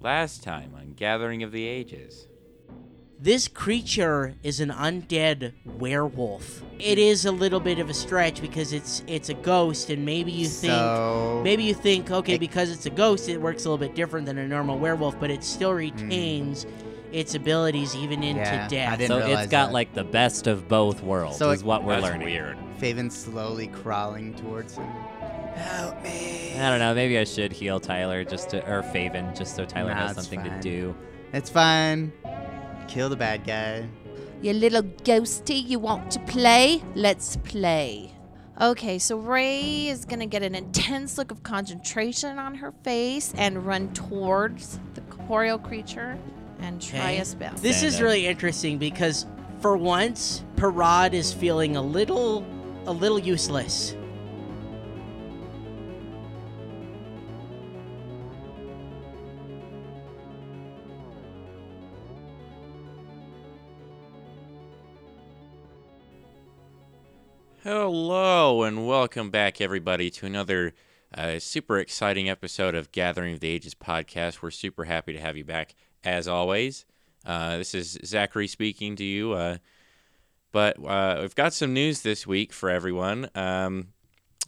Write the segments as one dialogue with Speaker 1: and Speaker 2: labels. Speaker 1: last time on Gathering of the Ages.
Speaker 2: This creature is an undead werewolf. It is a little bit of a stretch because it's it's a ghost, and maybe you think
Speaker 3: so,
Speaker 2: maybe you think okay
Speaker 3: It-
Speaker 2: because it's a ghost, it works a little bit different than a normal werewolf, but it still retains its abilities even into
Speaker 3: Hmm. Yeah, I
Speaker 2: death.
Speaker 3: didn't
Speaker 4: so
Speaker 3: realize
Speaker 4: it's got
Speaker 3: that.
Speaker 4: like the best of both worlds
Speaker 3: So
Speaker 4: is
Speaker 3: it-
Speaker 4: what we're
Speaker 1: That's
Speaker 4: learning.
Speaker 1: weird.
Speaker 3: Faven's slowly crawling towards him. Help me.
Speaker 4: I don't know. Maybe I should heal Tyler just to, or Faven just so Tyler
Speaker 3: Nah,
Speaker 4: has
Speaker 3: it's
Speaker 4: something
Speaker 3: fine.
Speaker 4: to do.
Speaker 3: It's fine. Kill the bad guy.
Speaker 5: You little ghosty, you want to play? Let's play. Okay, so Ray is gonna get an intense look of concentration on her face and run towards the corporeal creature and try
Speaker 2: Okay.
Speaker 5: a spell.
Speaker 2: This
Speaker 4: Stand
Speaker 2: is
Speaker 4: up.
Speaker 2: really interesting because for once, Parad is feeling a little a little useless.
Speaker 1: Hello, and welcome back, everybody, to another uh, super exciting episode of Gathering of the Ages podcast. We're super happy to have you back, as always. Uh, this is Zachary speaking to you. Uh, but uh, we've got some news this week for everyone. Um,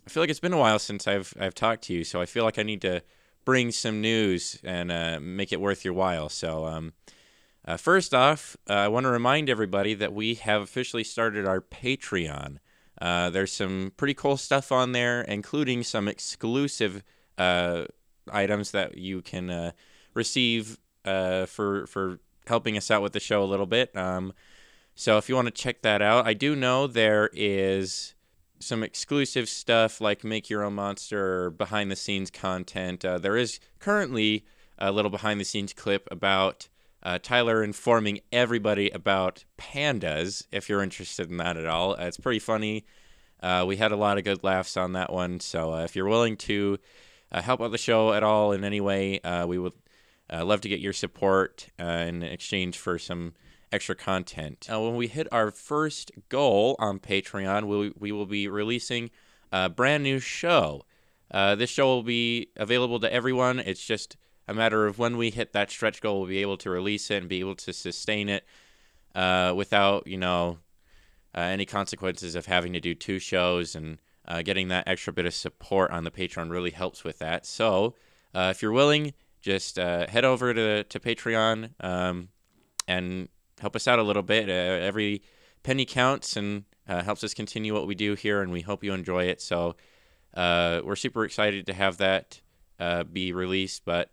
Speaker 1: I feel like it's been a while since I've I've talked to you, so I feel like I need to bring some news and uh, make it worth your while. So, um, uh, first off, uh, I want to remind everybody that we have officially started our Patreon. Uh, there's some pretty cool stuff on there, including some exclusive uh, items that you can uh, receive uh, for for helping us out with the show a little bit. Um, so if you want to check that out, I do know there is some exclusive stuff like make your own monster, behind the scenes content. Uh, there is currently a little behind the scenes clip about uh, Tyler informing everybody about pandas. If you're interested in that at all, Uh, it's pretty funny. Uh, we had a lot of good laughs on that one. So uh, if you're willing to uh, help out the show at all in any way, uh, we would uh, love to get your support uh, in exchange for some extra content. Uh, when we hit our first goal on Patreon, we, we will be releasing a brand new show. Uh, this show will be available to everyone. It's just a matter of when we hit that stretch goal, we'll be able to release it and be able to sustain it uh, without, you know, uh, any consequences of having to do two shows and uh, getting that extra bit of support on the Patreon really helps with that. So uh, if you're willing, just uh, head over to, to Patreon um, and help us out a little bit. Uh, every penny counts and uh, helps us continue what we do here, and we hope you enjoy it. So uh, we're super excited to have that uh, be released, but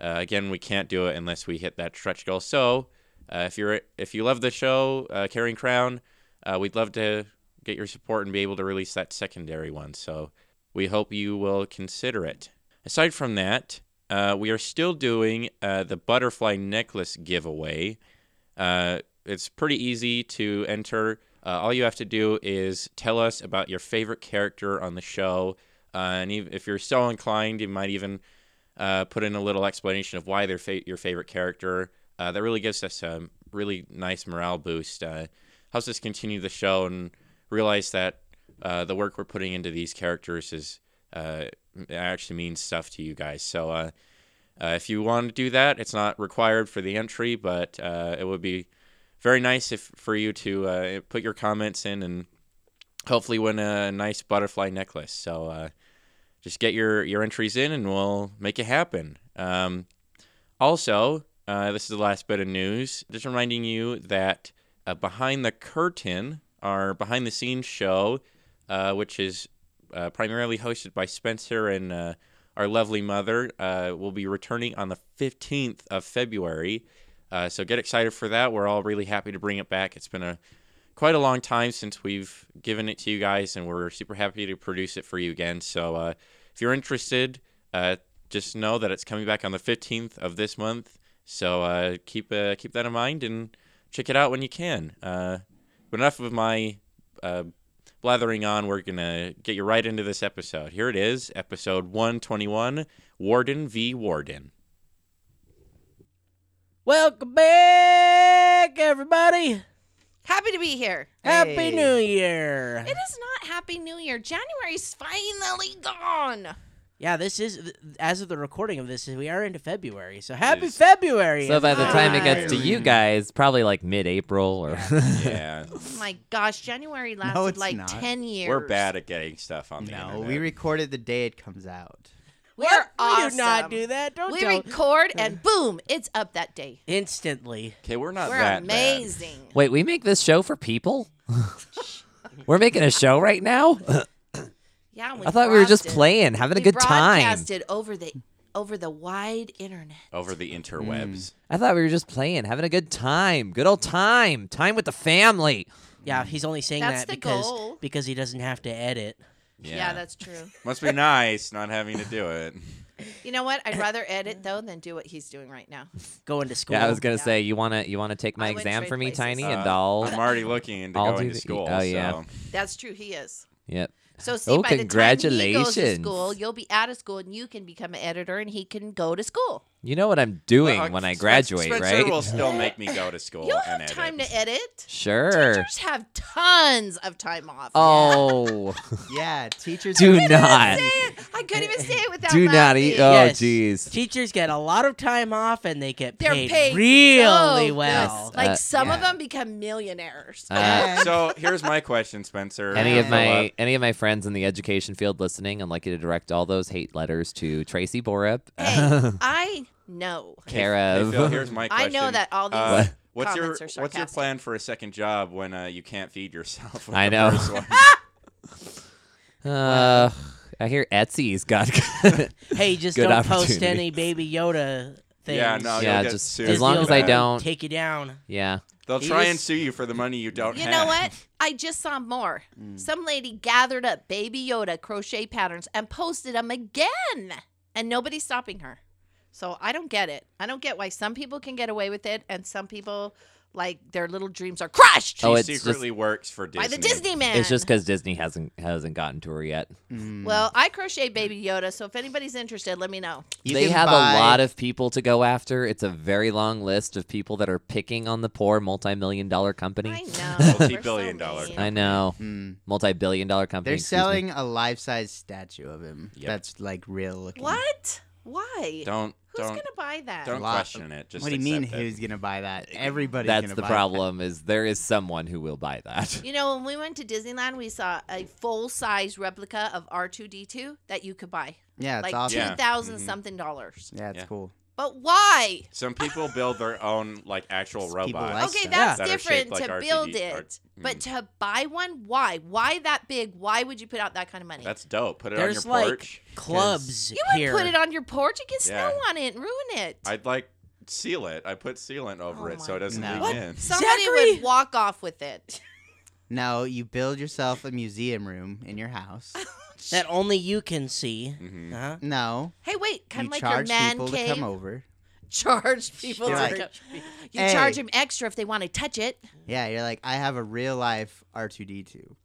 Speaker 1: uh, again, we can't do it unless we hit that stretch goal. So uh, if you're if you love the show, uh, Carrying Crown, uh, we'd love to get your support and be able to release that secondary one. So we hope you will consider it. Aside from that, uh, we are still doing uh, the butterfly necklace giveaway. Uh, it's pretty easy to enter. Uh, all you have to do is tell us about your favorite character on the show. Uh, and ev if you're so inclined, you might even uh, put in a little explanation of why they're fa- your favorite character. Uh, that really gives us a really nice morale boost. Uh, helps us continue the show and realize that uh, the work we're putting into these characters is uh, actually means stuff to you guys. So uh, uh, if you want to do that, it's not required for the entry, but uh, it would be very nice if for you to uh, put your comments in and hopefully win a nice butterfly necklace. So uh, just get your your entries in, and we'll make it happen. Um, also, uh, this is the last bit of news. Just reminding you that uh, behind the curtain, our behind the scenes show, uh, which is uh, primarily hosted by Spencer and uh, our lovely mother, uh, will be returning on the 15th of February. Uh, so get excited for that. We're all really happy to bring it back. It's been a quite a long time since we've given it to you guys, and we're super happy to produce it for you again. So uh, if you're interested, uh, just know that it's coming back on the 15th of this month. So uh, keep uh, keep that in mind and check it out when you can. Uh, but enough of my uh, blathering on. We're gonna get you right into this episode. Here it is, episode 121, Warden v Warden.
Speaker 2: Welcome back, everybody.
Speaker 5: Happy to be here.
Speaker 2: Happy
Speaker 3: Hey.
Speaker 2: New Year.
Speaker 5: It is not Happy New Year. January's finally gone.
Speaker 2: Yeah, this is th- as of the recording of this. We are into February, so happy
Speaker 1: is.
Speaker 2: February.
Speaker 4: So by the time it gets to you
Speaker 3: Fine.
Speaker 4: guys, probably like mid-April or
Speaker 1: Yeah.
Speaker 5: Oh my gosh, January lasted
Speaker 3: it's
Speaker 5: like
Speaker 3: not.
Speaker 5: 10 years.
Speaker 1: We're bad at getting stuff on the
Speaker 3: No,
Speaker 1: internet.
Speaker 3: we recorded the day it comes out.
Speaker 5: We're
Speaker 2: What?
Speaker 5: awesome.
Speaker 2: We do not do that. Don't
Speaker 5: We
Speaker 2: tell-
Speaker 5: record and boom, it's up that day.
Speaker 2: instantly.
Speaker 1: okay, we're not
Speaker 5: We're
Speaker 1: that bad.
Speaker 5: amazing.
Speaker 4: Wait, we make this show for people? we're making a show right now?
Speaker 5: Yeah, we
Speaker 4: I thought we were just
Speaker 5: broadcast it.
Speaker 4: playing, having
Speaker 5: We
Speaker 4: a good time.
Speaker 5: broadcasted over the over the wide internet.
Speaker 1: over the interwebs.
Speaker 4: I thought we were just playing, having a good time. Good old time. Time with the family.
Speaker 2: Yeah, he's only saying
Speaker 5: That's
Speaker 2: that
Speaker 5: the
Speaker 2: because
Speaker 5: goal.
Speaker 2: because he doesn't have to edit.
Speaker 1: Yeah.
Speaker 5: that's true.
Speaker 1: must be nice not having to do it.
Speaker 5: You know what? I'd rather edit though than do what he's doing right now.
Speaker 2: Going to school.
Speaker 4: Yeah, I was gonna
Speaker 5: Yeah.
Speaker 4: say you wanna you wanna take my
Speaker 5: I would
Speaker 4: exam
Speaker 5: trade
Speaker 4: for me,
Speaker 5: places.
Speaker 4: Tiny, and
Speaker 1: Uh,
Speaker 4: I'll
Speaker 1: I'm already looking into
Speaker 4: I'll
Speaker 1: going
Speaker 4: do
Speaker 1: to
Speaker 4: the-
Speaker 1: school.
Speaker 4: oh, yeah.
Speaker 1: so-
Speaker 5: That's true. He is.
Speaker 4: Yep.
Speaker 5: So see,
Speaker 4: Oh,
Speaker 5: by the time he goes to
Speaker 4: congratulations.
Speaker 5: school, you'll be out of school and you can become an editor, and he can go to school.
Speaker 4: You know what I'm doing
Speaker 1: Well,
Speaker 4: when I
Speaker 1: Spencer-
Speaker 4: graduate,
Speaker 1: Spencer
Speaker 4: right?
Speaker 1: will still make me go to school.
Speaker 5: You'll
Speaker 1: and
Speaker 5: have time
Speaker 1: edit.
Speaker 5: to edit.
Speaker 4: Sure.
Speaker 5: Teachers have tons of time off.
Speaker 4: Oh,
Speaker 3: Yeah, teachers
Speaker 4: do
Speaker 3: are-
Speaker 4: not,
Speaker 5: I couldn't even say it without
Speaker 4: do not
Speaker 5: laughing.
Speaker 4: eat. Oh,
Speaker 2: Yes.
Speaker 4: jeez.
Speaker 2: Teachers get a lot of time off and they get
Speaker 5: They're
Speaker 2: paid,
Speaker 5: paid
Speaker 2: really
Speaker 5: so
Speaker 2: well.
Speaker 5: Like
Speaker 4: Uh,
Speaker 5: some of
Speaker 3: yeah.
Speaker 5: them become millionaires.
Speaker 4: Uh,
Speaker 3: Yeah.
Speaker 1: So here's my question, Spencer.
Speaker 4: any of
Speaker 1: Follow
Speaker 4: my
Speaker 1: up.
Speaker 4: any of my friends in the education field listening, I'd like you to direct all those hate letters to Tracy Borup,
Speaker 5: hey, I know.
Speaker 4: care
Speaker 1: Hey,
Speaker 4: of.
Speaker 1: Phil, here's my
Speaker 5: I
Speaker 1: question.
Speaker 5: know that all these
Speaker 1: Uh, what's
Speaker 5: comments
Speaker 1: your
Speaker 5: are sarcastic.
Speaker 1: what's your plan for a second job when uh, you can't feed yourself? with
Speaker 4: I
Speaker 1: the
Speaker 4: know.
Speaker 1: first one?
Speaker 4: Uh, I hear Etsy's got.
Speaker 2: hey, just
Speaker 4: Good
Speaker 2: don't post
Speaker 4: opportunity. any
Speaker 2: any Baby Yoda things.
Speaker 1: yeah, no,
Speaker 4: Yeah,
Speaker 1: you'll get
Speaker 4: just-
Speaker 1: sued
Speaker 4: as
Speaker 1: for
Speaker 4: long as I
Speaker 1: that.
Speaker 4: don't-
Speaker 2: take you down.
Speaker 4: yeah,
Speaker 1: they'll
Speaker 2: He
Speaker 1: try
Speaker 2: is-
Speaker 1: and sue you for the money you don't.
Speaker 5: You
Speaker 1: have.
Speaker 5: know what? I just saw more. Some lady gathered up baby Yoda crochet patterns and posted them again, and nobody's stopping her. So I don't get it. I don't get why some people can get away with it and some people like their little dreams are crushed
Speaker 1: She
Speaker 4: Oh, it's just-
Speaker 1: secretly works for Disney.
Speaker 5: by the Disney man.
Speaker 4: it's just because Disney hasn't hasn't gotten to her yet.
Speaker 3: Mm.
Speaker 5: Well, I crochet baby Yoda, so if anybody's interested, let me know.
Speaker 3: You
Speaker 4: they
Speaker 3: can
Speaker 4: have
Speaker 3: buy-
Speaker 4: a lot of people to go after. It's a very long list of people that are picking on the poor multi-million dollar company.
Speaker 5: I know.
Speaker 1: Multi-billion dollar
Speaker 5: dollars.
Speaker 4: I know.
Speaker 3: Mm.
Speaker 4: Multi-billion dollar company.
Speaker 3: They're
Speaker 4: excuse me.
Speaker 3: selling a life-size statue of him.
Speaker 1: Yep.
Speaker 3: That's like real looking.
Speaker 5: What? Why?
Speaker 1: Don't
Speaker 5: Who's
Speaker 1: don't
Speaker 5: gonna buy that?
Speaker 1: don't
Speaker 3: Lot-
Speaker 1: question it. Just
Speaker 3: what do you mean?
Speaker 1: accept it.
Speaker 3: Who's gonna buy that? Everybody's
Speaker 4: That's
Speaker 3: gonna
Speaker 4: the
Speaker 3: buy
Speaker 4: problem. Is there is someone who will buy that.
Speaker 5: You know, when we went to Disneyland, we saw a full size replica of R two D two that you could buy,
Speaker 3: That. Yeah, Mm-hmm. it's
Speaker 5: like
Speaker 3: awesome.
Speaker 1: Yeah.
Speaker 5: two thousand
Speaker 1: Mhm.
Speaker 5: something dollars.
Speaker 3: Yeah, it's
Speaker 1: Yeah.
Speaker 3: cool.
Speaker 5: But why?
Speaker 1: Some people build their own like actual
Speaker 3: People
Speaker 1: robots.
Speaker 3: like
Speaker 5: Okay,
Speaker 3: that.
Speaker 5: that's
Speaker 1: That are shaped
Speaker 5: different
Speaker 1: like
Speaker 5: to
Speaker 1: R2D2
Speaker 5: build
Speaker 1: or-
Speaker 5: it, but
Speaker 1: Mm.
Speaker 5: to buy one, why? Why that big? Why would you put out that kind of money?
Speaker 1: That's dope. Put it
Speaker 2: There's
Speaker 1: on your
Speaker 2: like
Speaker 1: porch.
Speaker 2: clubs
Speaker 5: you would
Speaker 2: here.
Speaker 5: put it on your porch and get
Speaker 1: Yeah.
Speaker 5: snow on it and ruin it.
Speaker 1: I'd like seal it. I put sealant over
Speaker 5: Oh
Speaker 1: it so
Speaker 5: my
Speaker 1: it doesn't
Speaker 3: No.
Speaker 1: leak
Speaker 3: What?
Speaker 1: in.
Speaker 5: Somebody
Speaker 2: Zachary!
Speaker 5: would walk off with it.
Speaker 3: No, you build yourself a museum room in your house.
Speaker 2: that only you can see.
Speaker 1: Mhm.
Speaker 2: Uh-huh.
Speaker 3: No,
Speaker 5: Hey, wait, kind
Speaker 3: you
Speaker 5: of like your
Speaker 3: charge
Speaker 5: man
Speaker 3: people
Speaker 5: cave.
Speaker 3: to come over.
Speaker 5: Charge people
Speaker 3: You're
Speaker 5: to
Speaker 3: like,
Speaker 5: come. You
Speaker 3: "Hey."
Speaker 5: charge them extra if they want to touch it.
Speaker 3: Yeah, you're like, I have a real life R two D two,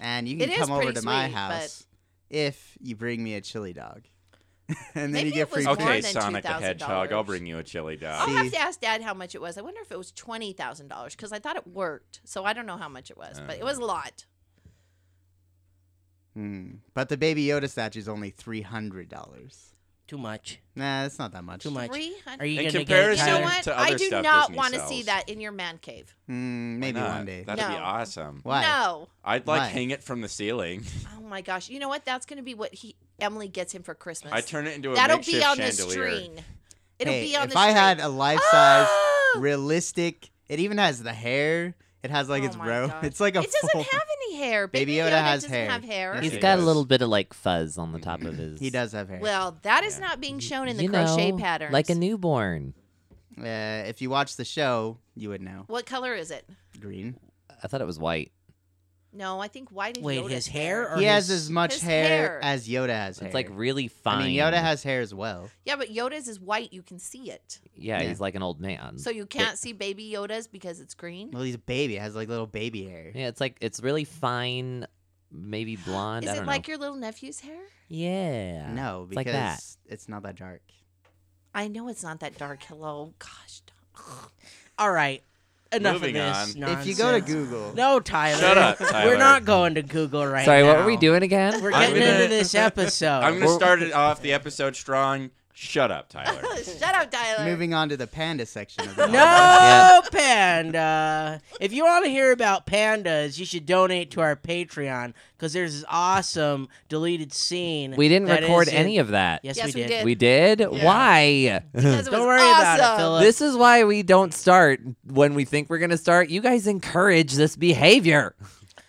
Speaker 3: and you can
Speaker 5: It is
Speaker 3: come over
Speaker 5: pretty
Speaker 3: to my
Speaker 5: sweet, but-
Speaker 3: house if you bring me a chili dog, and then
Speaker 5: Maybe
Speaker 3: you get
Speaker 5: it was
Speaker 3: free.
Speaker 5: more
Speaker 1: Okay,
Speaker 5: than
Speaker 1: Sonic the Hedgehog, I'll
Speaker 5: $2,000.
Speaker 1: bring you a chili
Speaker 5: I'll
Speaker 1: dog.
Speaker 5: have
Speaker 3: See.
Speaker 5: to ask Dad how much it was. I wonder if it was twenty thousand dollars because I thought it worked. So I don't know how much it was, but it was a lot.
Speaker 3: Mm. But the Baby Yoda statue is only three hundred dollars.
Speaker 2: Too much.
Speaker 3: Nah, it's not that much.
Speaker 2: Too much.
Speaker 5: Three hundred.
Speaker 2: Are you
Speaker 1: In
Speaker 2: gonna get it,
Speaker 5: You
Speaker 1: comparison
Speaker 5: know
Speaker 2: Tyler?
Speaker 5: what?
Speaker 1: to
Speaker 5: I
Speaker 1: other
Speaker 5: do
Speaker 1: stuff
Speaker 5: not
Speaker 1: Disney
Speaker 5: want to
Speaker 1: sells.
Speaker 5: see that in your man cave.
Speaker 3: Mm, maybe
Speaker 1: Not.
Speaker 3: one day.
Speaker 1: That'd be
Speaker 5: No.
Speaker 1: awesome.
Speaker 3: Why?
Speaker 5: No.
Speaker 1: I'd like
Speaker 3: Why?
Speaker 1: hang it from the ceiling.
Speaker 5: Oh my gosh. You know what? That's going to be what he Emily gets him for Christmas.
Speaker 1: I turn it into a
Speaker 5: That'll
Speaker 1: makeshift
Speaker 5: be on
Speaker 1: chandelier.
Speaker 5: the string. It'll
Speaker 3: Hey,
Speaker 5: be on
Speaker 3: if
Speaker 5: the
Speaker 3: I
Speaker 5: string.
Speaker 3: had a life size,
Speaker 5: Oh!
Speaker 3: realistic. It even has the hair. It has like
Speaker 5: Oh
Speaker 3: its
Speaker 5: my
Speaker 3: row.
Speaker 5: God.
Speaker 3: It's like a
Speaker 5: It doesn't
Speaker 3: full.
Speaker 5: have any hair.
Speaker 3: Baby
Speaker 5: Baby
Speaker 3: Yoda
Speaker 5: Yoda,
Speaker 3: has
Speaker 5: doesn't
Speaker 3: hair.
Speaker 5: have hair.
Speaker 1: Yes,
Speaker 4: He's
Speaker 1: he
Speaker 4: got a
Speaker 1: does.
Speaker 4: little bit of like fuzz on the top of his.
Speaker 3: Mm-hmm. he does have hair.
Speaker 5: Well, that is
Speaker 1: Yeah.
Speaker 5: not being shown in the
Speaker 4: you
Speaker 5: crochet
Speaker 4: know,
Speaker 5: patterns.
Speaker 4: like a newborn.
Speaker 3: uh, if you watch the show, you would know.
Speaker 5: What color is it?
Speaker 3: Green.
Speaker 4: I thought it was white.
Speaker 5: No, I think white is
Speaker 2: Wait,
Speaker 5: Yoda's
Speaker 2: his hair or
Speaker 3: He has
Speaker 2: his
Speaker 3: as much
Speaker 5: his
Speaker 3: hair,
Speaker 5: hair.
Speaker 3: as Yoda has hair.
Speaker 4: It's like really fine.
Speaker 3: I mean, Yoda has hair as well.
Speaker 5: Yeah, but Yoda's is white. You can see it.
Speaker 4: Yeah,
Speaker 3: Yeah.
Speaker 4: he's like an old man.
Speaker 5: So you can't see baby Yoda's because it's green.
Speaker 3: Well, he's a baby. Has like little baby hair.
Speaker 4: yeah, it's like it's really fine, maybe blonde.
Speaker 5: Is
Speaker 4: I
Speaker 5: it
Speaker 4: don't
Speaker 5: like
Speaker 4: know.
Speaker 5: your little nephew's hair?
Speaker 4: Yeah.
Speaker 3: No,
Speaker 4: it's
Speaker 3: because
Speaker 4: like that.
Speaker 3: it's not that dark.
Speaker 5: I know it's not that dark. Hello. Gosh. don't-
Speaker 2: All right. enough
Speaker 1: Moving
Speaker 2: of this
Speaker 1: on.
Speaker 3: If you go to
Speaker 2: nonsense.
Speaker 3: Google,
Speaker 2: No, Tyler.
Speaker 1: Shut up,
Speaker 2: We're
Speaker 1: Tyler.
Speaker 2: not going to Google right
Speaker 4: Sorry,
Speaker 2: now.
Speaker 4: what were we doing again?
Speaker 2: We're
Speaker 1: I'm
Speaker 2: getting
Speaker 1: gonna-
Speaker 2: into this episode.
Speaker 1: I'm going to
Speaker 4: We're-
Speaker 1: start it off the episode strong. Shut up, Tyler.
Speaker 5: Shut up, Tyler.
Speaker 3: moving on to the panda section of the
Speaker 2: no
Speaker 4: Yeah.
Speaker 2: panda. If you want to hear about pandas, you should donate to our Patreon because there's this awesome deleted scene.
Speaker 4: we didn't
Speaker 2: that
Speaker 4: record
Speaker 2: is in-
Speaker 4: any of that.
Speaker 2: Yes,
Speaker 5: Yes,
Speaker 2: we
Speaker 5: we
Speaker 2: did.
Speaker 5: did.
Speaker 4: We did? Why?
Speaker 5: Because it
Speaker 2: Don't
Speaker 5: was
Speaker 2: worry
Speaker 5: awesome.
Speaker 2: about it, Philip.
Speaker 4: This is why we don't start when we think we're going to start. You guys encourage this behavior.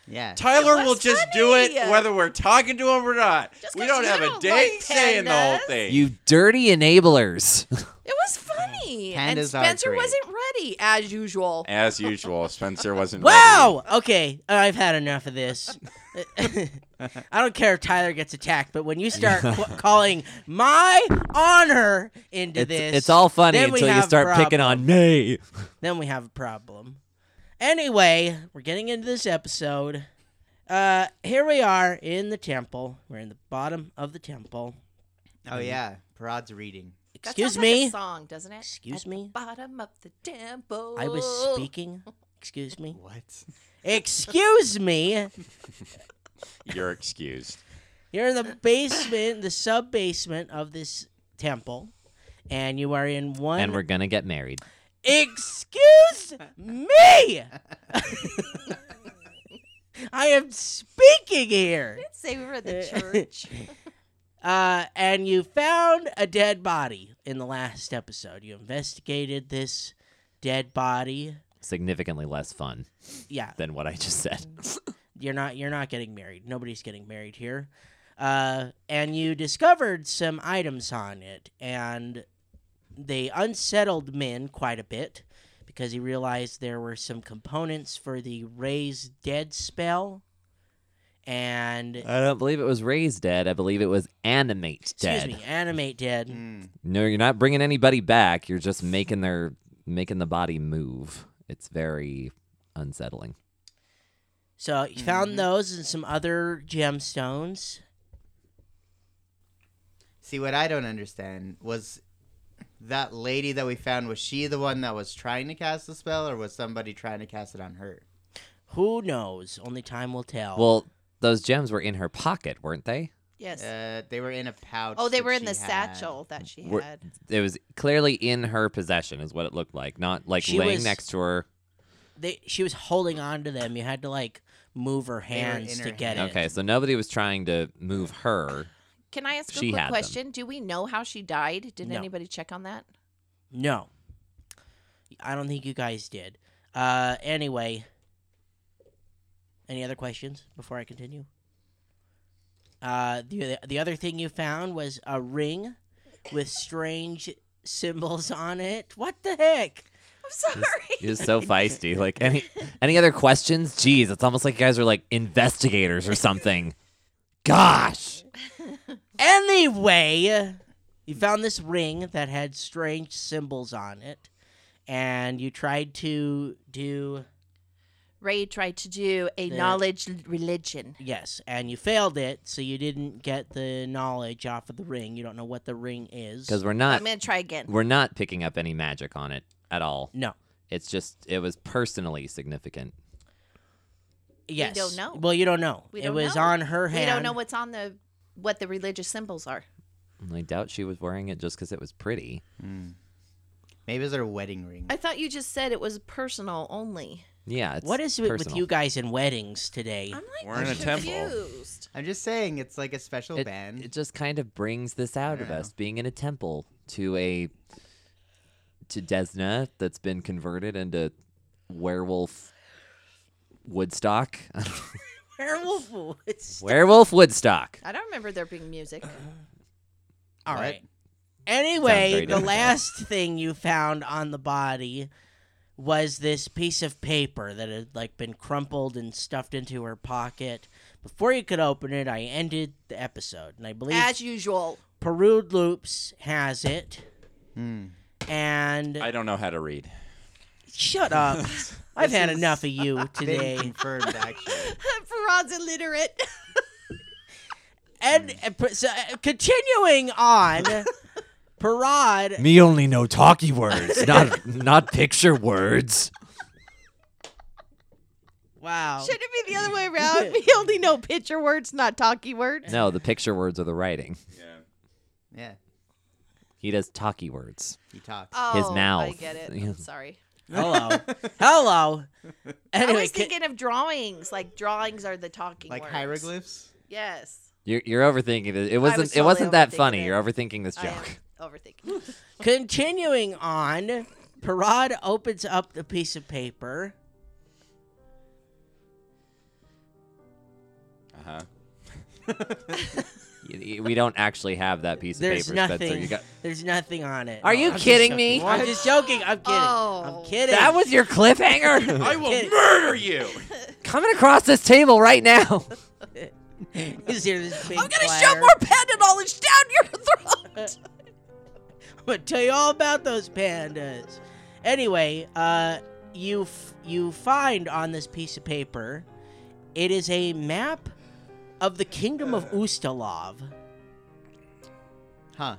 Speaker 3: Yeah.
Speaker 1: Tyler will
Speaker 5: was
Speaker 1: just
Speaker 5: funny.
Speaker 1: do it whether we're talking to him or not.
Speaker 5: Just
Speaker 1: we
Speaker 5: 'cause
Speaker 1: don't
Speaker 5: you
Speaker 1: have a
Speaker 5: don't
Speaker 1: dang
Speaker 5: like
Speaker 1: say in the whole
Speaker 5: pandas.
Speaker 1: thing.
Speaker 4: You dirty enablers.
Speaker 5: It was funny. and
Speaker 3: Pandas are
Speaker 5: Spencer
Speaker 3: great.
Speaker 5: wasn't ready, as usual.
Speaker 1: As usual, Spencer wasn't
Speaker 2: Wow. Okay, I've had enough of this. I don't care if Tyler gets attacked, but when you start qu- calling my honor into
Speaker 4: It's,
Speaker 2: this,
Speaker 4: it's all funny
Speaker 2: then we
Speaker 4: until you
Speaker 2: have
Speaker 4: start picking on me.
Speaker 2: then we have a problem. Anyway, we're getting into this episode. Uh, here we are in the temple. We're in the bottom of the temple.
Speaker 3: Oh yeah, Parad's reading.
Speaker 5: That
Speaker 2: Excuse
Speaker 5: sounds like a
Speaker 2: me.
Speaker 5: song, doesn't it?
Speaker 2: Excuse
Speaker 5: At the
Speaker 2: me?
Speaker 5: bottom of the temple.
Speaker 2: I was speaking. Excuse me.
Speaker 3: What?
Speaker 2: Excuse me.
Speaker 1: ready. You're excused.
Speaker 2: You're in the basement, the sub basement of this temple, and you are in one.
Speaker 4: And we're going to get married.
Speaker 2: Excuse me. I am speaking here.
Speaker 5: Say we were at the church.
Speaker 2: Uh, and you found a dead body in the last episode. You investigated this dead body.
Speaker 4: Significantly less fun
Speaker 2: Yeah,
Speaker 4: than what I just said.
Speaker 2: you're not you're not getting married. Nobody's getting married here. Uh, and you discovered some items on it, and they unsettled Min quite a bit because he realized there were some components for the raise dead spell, and
Speaker 4: I don't believe it was raised dead. I believe it was animate dead.
Speaker 2: excuse me, animate dead.
Speaker 3: Mm.
Speaker 4: No, you're not bringing anybody back. You're just making their making the body move. It's very unsettling.
Speaker 2: So you found those and some other gemstones.
Speaker 3: See what I don't understand was that lady that we found was she the one that was trying to cast the spell or was somebody trying to cast it on her?
Speaker 2: Who knows? Only time will tell.
Speaker 4: Well, those gems were in her pocket, weren't they?
Speaker 5: yes.
Speaker 3: Uh, they were in a pouch.
Speaker 5: oh, they
Speaker 3: that
Speaker 5: were in
Speaker 3: she
Speaker 5: the
Speaker 3: had.
Speaker 5: satchel that she
Speaker 4: Were-
Speaker 5: had.
Speaker 4: It was clearly in her possession, is what it looked like. Not like
Speaker 2: She
Speaker 4: laying
Speaker 2: was-
Speaker 4: next to her.
Speaker 2: they, she was holding on to them. You had to like move her
Speaker 3: were
Speaker 2: hands
Speaker 3: in
Speaker 2: to
Speaker 3: her
Speaker 2: get
Speaker 3: hand.
Speaker 2: it.
Speaker 4: Okay, so nobody was trying to move her.
Speaker 5: Can I ask a
Speaker 4: She
Speaker 5: quick
Speaker 4: had them.
Speaker 5: question? Do we know how she died? Did
Speaker 2: No.
Speaker 5: anybody check on that?
Speaker 2: No, I don't think you guys did. Uh, anyway, any other questions before I continue? Uh, the the other thing you found was a ring with strange symbols on it. What the heck?
Speaker 5: I'm sorry.
Speaker 4: It was so feisty. Like any any other questions? Jeez, it's almost like you guys are like investigators or something. Gosh.
Speaker 2: Anyway, you found this ring that had strange symbols on it, and you tried to do
Speaker 5: Ray tried to do a
Speaker 2: The-
Speaker 5: knowledge l- religion.
Speaker 2: yes, and you failed it, so you didn't get the knowledge off of the ring. You don't know what the ring is.
Speaker 4: Because we're not
Speaker 5: I'm gonna try again.
Speaker 4: Uh, we're not picking up any magic on it at all.
Speaker 2: no,
Speaker 4: It's just it was personally significant.
Speaker 2: yes,
Speaker 5: don't know.
Speaker 2: Well, you don't know.
Speaker 5: We
Speaker 2: it
Speaker 5: don't
Speaker 2: was
Speaker 5: know.
Speaker 2: on her
Speaker 5: We
Speaker 2: hand.
Speaker 5: don't know what's on the what the religious symbols are.
Speaker 4: And I doubt she was wearing it just because it was pretty.
Speaker 3: Maybe it was her wedding ring.
Speaker 5: I thought you just said it was personal only.
Speaker 4: Yeah. It's
Speaker 2: What is it with
Speaker 4: personal.
Speaker 2: you guys and weddings today?
Speaker 5: I'm like
Speaker 1: We're in a temple.
Speaker 5: confused.
Speaker 3: I'm just saying it's like a special
Speaker 4: It,
Speaker 3: band.
Speaker 4: it just kind of brings this out of
Speaker 3: Mm. Yeah.
Speaker 4: us being in a temple to a to Desna that's been converted into werewolf Woodstock.
Speaker 2: Werewolf. It's
Speaker 4: werewolf Woodstock.
Speaker 5: I don't remember there being music.
Speaker 2: all
Speaker 3: What?
Speaker 2: right.
Speaker 4: Sounds
Speaker 2: Anyway,
Speaker 4: very
Speaker 2: the
Speaker 4: different.
Speaker 2: last thing you found on the body was this piece of paper that had like been crumpled and stuffed into her pocket. Before you could open it, I ended the episode, and I believe
Speaker 5: As usual.
Speaker 2: Perude Loops has it.
Speaker 3: Hmm.
Speaker 2: And
Speaker 1: I don't know how to read.
Speaker 2: shut up! I've had enough of you
Speaker 3: Been
Speaker 2: today.
Speaker 3: confirmed actually.
Speaker 5: Farad's illiterate.
Speaker 2: and uh, pr- so, uh, continuing on, Parad
Speaker 4: Me only know talkie words, not not picture words.
Speaker 2: Wow.
Speaker 5: Should it be the other way around? We only know picture words, not talkie words.
Speaker 4: No, the picture words are the writing.
Speaker 3: Yeah,
Speaker 4: He does talkie words.
Speaker 3: he talks.
Speaker 5: Oh,
Speaker 4: His
Speaker 5: I
Speaker 4: mouth.
Speaker 5: get it.
Speaker 4: Yeah.
Speaker 5: I'm sorry.
Speaker 2: Hello. Hello.
Speaker 5: I
Speaker 2: Anyway,
Speaker 5: was
Speaker 2: ca-
Speaker 5: thinking of drawings. Like drawings are the talking
Speaker 3: like
Speaker 5: words.
Speaker 3: hieroglyphs.
Speaker 5: Yes.
Speaker 4: You're, you're overthinking it. It wasn't.
Speaker 5: was
Speaker 4: it
Speaker 5: totally
Speaker 4: wasn't that
Speaker 5: overthinking
Speaker 4: funny.
Speaker 5: it.
Speaker 4: You're overthinking this
Speaker 5: I am
Speaker 4: joke.
Speaker 5: overthinking.
Speaker 2: continuing on, Parad opens up the piece of paper.
Speaker 1: Uh huh.
Speaker 4: Y- y- we don't actually have that piece of
Speaker 2: There's
Speaker 4: paper, Spencer.
Speaker 2: nothing.
Speaker 4: You got,
Speaker 2: There's nothing on it.
Speaker 4: Are
Speaker 2: No,
Speaker 4: you
Speaker 2: I'm just
Speaker 4: kidding
Speaker 2: joking.
Speaker 4: me?
Speaker 2: I'm just joking. I'm kidding.
Speaker 5: Oh.
Speaker 2: I'm kidding.
Speaker 4: that was your cliffhanger.
Speaker 1: I will
Speaker 2: Kid-
Speaker 1: murder you.
Speaker 4: coming across this table right now.
Speaker 2: Is there this big
Speaker 5: I'm gonna
Speaker 2: platter?
Speaker 5: shove more panda knowledge down your throat.
Speaker 2: I'm gonna tell you all about those pandas. Anyway, uh, you f- you find on this piece of paper, it is a map of the kingdom of
Speaker 4: Uh,
Speaker 2: Ustalov.
Speaker 3: Huh.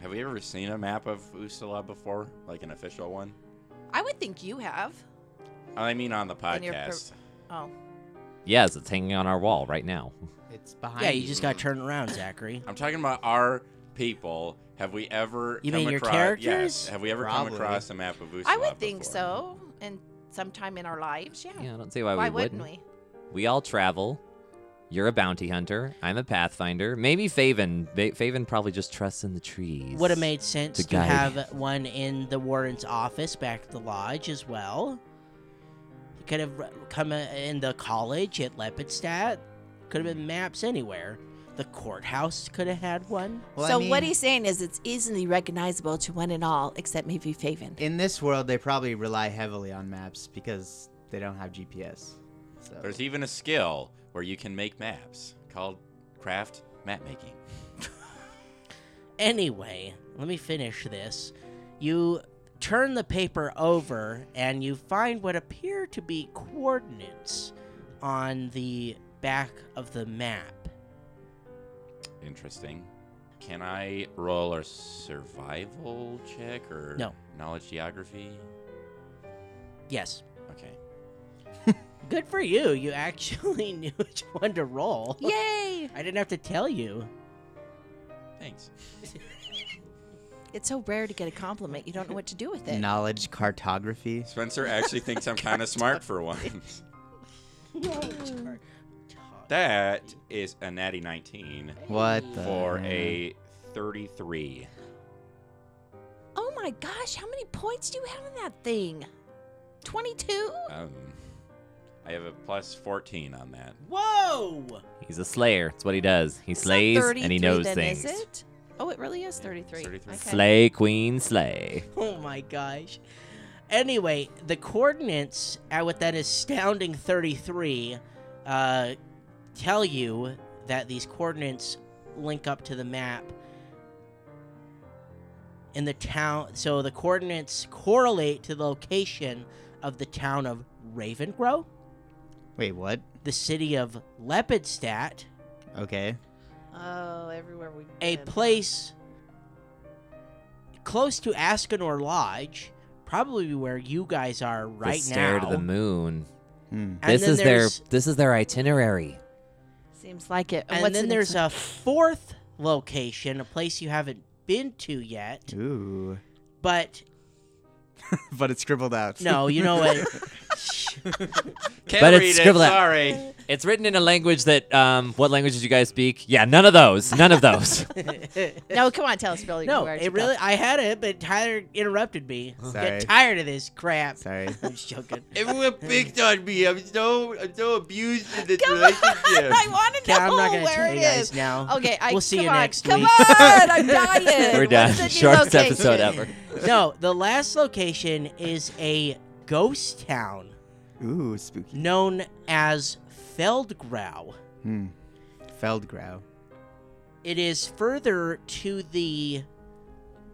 Speaker 1: Have we ever seen a map of Ustala before, like an official one?
Speaker 5: I would think you have.
Speaker 1: I mean, on the
Speaker 5: And you're
Speaker 1: podcast.
Speaker 5: Oh,
Speaker 4: Yes, it's hanging on our wall right now.
Speaker 3: It's behind.
Speaker 2: Yeah, you just got to turn around, Zachary.
Speaker 1: I'm talking about our people. Have we ever?
Speaker 2: You
Speaker 1: come
Speaker 2: mean your
Speaker 1: across, Yes.
Speaker 2: characters?
Speaker 1: Have we ever
Speaker 3: Probably.
Speaker 1: come across a map of Ustala?
Speaker 5: I would think
Speaker 1: before?
Speaker 5: so. And sometime in our lives, yeah.
Speaker 4: Yeah, I don't see why,
Speaker 5: Why
Speaker 4: we
Speaker 5: wouldn't we?
Speaker 4: We all travel. You're a bounty hunter. I'm a pathfinder. Maybe Faven. Ba- Faven probably just trusts in the trees.
Speaker 2: Would have made sense
Speaker 4: The
Speaker 2: to
Speaker 4: guide.
Speaker 2: have one in the warden's office back at the lodge as well. It could have come uh, in the college at Lepidstadt. Could have been maps anywhere. The courthouse could have had one.
Speaker 3: Well, I
Speaker 5: so what
Speaker 3: mean,
Speaker 5: he's saying is it's easily recognizable to one and all, except maybe Faven.
Speaker 3: in this world they probably rely heavily on maps because they don't have GPS. So
Speaker 1: There's even a skill where you can make maps called craft map making.
Speaker 2: Anyway, let me finish this. You turn the paper over and you find what appear to be coordinates on the back of the map.
Speaker 1: Interesting. Can I roll a survival check or
Speaker 2: No.
Speaker 1: knowledge geography?
Speaker 2: Yes.
Speaker 1: Okay.
Speaker 2: Good for you. You actually knew which one to roll.
Speaker 5: Yay!
Speaker 2: I didn't have to tell you.
Speaker 1: Thanks.
Speaker 5: It's so rare to get a compliment. You don't know what to do with it.
Speaker 3: knowledge cartography.
Speaker 1: Spencer actually thinks I'm kind of smart for once. That is a natty 19
Speaker 3: What the
Speaker 1: for
Speaker 2: Uh.
Speaker 3: heck?
Speaker 1: a 33.
Speaker 5: Oh my gosh, how many points do you have in that thing? 22?
Speaker 1: Um, I have a plus 14 on that.
Speaker 2: Whoa!
Speaker 4: He's a slayer. That's what he does. He
Speaker 5: It's not
Speaker 4: slays and he
Speaker 5: 33
Speaker 4: knows
Speaker 5: then,
Speaker 4: things.
Speaker 5: Is it? Oh, it really is 33.
Speaker 1: 33.
Speaker 5: Okay.
Speaker 4: Slay, queen, slay.
Speaker 2: Oh my gosh. Anyway, the coordinates at what that astounding 33 uh, tell you that these coordinates link up to the map in the town. So the coordinates correlate to the location of the town of Ravengrow,
Speaker 3: Wait, what?
Speaker 2: the city of Lepidstadt,
Speaker 3: Okay.
Speaker 5: Oh, everywhere we
Speaker 2: a place
Speaker 5: uh,
Speaker 2: close to Ascanor Lodge, probably where you guys are right
Speaker 4: the stair
Speaker 2: now.
Speaker 4: to the moon.
Speaker 3: Hmm.
Speaker 2: And
Speaker 4: this
Speaker 2: then
Speaker 4: is their.
Speaker 2: there's-
Speaker 4: This is their itinerary.
Speaker 5: Seems like it.
Speaker 2: And
Speaker 5: What's
Speaker 2: then
Speaker 5: in
Speaker 2: there's
Speaker 5: its-
Speaker 2: a fourth location, a place you haven't been to yet,
Speaker 3: Ooh.
Speaker 2: but
Speaker 3: but it's scribbled out.
Speaker 2: no, you know what?
Speaker 1: Can't
Speaker 4: But it's
Speaker 1: read it.
Speaker 4: scribble out.
Speaker 1: Sorry.
Speaker 4: It's written in a language that. Um, what language did you guys speak? Yeah, none of those. None of those.
Speaker 5: No, come on, tell us, Billy.
Speaker 2: no,
Speaker 5: where
Speaker 2: it really. I had it, but Tyler interrupted me.
Speaker 3: Sorry.
Speaker 2: Get tired of this crap.
Speaker 3: Sorry.
Speaker 2: I'm just joking.
Speaker 1: Everyone picked on me. I'm so I'm so abused in this
Speaker 5: Come on,
Speaker 1: relationship.
Speaker 5: I want to
Speaker 2: Okay,
Speaker 5: know
Speaker 2: I'm not gonna
Speaker 5: where
Speaker 2: tell
Speaker 5: it
Speaker 2: you guys
Speaker 5: is.
Speaker 2: now.
Speaker 5: Okay, I,
Speaker 2: We'll see
Speaker 5: come
Speaker 2: you
Speaker 5: on,
Speaker 2: next
Speaker 5: come
Speaker 2: week.
Speaker 5: on, I'm dying.
Speaker 4: We're
Speaker 5: What's
Speaker 4: done.
Speaker 5: the new
Speaker 4: Shortest episode
Speaker 5: location?
Speaker 4: ever.
Speaker 2: No, the last location is a ghost town
Speaker 3: Ooh, spooky.
Speaker 2: known as Feldgrau.
Speaker 3: Hmm. Feldgrau.
Speaker 2: It is further to the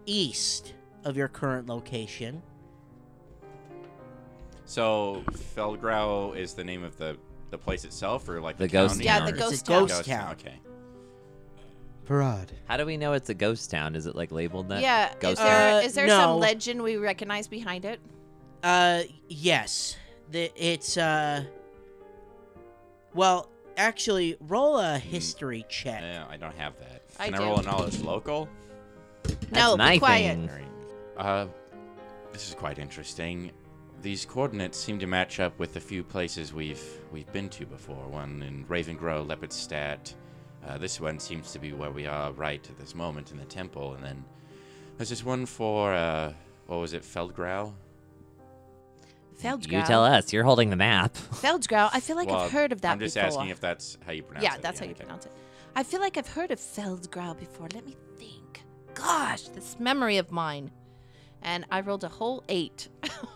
Speaker 2: east of your current location.
Speaker 1: So Feldgrau is the name of the the place itself, or like the,
Speaker 4: The ghost
Speaker 1: county
Speaker 5: Yeah, the
Speaker 1: or-
Speaker 5: ghost
Speaker 2: it's a
Speaker 5: town.
Speaker 2: ghost town.
Speaker 1: Okay.
Speaker 3: Parad.
Speaker 4: How do we know it's a ghost town? Is it like labeled that?
Speaker 5: Yeah, is
Speaker 4: Ghost
Speaker 5: there,
Speaker 2: Uh,
Speaker 5: is there
Speaker 2: no.
Speaker 5: some legend we recognize behind it?
Speaker 2: Uh, yes. The, it's, uh, Well, actually, roll a history check.
Speaker 1: No, I don't have that.
Speaker 5: I
Speaker 1: Can I,
Speaker 5: do.
Speaker 1: roll a knowledge local?
Speaker 4: That's
Speaker 5: no,
Speaker 4: an
Speaker 5: be
Speaker 4: eye
Speaker 5: quiet.
Speaker 4: thing.
Speaker 1: All right. Uh, this is quite interesting. These coordinates seem to match up with a few places we've we've been to before. One in Raven Grow, Leopardstadt. Uh, this one seems to be where we are right at this moment in the temple, and then there's this one for uh, what was it, Feldgrau?
Speaker 5: Feldgrau.
Speaker 4: You tell us. You're holding the map.
Speaker 5: Feldgrau. I feel like
Speaker 1: Well,
Speaker 5: I've heard of that
Speaker 1: I'm just
Speaker 5: before.
Speaker 1: asking if that's how you pronounce
Speaker 5: yeah,
Speaker 1: it.
Speaker 5: that's how you
Speaker 1: okay.
Speaker 5: pronounce it. I feel like I've heard of Feldgrau before. Let me think. Gosh, this memory of mine. And I rolled a whole eight.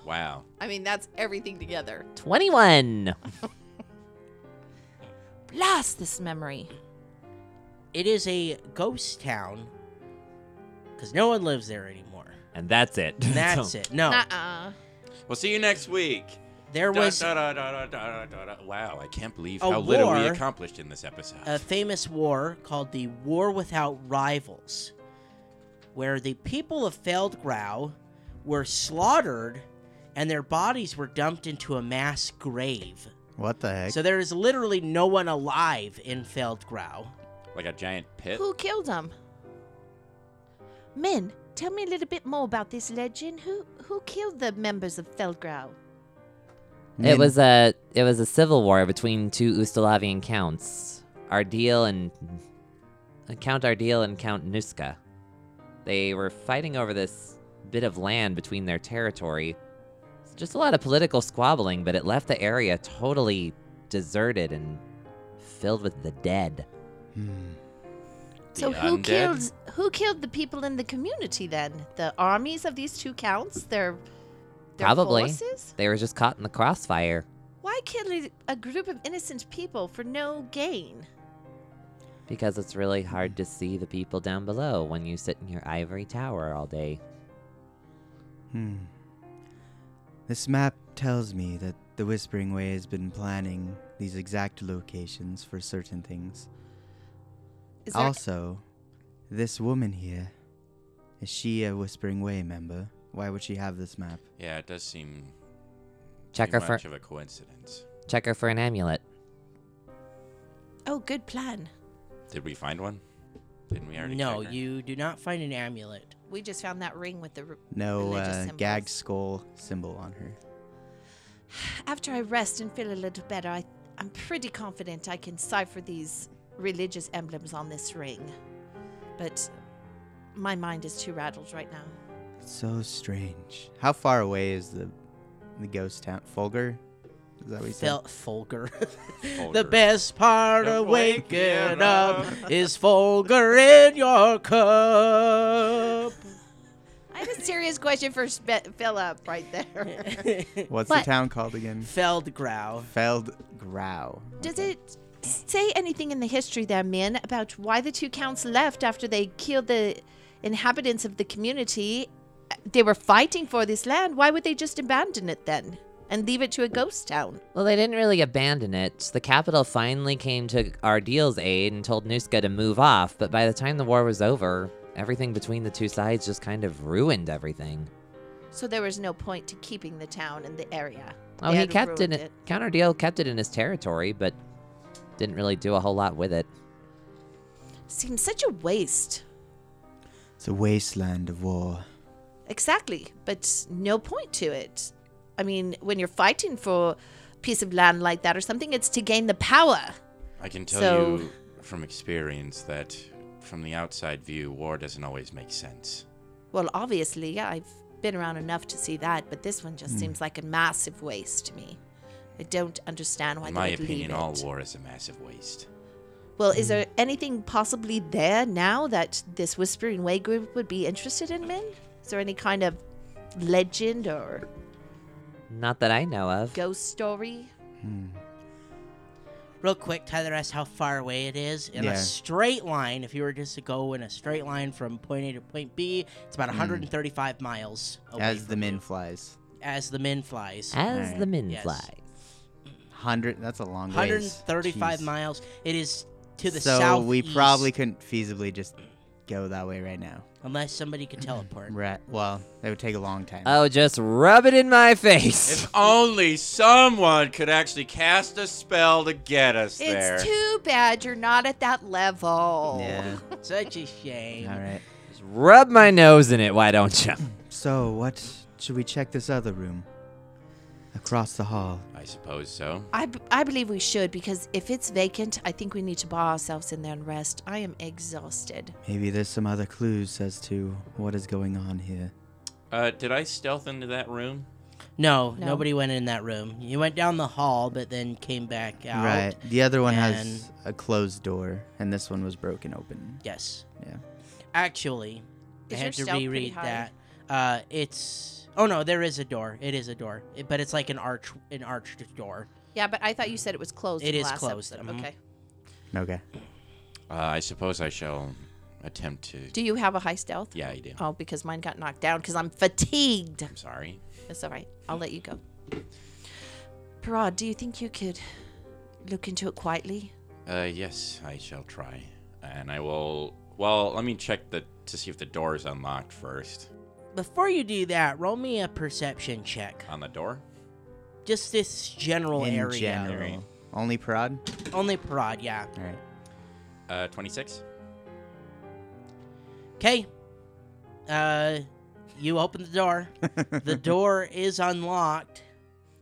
Speaker 1: Wow.
Speaker 5: I mean, that's everything together.
Speaker 4: 21.
Speaker 5: Blast this memory.
Speaker 2: It is a ghost town because no one lives there anymore.
Speaker 4: And that's it.
Speaker 2: That's
Speaker 4: So-
Speaker 2: it. No,
Speaker 5: Uh-uh.
Speaker 1: We'll see you next week.
Speaker 2: there
Speaker 1: Da-
Speaker 2: was
Speaker 1: da- da- da- da- da- da- da. Wow, I can't believe
Speaker 2: A
Speaker 1: how little we
Speaker 2: war-
Speaker 1: accomplished in this episode.
Speaker 2: a famous war called the War Without Rivals, where the people of Feldgrau were slaughtered and their bodies were dumped into a mass grave.
Speaker 3: What the heck?
Speaker 2: So there is literally no one alive in Feldgrau.
Speaker 1: like a giant pit.
Speaker 5: Who killed him? Min, tell me a little bit more about this legend. Who who killed the members of Feldgrau?
Speaker 4: It was a it was a civil war between two Ustalavian counts, Ardil and uh, Count Ardil and Count Nuska. They were fighting over this bit of land between their territory. It's just a lot of political squabbling, but it left the area totally deserted and filled with the dead.
Speaker 3: hmm.
Speaker 5: So
Speaker 1: The
Speaker 5: who
Speaker 1: undead?
Speaker 5: killed who killed the people in the community then? The armies of these two counts? Their their
Speaker 4: Probably.
Speaker 5: forces?
Speaker 4: They were just caught in the crossfire.
Speaker 5: Why kill a- a group of innocent people for no gain?
Speaker 4: Because it's really hard to see the people down below when you sit in your ivory tower all day.
Speaker 3: Hmm. This map tells me that the Whispering Way has been planning these exact locations for certain things.
Speaker 5: Is there
Speaker 3: Also, this woman here, is she a Whispering Way member? Why would she have this map?
Speaker 1: Yeah, it does seem
Speaker 4: Check
Speaker 1: too
Speaker 4: her for
Speaker 1: much of a coincidence.
Speaker 4: check her for an amulet.
Speaker 5: Oh, good plan.
Speaker 1: Did we find one? Didn't we already?
Speaker 2: No,
Speaker 1: check her?
Speaker 2: you do not find an amulet.
Speaker 5: We just found that ring with the r-
Speaker 3: No
Speaker 5: Religious
Speaker 3: uh,
Speaker 5: symbols.
Speaker 3: gag skull symbol on her.
Speaker 5: After I rest and feel a little better, I, I'm pretty confident I can cipher these religious emblems on this ring. But my mind is too rattled right now.
Speaker 3: It's so strange. How far away is the the ghost town? Folger? Is that what you said?
Speaker 2: Fel- Folger. the
Speaker 1: Folger.
Speaker 2: best part
Speaker 1: The
Speaker 2: of waking
Speaker 1: waking
Speaker 2: up
Speaker 1: up.
Speaker 2: is Folger in your cup.
Speaker 5: I had a serious question for Spe- Philip right there.
Speaker 3: What's
Speaker 5: What?
Speaker 3: the town called again?
Speaker 2: Feldgrau.
Speaker 3: Feld Grau.
Speaker 5: Does it say anything in the history there, Min, about why the two counts left after they killed the inhabitants of the community? They were fighting for this land. Why would they just abandon it then and leave it to a ghost town?
Speaker 4: Well, they didn't really abandon it. The capital finally came to Ardiel's aid and told Nuska to move off, but by the time the war was over, everything between the two sides just kind of ruined everything.
Speaker 5: So there was no point to keeping the town and the area.
Speaker 4: Oh,
Speaker 5: They
Speaker 4: he
Speaker 5: had
Speaker 4: kept it,
Speaker 5: ruined
Speaker 4: it. Count Ardiel kept it in his territory, but didn't really do a whole lot with it.
Speaker 5: Seems such a waste.
Speaker 3: It's a wasteland of war.
Speaker 5: Exactly, but no point to it. I mean, when you're fighting for a piece of land like that or something, it's to gain the power.
Speaker 1: I can tell
Speaker 5: So-
Speaker 1: you from experience that from the outside view, war doesn't always make sense.
Speaker 5: Well, obviously, yeah, I've been around enough to see that, but this one
Speaker 1: Hmm.
Speaker 5: just seems like a massive waste to me. I don't understand why
Speaker 1: in
Speaker 5: they
Speaker 1: my
Speaker 5: would Oh, leave
Speaker 1: opinion, all Hmm.
Speaker 5: it.
Speaker 1: war is a massive waste.
Speaker 5: Well, is there anything possibly there now that this Whispering Way group would be interested in, Min? Is there any kind of legend or
Speaker 4: Not that I know of.
Speaker 5: ghost story?
Speaker 2: Real quick, Tyler asked how far away it is. In
Speaker 3: Yeah.
Speaker 2: a straight line, if you were just to go in a straight line from point A to point B, it's about 135 miles away.
Speaker 3: Hmm. As the
Speaker 2: from
Speaker 3: min
Speaker 2: you.
Speaker 3: flies.
Speaker 2: As the min flies.
Speaker 4: As
Speaker 3: Alright,
Speaker 4: the min
Speaker 2: yes.
Speaker 4: flies.
Speaker 3: Hundred that's a long ways.
Speaker 2: 135
Speaker 3: Jeez.
Speaker 2: miles. It is to the
Speaker 3: so
Speaker 2: south.
Speaker 3: we probably couldn't feasibly just go that way right now.
Speaker 2: Unless somebody could teleport.
Speaker 3: Right. Well, that would take a long time.
Speaker 4: Oh, just rub it in my face.
Speaker 1: If only someone could actually cast a spell to get us there.
Speaker 5: It's too bad you're not at that
Speaker 2: Oh,
Speaker 5: level.
Speaker 3: Yeah.
Speaker 2: Such a shame.
Speaker 3: All right.
Speaker 4: Just rub my nose in it, why don't you?
Speaker 3: So, what should we check this other room? Across the hall.
Speaker 1: I suppose so.
Speaker 5: I, b- I believe we should because if it's vacant, I think we need to bar ourselves in there and rest. I am exhausted.
Speaker 3: Maybe there's some other clues as to what is going on here.
Speaker 1: Uh, did I stealth into that room?
Speaker 2: No,
Speaker 5: No.
Speaker 2: nobody went in that room. You went down the hall, but then came back out.
Speaker 3: Right. The other one
Speaker 2: and-
Speaker 3: has a closed door, and this one was broken open.
Speaker 2: Yes.
Speaker 3: Yeah.
Speaker 2: Actually, I
Speaker 5: Is your
Speaker 2: had to
Speaker 5: stealth pretty
Speaker 2: reread
Speaker 5: high?
Speaker 2: that. Uh, it's oh no, there is a door. It is a door, It- but it's like an arch, an arched door.
Speaker 5: Yeah, but I thought you said it was closed.
Speaker 2: It
Speaker 5: in the
Speaker 2: is
Speaker 5: last
Speaker 2: closed,
Speaker 5: episode.
Speaker 2: mhm.
Speaker 5: Okay.
Speaker 3: Okay.
Speaker 1: Uh, I suppose I shall attempt to.
Speaker 5: Do you have a high stealth?
Speaker 1: Yeah, I do.
Speaker 5: Oh, because mine got knocked down because I'm fatigued.
Speaker 1: I'm sorry.
Speaker 5: That's all right. I'll let you go. Parad, do you think you could look into it quietly?
Speaker 1: Uh, yes, I shall try, and I will. Well, let me check the to see if the door is unlocked first
Speaker 2: Before you do that, roll me a perception check.
Speaker 1: on the door.
Speaker 2: Just this general
Speaker 3: In
Speaker 2: area.
Speaker 3: general. Only prod?
Speaker 2: Only Parad, yeah.
Speaker 3: All right.
Speaker 1: Uh, twenty-six.
Speaker 2: Okay. Uh, you open the door. the door is unlocked.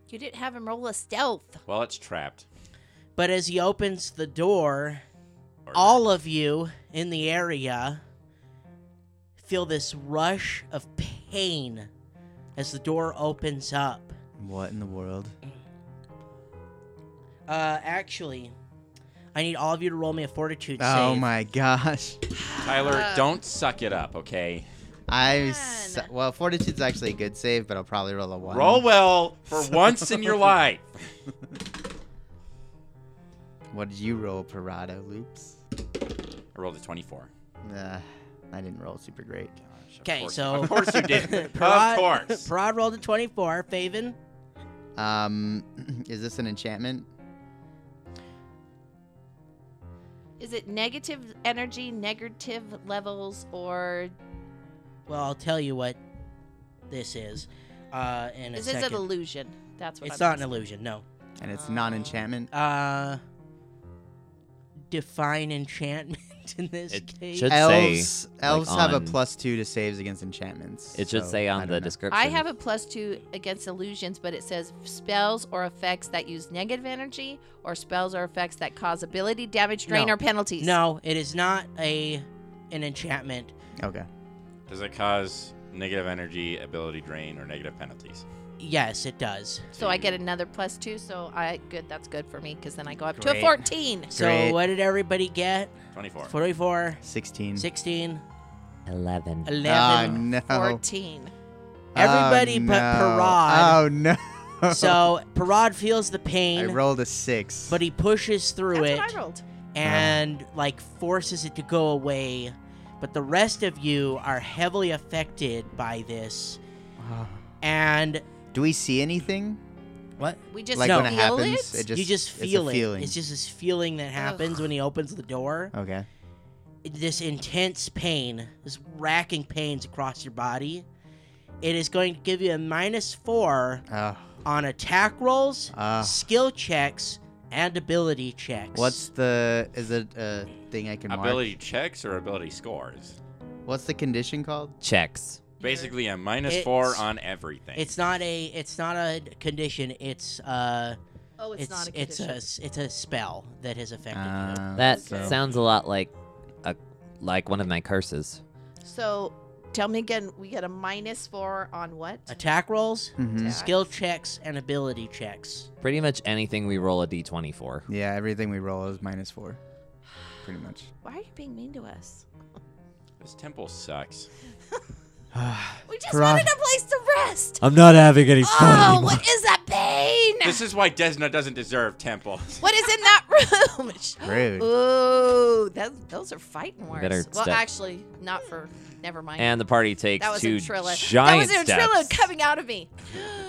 Speaker 5: You didn't have him roll a stealth.
Speaker 1: Well, it's trapped.
Speaker 2: But as he opens the door,
Speaker 1: Or-
Speaker 2: all of you in the area feel this rush of pain as the door opens up.
Speaker 3: What in the world?
Speaker 2: Uh, actually, I need all of you to roll me a fortitude
Speaker 3: Oh
Speaker 2: save.
Speaker 3: my gosh.
Speaker 2: Uh.
Speaker 1: Tyler, don't suck it up, okay?
Speaker 3: I
Speaker 5: Man.
Speaker 3: su- well, fortitude's actually a good save, but I'll probably roll a one.
Speaker 1: Roll well for once in your life.
Speaker 3: What did you roll, Parado Loops?
Speaker 1: I rolled a twenty-four.
Speaker 3: Uh, I didn't roll super great.
Speaker 1: Gosh, of
Speaker 2: Okay,
Speaker 1: course-
Speaker 2: so-
Speaker 1: of course you did.
Speaker 2: Parad-
Speaker 1: of course.
Speaker 2: Parad rolled a 24. Faven?
Speaker 3: Um, is this an enchantment?
Speaker 5: Is it negative energy, negative levels, or
Speaker 2: Well, I'll tell you what this is. Uh, in a
Speaker 5: is
Speaker 2: second.
Speaker 5: this an illusion? That's what
Speaker 2: It's
Speaker 5: I'm
Speaker 2: not an
Speaker 5: asking.
Speaker 2: illusion, no.
Speaker 3: And it's non-enchantment.
Speaker 2: Uh, define enchantment in this
Speaker 4: It
Speaker 2: case.
Speaker 4: should- I'd say,
Speaker 3: elves
Speaker 4: like,
Speaker 3: elves have a
Speaker 4: on-
Speaker 3: plus two to saves against enchantments.
Speaker 4: It should
Speaker 3: so
Speaker 4: say
Speaker 3: I
Speaker 4: on
Speaker 3: don't
Speaker 4: the
Speaker 3: know.
Speaker 4: description.
Speaker 5: I have a plus two against illusions, but it says spells or effects that use negative energy or spells or effects that cause ability damage, drain,
Speaker 2: No.
Speaker 5: or penalties.
Speaker 2: No, it is not a an enchantment.
Speaker 3: Okay.
Speaker 1: Does it cause negative energy, ability drain, or negative penalties?
Speaker 2: Yes, it does.
Speaker 5: So I get another plus two. So I good. That's good for me because then I go up to a
Speaker 3: Great.
Speaker 5: fourteen.
Speaker 2: So
Speaker 3: Great.
Speaker 2: what did everybody get?
Speaker 1: 24.
Speaker 2: 44,
Speaker 3: Sixteen.
Speaker 2: 16,
Speaker 3: Ah,
Speaker 4: 11.
Speaker 2: 11.
Speaker 3: Oh no.
Speaker 5: Fourteen.
Speaker 2: everybody
Speaker 3: oh,
Speaker 2: but Parad.
Speaker 3: Oh no.
Speaker 2: so Parad feels the
Speaker 3: I
Speaker 2: pain,
Speaker 3: rolled a six.
Speaker 2: but he pushes through
Speaker 5: That's
Speaker 2: it.
Speaker 5: what I rolled.
Speaker 2: and like forces it to go away. But the rest of you are heavily affected by this. And
Speaker 3: Ah. Do we see anything?
Speaker 2: what?
Speaker 5: We just
Speaker 3: like
Speaker 5: feel
Speaker 3: when it happens,
Speaker 5: it.
Speaker 3: it just
Speaker 2: you just
Speaker 3: it's a
Speaker 2: feel it.
Speaker 3: feeling.
Speaker 2: It's just this feeling that happens
Speaker 5: Ugh.
Speaker 2: when he opens the door.
Speaker 3: okay.
Speaker 2: This intense pain, this racking pains across your body. It is going to give you a minus four
Speaker 3: Oh,
Speaker 2: on attack rolls,
Speaker 3: Ah.
Speaker 2: skill checks, and ability checks.
Speaker 3: what's the is it a thing I can mark?
Speaker 1: Ability checks or ability scores?
Speaker 3: What's the condition called?
Speaker 4: Checks.
Speaker 1: Basically, a minus
Speaker 2: It's-
Speaker 1: four on everything.
Speaker 2: It's not a. It's not a condition. It's uh.
Speaker 5: oh, it's,
Speaker 2: It's
Speaker 5: not a
Speaker 2: it's
Speaker 5: condition.
Speaker 2: a s- it's a spell that has affected you.
Speaker 3: Uh,
Speaker 4: That
Speaker 5: so-
Speaker 4: sounds a lot like a, like one of my curses.
Speaker 5: So tell me again. We get a minus four on what?
Speaker 2: Attack rolls,
Speaker 3: Mhm.
Speaker 2: skill checks, and ability checks.
Speaker 4: Pretty much anything we roll a d20 for.
Speaker 3: Yeah, everything we roll is minus four, pretty much.
Speaker 5: Why are you being mean to us?
Speaker 1: this temple sucks.
Speaker 5: We just
Speaker 3: Piranha.
Speaker 5: wanted a place to rest.
Speaker 4: I'm not having any
Speaker 5: Oh, what is that pain?
Speaker 1: This is why Desna doesn't deserve temples.
Speaker 5: What is in that room?
Speaker 3: Rude.
Speaker 5: Ooh, that, those are fighting
Speaker 4: You
Speaker 5: words.
Speaker 4: better
Speaker 5: well,
Speaker 4: step-
Speaker 5: actually, not for. Never mind.
Speaker 4: And the party takes
Speaker 5: that was
Speaker 4: two
Speaker 5: a Trilla.
Speaker 4: giant
Speaker 5: that was a
Speaker 4: steps.
Speaker 5: Trilla coming out of me.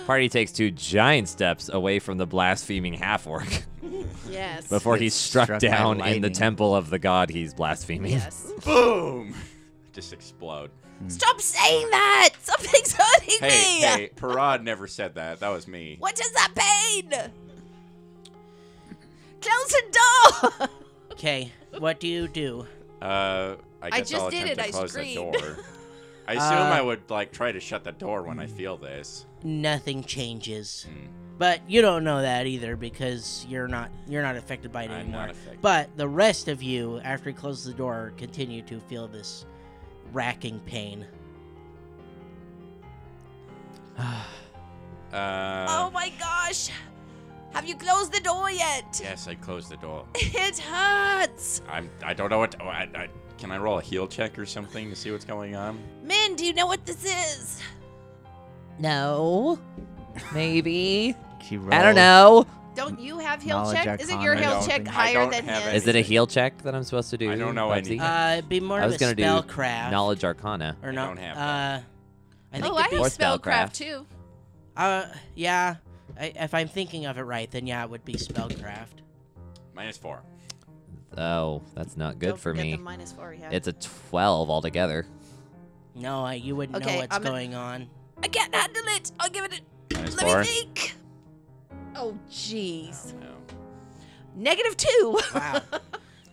Speaker 4: Party takes two giant steps away from the blaspheming half orc
Speaker 5: Yes.
Speaker 4: before
Speaker 3: Gets
Speaker 4: he's struck,
Speaker 3: struck by
Speaker 4: down in the
Speaker 3: lightning.
Speaker 4: temple of the god he's blaspheming.
Speaker 5: Yes.
Speaker 1: Boom! just explode.
Speaker 5: Stop saying that! Something's hurting
Speaker 1: Hey,
Speaker 5: me!
Speaker 1: hey, Parad never said that. That was me.
Speaker 5: What is that pain? Close
Speaker 4: Uh.
Speaker 5: the door!
Speaker 2: Okay, what do you do?
Speaker 1: Uh, I guess
Speaker 5: just
Speaker 1: will
Speaker 5: did
Speaker 1: attempt
Speaker 5: it,
Speaker 1: to
Speaker 5: I
Speaker 1: close the
Speaker 5: screamed.
Speaker 1: door. I assume
Speaker 2: Uh,
Speaker 1: I would like try to shut the door when I feel this.
Speaker 2: Nothing changes. But you don't know that either because you're not you're not affected by it
Speaker 1: I'm
Speaker 2: anymore.
Speaker 1: not affected.
Speaker 2: But the rest of you, after he closes the door, continue to feel this racking pain.
Speaker 1: Uh,
Speaker 5: oh my gosh! Have you closed the door yet?
Speaker 1: yes, I closed the door.
Speaker 5: It hurts!
Speaker 1: I'm. I don't know what. oh, I, I, can I roll a heal check or something to see what's going on?
Speaker 5: Min, do you know what this is?
Speaker 4: No. Maybe.
Speaker 3: She
Speaker 4: I don't
Speaker 3: rolled.
Speaker 4: know.
Speaker 5: Don't you have heal
Speaker 3: Knowledge
Speaker 5: check? Isn't your
Speaker 3: arcana
Speaker 5: heal
Speaker 1: or
Speaker 5: check
Speaker 1: something? I
Speaker 5: higher
Speaker 1: don't
Speaker 5: than
Speaker 1: have
Speaker 5: his?
Speaker 1: any.
Speaker 4: Is it a heal check that I'm supposed to do?
Speaker 1: I don't know any.
Speaker 4: Bubsy?
Speaker 2: Uh, it'd be more
Speaker 4: I
Speaker 2: of
Speaker 4: was
Speaker 2: a
Speaker 4: gonna do
Speaker 2: spellcraft.
Speaker 4: Knowledge Arcana.
Speaker 2: or not.
Speaker 1: don't have
Speaker 2: uh, I think
Speaker 5: oh, I
Speaker 2: it'd
Speaker 5: have
Speaker 4: Or
Speaker 2: be,
Speaker 5: spellcraft
Speaker 4: spellcraft.
Speaker 5: too.
Speaker 2: uh, yeah. I, if I'm thinking of it right, then yeah, it would be spellcraft.
Speaker 1: Minus four.
Speaker 4: Oh, that's not good
Speaker 5: Don't
Speaker 4: for
Speaker 5: forget
Speaker 4: me.
Speaker 5: the minus four, yeah.
Speaker 4: It's a 12 altogether.
Speaker 2: No, I, you wouldn't
Speaker 5: Okay,
Speaker 2: know what's
Speaker 5: I'm a-
Speaker 2: going on.
Speaker 5: I can't handle it. I'll give it a.
Speaker 1: Minus
Speaker 5: Let
Speaker 1: four.
Speaker 5: me think. Oh, jeez.
Speaker 1: No.
Speaker 5: Negative two.
Speaker 2: Wow.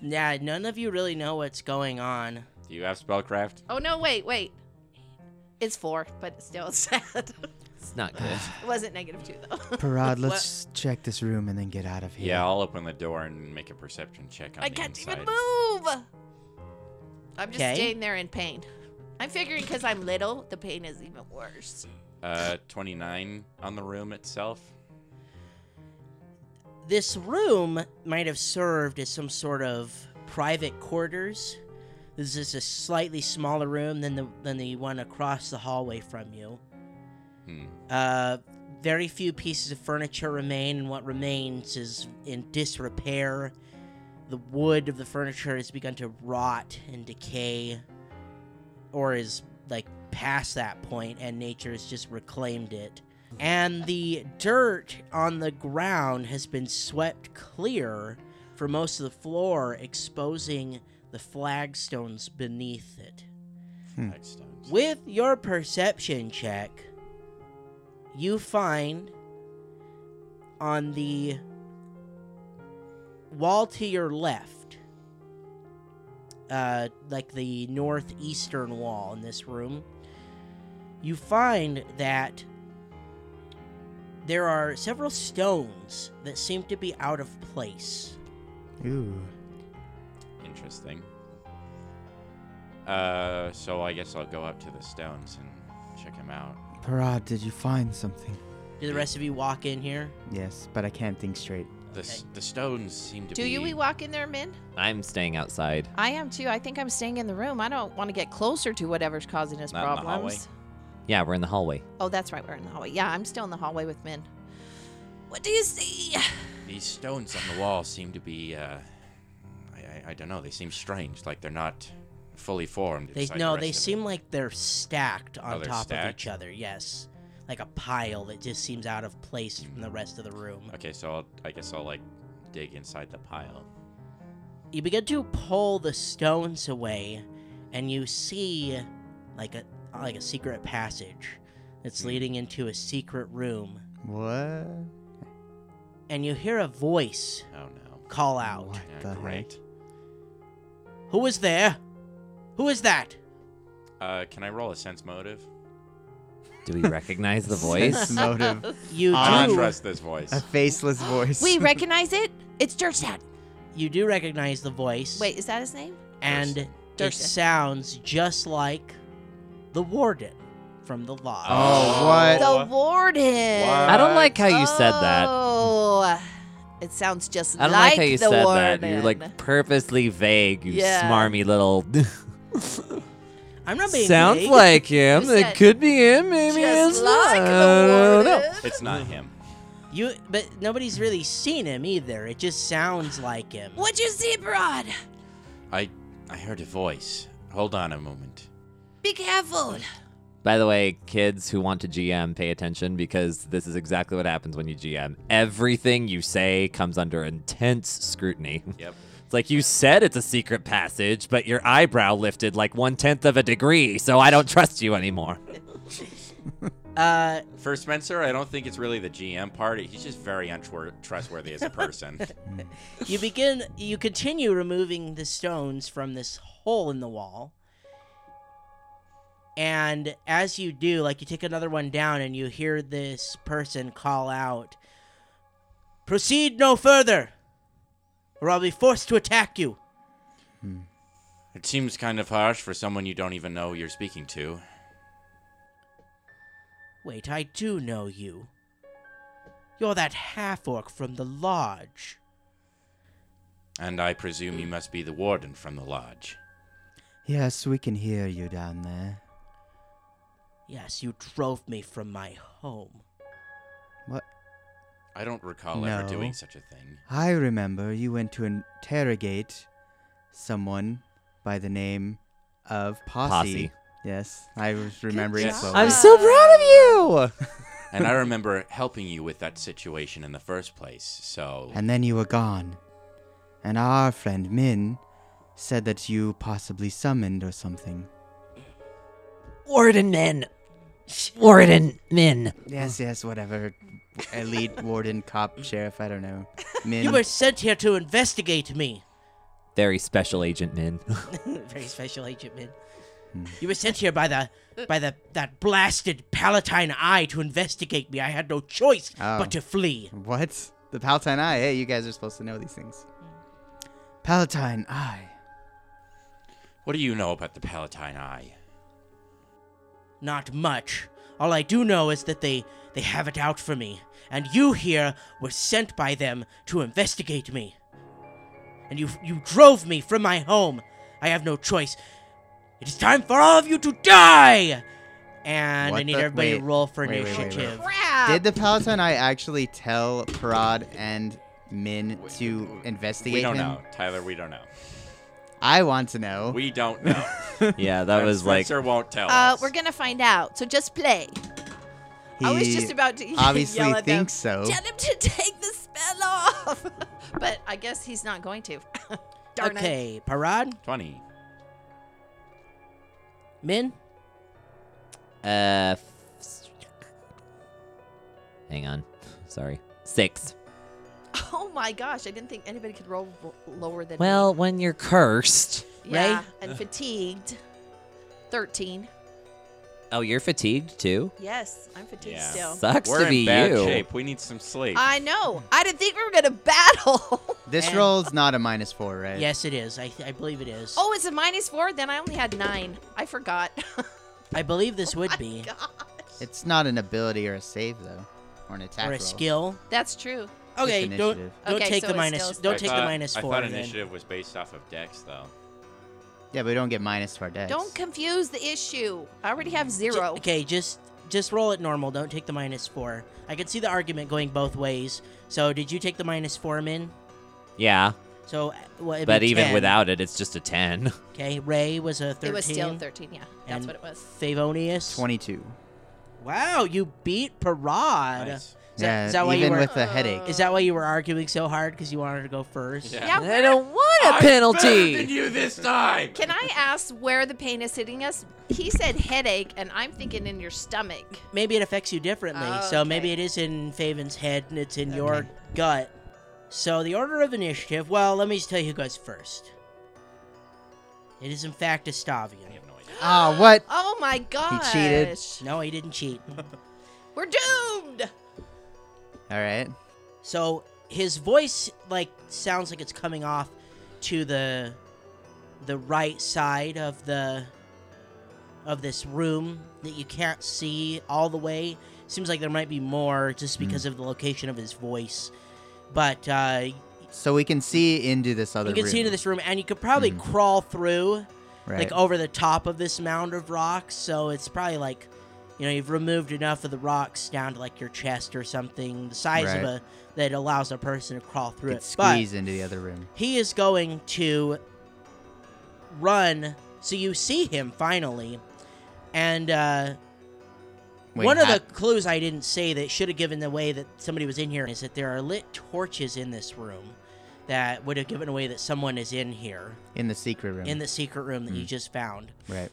Speaker 2: yeah, none of you really know what's going on.
Speaker 1: Do you have spellcraft?
Speaker 5: oh no! Wait, wait. It's four, but still it's sad. it
Speaker 4: It's not good.
Speaker 5: wasn't negative two though.
Speaker 3: Parad, let's check this room and then get out of here.
Speaker 1: Yeah, I'll open the door and make a perception check on
Speaker 5: I
Speaker 1: the
Speaker 5: can't even
Speaker 1: inside.
Speaker 5: move. I'm just
Speaker 2: Okay.
Speaker 5: staying there in pain. I'm figuring because I'm little, the pain is even worse.
Speaker 1: Uh, 29 on the room itself.
Speaker 2: This room might have served as some sort of private quarters. This is a slightly smaller room than the than the one across the hallway from you.
Speaker 1: Hmm.
Speaker 2: Uh, very few pieces of furniture remain, and what remains is in disrepair. The wood of the furniture has begun to rot and decay, or is like past that point, and nature has just reclaimed it. And the dirt on the ground has been swept clear for most of the floor, exposing the flagstones beneath it.
Speaker 1: Flagstones.
Speaker 2: With your perception check, you find on the wall to your left, uh, like the northeastern wall in this room, you find that there are several stones that seem to be out of place.
Speaker 3: Ooh.
Speaker 1: Interesting. Uh, so I guess I'll go up to the stones and check them out.
Speaker 3: Parad, did you find something?
Speaker 2: Do the rest of you walk in here?
Speaker 3: Yes, but I can't think straight.
Speaker 1: The, s- the stones seem to
Speaker 5: Do
Speaker 1: be.
Speaker 5: you we walk in there, Min?
Speaker 4: I'm staying outside.
Speaker 5: I am too. I think I'm staying in the room. I don't want to get closer to whatever's causing us
Speaker 1: Not in the hallway.
Speaker 5: problems.
Speaker 4: Yeah, we're in the hallway.
Speaker 5: oh, that's right. We're in the hallway. Yeah, I'm still in the hallway with Min. What do you see?
Speaker 1: These stones on the wall seem to be. Uh, I, I, I don't know. They seem strange. Like they're not fully formed.
Speaker 2: They
Speaker 1: It's like the
Speaker 2: no,
Speaker 1: rest
Speaker 2: they
Speaker 1: of it.
Speaker 2: seem like they're stacked on
Speaker 1: they're
Speaker 2: top of
Speaker 1: stacked?
Speaker 2: each other. Yes, like a pile that just seems out of place from the rest of the room.
Speaker 1: Okay, so I'll, I guess I'll like dig inside the pile.
Speaker 2: You begin to pull the stones away, and you see like a like a secret passage
Speaker 1: Hmm.
Speaker 2: that's leading into a secret room,
Speaker 3: What?
Speaker 2: and you hear a voice
Speaker 1: Oh no.
Speaker 2: call out,
Speaker 3: What
Speaker 1: Yeah,
Speaker 3: the heck?
Speaker 1: great.
Speaker 2: "Who is there? Who is that?"
Speaker 1: Uh, can I roll a sense motive?
Speaker 4: Do we recognize the voice?
Speaker 3: Sense motive.
Speaker 2: You
Speaker 1: I
Speaker 2: do
Speaker 1: don't trust this voice.
Speaker 3: A faceless voice.
Speaker 5: We recognize it. It's Durstad.
Speaker 2: you do recognize the voice,
Speaker 5: Wait, is that his name?
Speaker 2: and
Speaker 1: Durst.
Speaker 2: it
Speaker 5: Durst.
Speaker 2: sounds just like the warden from the lodge.
Speaker 3: Oh, what?
Speaker 5: The warden.
Speaker 1: Why?
Speaker 4: I don't like how you said that.
Speaker 5: Oh, it sounds just
Speaker 4: I don't like,
Speaker 5: like,
Speaker 4: how you
Speaker 5: the
Speaker 4: said
Speaker 5: warden.
Speaker 4: that. You're like purposely vague, you
Speaker 5: Yeah.
Speaker 4: smarmy little.
Speaker 2: I'm not being
Speaker 4: Oh. Sounds
Speaker 2: vague.
Speaker 4: like him.
Speaker 5: You said,
Speaker 4: It could be him. Maybe it's
Speaker 5: just like
Speaker 4: not. I don't
Speaker 5: the
Speaker 4: know.
Speaker 5: warden.
Speaker 1: It's not him.
Speaker 2: you, but nobody's really seen him either. It just sounds like him.
Speaker 5: What'd you see, Broad?
Speaker 1: I I heard a voice. Hold on a moment.
Speaker 5: Be careful.
Speaker 4: By the way, kids who want to GM, pay attention because this is exactly what happens when you GM. Everything you say comes under intense scrutiny.
Speaker 1: Yep.
Speaker 6: It's like you said it's a secret passage, but your eyebrow lifted like one tenth of a degree, so I don't trust you anymore.
Speaker 2: Uh,
Speaker 1: For Spencer, I don't think it's really the GM part. He's just very untrustworthy as a person.
Speaker 2: you begin you continue removing the stones from this hole in the wall and as you do like you take another one down and you hear this person call out proceed no further or i'll be forced to attack you
Speaker 1: it seems kind of harsh for someone you don't even know you're speaking to.
Speaker 2: wait i do know you you're that half orc from the lodge
Speaker 1: And I presume you must be the warden from the lodge.
Speaker 3: Yes, we can hear you down there.
Speaker 2: yes you drove me from my home
Speaker 3: What?
Speaker 1: I don't recall ever
Speaker 3: No.
Speaker 1: doing such a thing.
Speaker 3: I remember you went to interrogate someone by the name of Posse.
Speaker 6: Posse.
Speaker 3: Yes, I was remembering
Speaker 1: job.
Speaker 3: slowly.
Speaker 4: I'm so proud of you.
Speaker 1: And I remember helping you with that situation in the first place, so.
Speaker 3: And then you were gone. And our friend Min said that you possibly summoned or something.
Speaker 4: Warden men. Warden men.
Speaker 3: Yes, yes, whatever. Elite, warden, cop, sheriff, I don't know. Min.
Speaker 2: you were sent here to investigate me
Speaker 6: Very special agent Min.
Speaker 2: Very special agent man. You were sent here by the by the that blasted Palatine Eye to investigate me. I had no choice
Speaker 3: Oh.
Speaker 2: but to flee.
Speaker 3: What? The Palatine Eye. Hey, you guys are supposed to know these things. Palatine Eye.
Speaker 1: What do you know about the Palatine Eye?
Speaker 2: Not much. All I do know is that they they have it out for me. And you here were sent by them to investigate me. And you you drove me from my home. I have no choice. It is time for all of you to die. And I
Speaker 3: What
Speaker 2: need
Speaker 3: the-
Speaker 2: everybody
Speaker 3: wait,
Speaker 2: to roll for
Speaker 3: wait, wait, wait, wait.
Speaker 2: initiative.
Speaker 5: Crap.
Speaker 3: Did the Palatine Eye actually tell Prod and Min to investigate
Speaker 1: We don't
Speaker 3: him?
Speaker 1: know, Tyler. We don't know.
Speaker 3: I want to know.
Speaker 1: We don't know.
Speaker 6: yeah, that was like
Speaker 1: Spencer won't tell
Speaker 5: uh,
Speaker 1: us.
Speaker 5: we're gonna find out. So just play. I was
Speaker 3: He
Speaker 5: just about to
Speaker 3: obviously
Speaker 5: yell at them,
Speaker 3: thinks so.
Speaker 5: Tell him to take the spell off, but I guess he's not going to. Darn it.
Speaker 2: okay, Parad,
Speaker 1: Twenty.
Speaker 2: Min,
Speaker 4: Uh, f- hang on. Sorry. Six.
Speaker 5: Oh my gosh! I didn't think anybody could roll l- lower than
Speaker 4: Well, when you're cursed.
Speaker 5: me. yeah,
Speaker 2: Ray?
Speaker 5: and fatigued. Thirteen.
Speaker 4: Oh, you're fatigued too.
Speaker 5: Yes, I'm fatigued
Speaker 1: Yeah.
Speaker 5: still.
Speaker 4: Sucks
Speaker 1: We're
Speaker 4: to
Speaker 1: in
Speaker 4: be
Speaker 1: bad
Speaker 4: you.
Speaker 1: shape. We need some sleep.
Speaker 5: I know. I didn't think we were gonna battle.
Speaker 3: This
Speaker 2: And-
Speaker 3: roll's not a minus four, right?
Speaker 2: Yes, it is. I, I believe it is.
Speaker 5: oh, it's a minus four. Then I only had nine. I forgot.
Speaker 2: I believe this would be.
Speaker 5: God.
Speaker 3: It's not an ability or a save though, or an attack
Speaker 2: Or a
Speaker 3: roll.
Speaker 2: skill.
Speaker 5: That's true.
Speaker 2: Okay, don't
Speaker 3: initiative.
Speaker 2: don't
Speaker 5: Okay,
Speaker 2: take
Speaker 5: so
Speaker 2: the
Speaker 5: it's
Speaker 2: minus.
Speaker 5: skills.
Speaker 2: Don't
Speaker 1: I
Speaker 2: take
Speaker 1: thought-
Speaker 2: the minus
Speaker 1: uh, I
Speaker 2: four.
Speaker 1: thought
Speaker 2: then.
Speaker 1: initiative was based off of Dex, though.
Speaker 3: Yeah, but we don't get minus to our dex.
Speaker 5: Don't confuse the issue. I already have
Speaker 2: Ju-
Speaker 5: zero.
Speaker 2: okay, just just roll it normal. Don't take the minus four. I can see the argument going both ways. So did you take the minus four, Min?
Speaker 4: Yeah,
Speaker 2: So uh, well, it'd
Speaker 4: but
Speaker 2: be
Speaker 4: even
Speaker 2: 10.
Speaker 4: without it, it's just a ten.
Speaker 2: Okay, Ray was a thirteen.
Speaker 5: It was still thirteen. Yeah, that's
Speaker 2: and
Speaker 5: what it was.
Speaker 2: Favonius.
Speaker 3: Twenty-two.
Speaker 2: Wow, you beat Parad.
Speaker 1: Nice.
Speaker 2: Is, that,
Speaker 3: yeah,
Speaker 2: is that why you
Speaker 3: even
Speaker 2: were? Uh.
Speaker 3: with a headache.
Speaker 2: is that why you were arguing so hard? Because you wanted to go first.
Speaker 1: Yeah.
Speaker 5: Yeah,
Speaker 4: I don't want
Speaker 1: Better
Speaker 4: a
Speaker 1: than
Speaker 4: penalty.
Speaker 1: you this time.
Speaker 5: Can I ask where the pain is hitting us? He said headache, and I'm thinking in your stomach.
Speaker 2: maybe it affects you differently.
Speaker 5: Oh,
Speaker 2: So
Speaker 5: okay.
Speaker 2: maybe it is in Faven's head and it's in your gut. So the order of initiative. Well, let me just tell you who goes first. It is in fact Estavian.
Speaker 1: I have no idea.
Speaker 3: Ah, what?
Speaker 5: Oh my gosh.
Speaker 3: cheated.
Speaker 2: No, he didn't cheat.
Speaker 5: We're doomed.
Speaker 3: All right.
Speaker 2: so his voice like sounds like it's coming off to the the right side of the of this room that you can't see all the way. Seems like there might be more just because of the location of his voice. But uh,
Speaker 3: So we can see into this other.
Speaker 2: you can
Speaker 3: room,
Speaker 2: see into this room, and you could probably
Speaker 3: Mhm.
Speaker 2: crawl through,
Speaker 3: Right.
Speaker 2: like over the top of this mound of rocks. So it's probably like, you know, you've removed enough of the rocks down to like your chest or something, the size of
Speaker 3: Right.
Speaker 2: a that allows a person to crawl through
Speaker 3: could
Speaker 2: it. But
Speaker 3: squeeze into the other room.
Speaker 2: he is going to run. So you see him finally, and uh,
Speaker 3: Wait,
Speaker 2: one
Speaker 3: ha-
Speaker 2: of the clues I didn't say that should have given away that somebody was in here is that there are lit torches in this room. that would have given away that someone is in here
Speaker 3: in the secret room.
Speaker 2: in the secret room that you
Speaker 3: Mm.
Speaker 2: just found.
Speaker 3: right.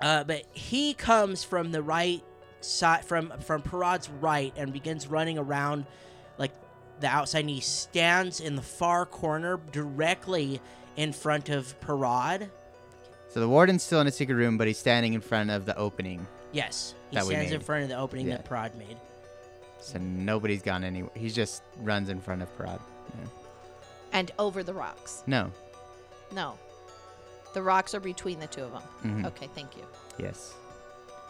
Speaker 2: Uh, but he comes from the right side, from from Parad's right, and begins running around like the outside. And he stands in the far corner, directly in front of Parad.
Speaker 3: So the warden's still in a secret room, but he's standing in front of the opening.
Speaker 2: Yes, he
Speaker 3: That we
Speaker 2: stands in
Speaker 3: made.
Speaker 2: front of the opening
Speaker 3: Yeah.
Speaker 2: that Parad made.
Speaker 3: So nobody's gone anywhere. He just runs in front of Parad. Yeah.
Speaker 5: And over the rocks.
Speaker 3: No.
Speaker 5: No. The rocks are between the two of them.
Speaker 3: Mhm.
Speaker 5: Okay, thank you.
Speaker 3: Yes.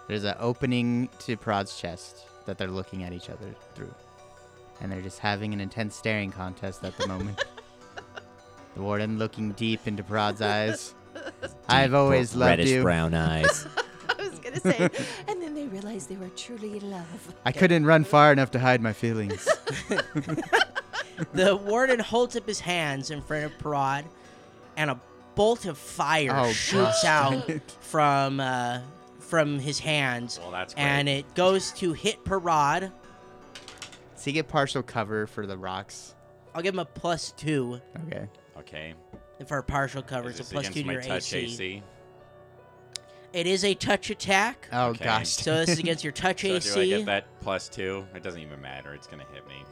Speaker 3: There's an opening to Prod's chest that they're looking at each other through. And they're just having an intense staring contest at the moment. the warden looking deep into Prod's eyes. I've always loved
Speaker 6: reddish
Speaker 3: you.
Speaker 6: brown eyes.
Speaker 5: I was going to say, and then they realized they were truly in love.
Speaker 3: I couldn't run far enough to hide my feelings.
Speaker 2: The warden holds up his hands in front of Parad, and a bolt of fire
Speaker 3: Oh,
Speaker 2: shoots out from uh, from his hands,
Speaker 1: Well, that's great.
Speaker 2: and it goes to hit Parad.
Speaker 3: Does he get partial cover for the rocks?
Speaker 2: I'll give him a plus two
Speaker 3: Okay.
Speaker 1: okay.
Speaker 2: for partial cover.
Speaker 1: Is
Speaker 2: So
Speaker 1: this
Speaker 2: plus two
Speaker 1: against
Speaker 2: to
Speaker 1: my
Speaker 2: your
Speaker 1: touch
Speaker 2: AC.
Speaker 1: AC?
Speaker 2: It is a touch attack.
Speaker 3: Oh
Speaker 1: Okay.
Speaker 3: gosh.
Speaker 2: so this is against your touch
Speaker 1: So
Speaker 2: AC.
Speaker 1: do I get that plus two? It doesn't even matter. It's gonna hit me.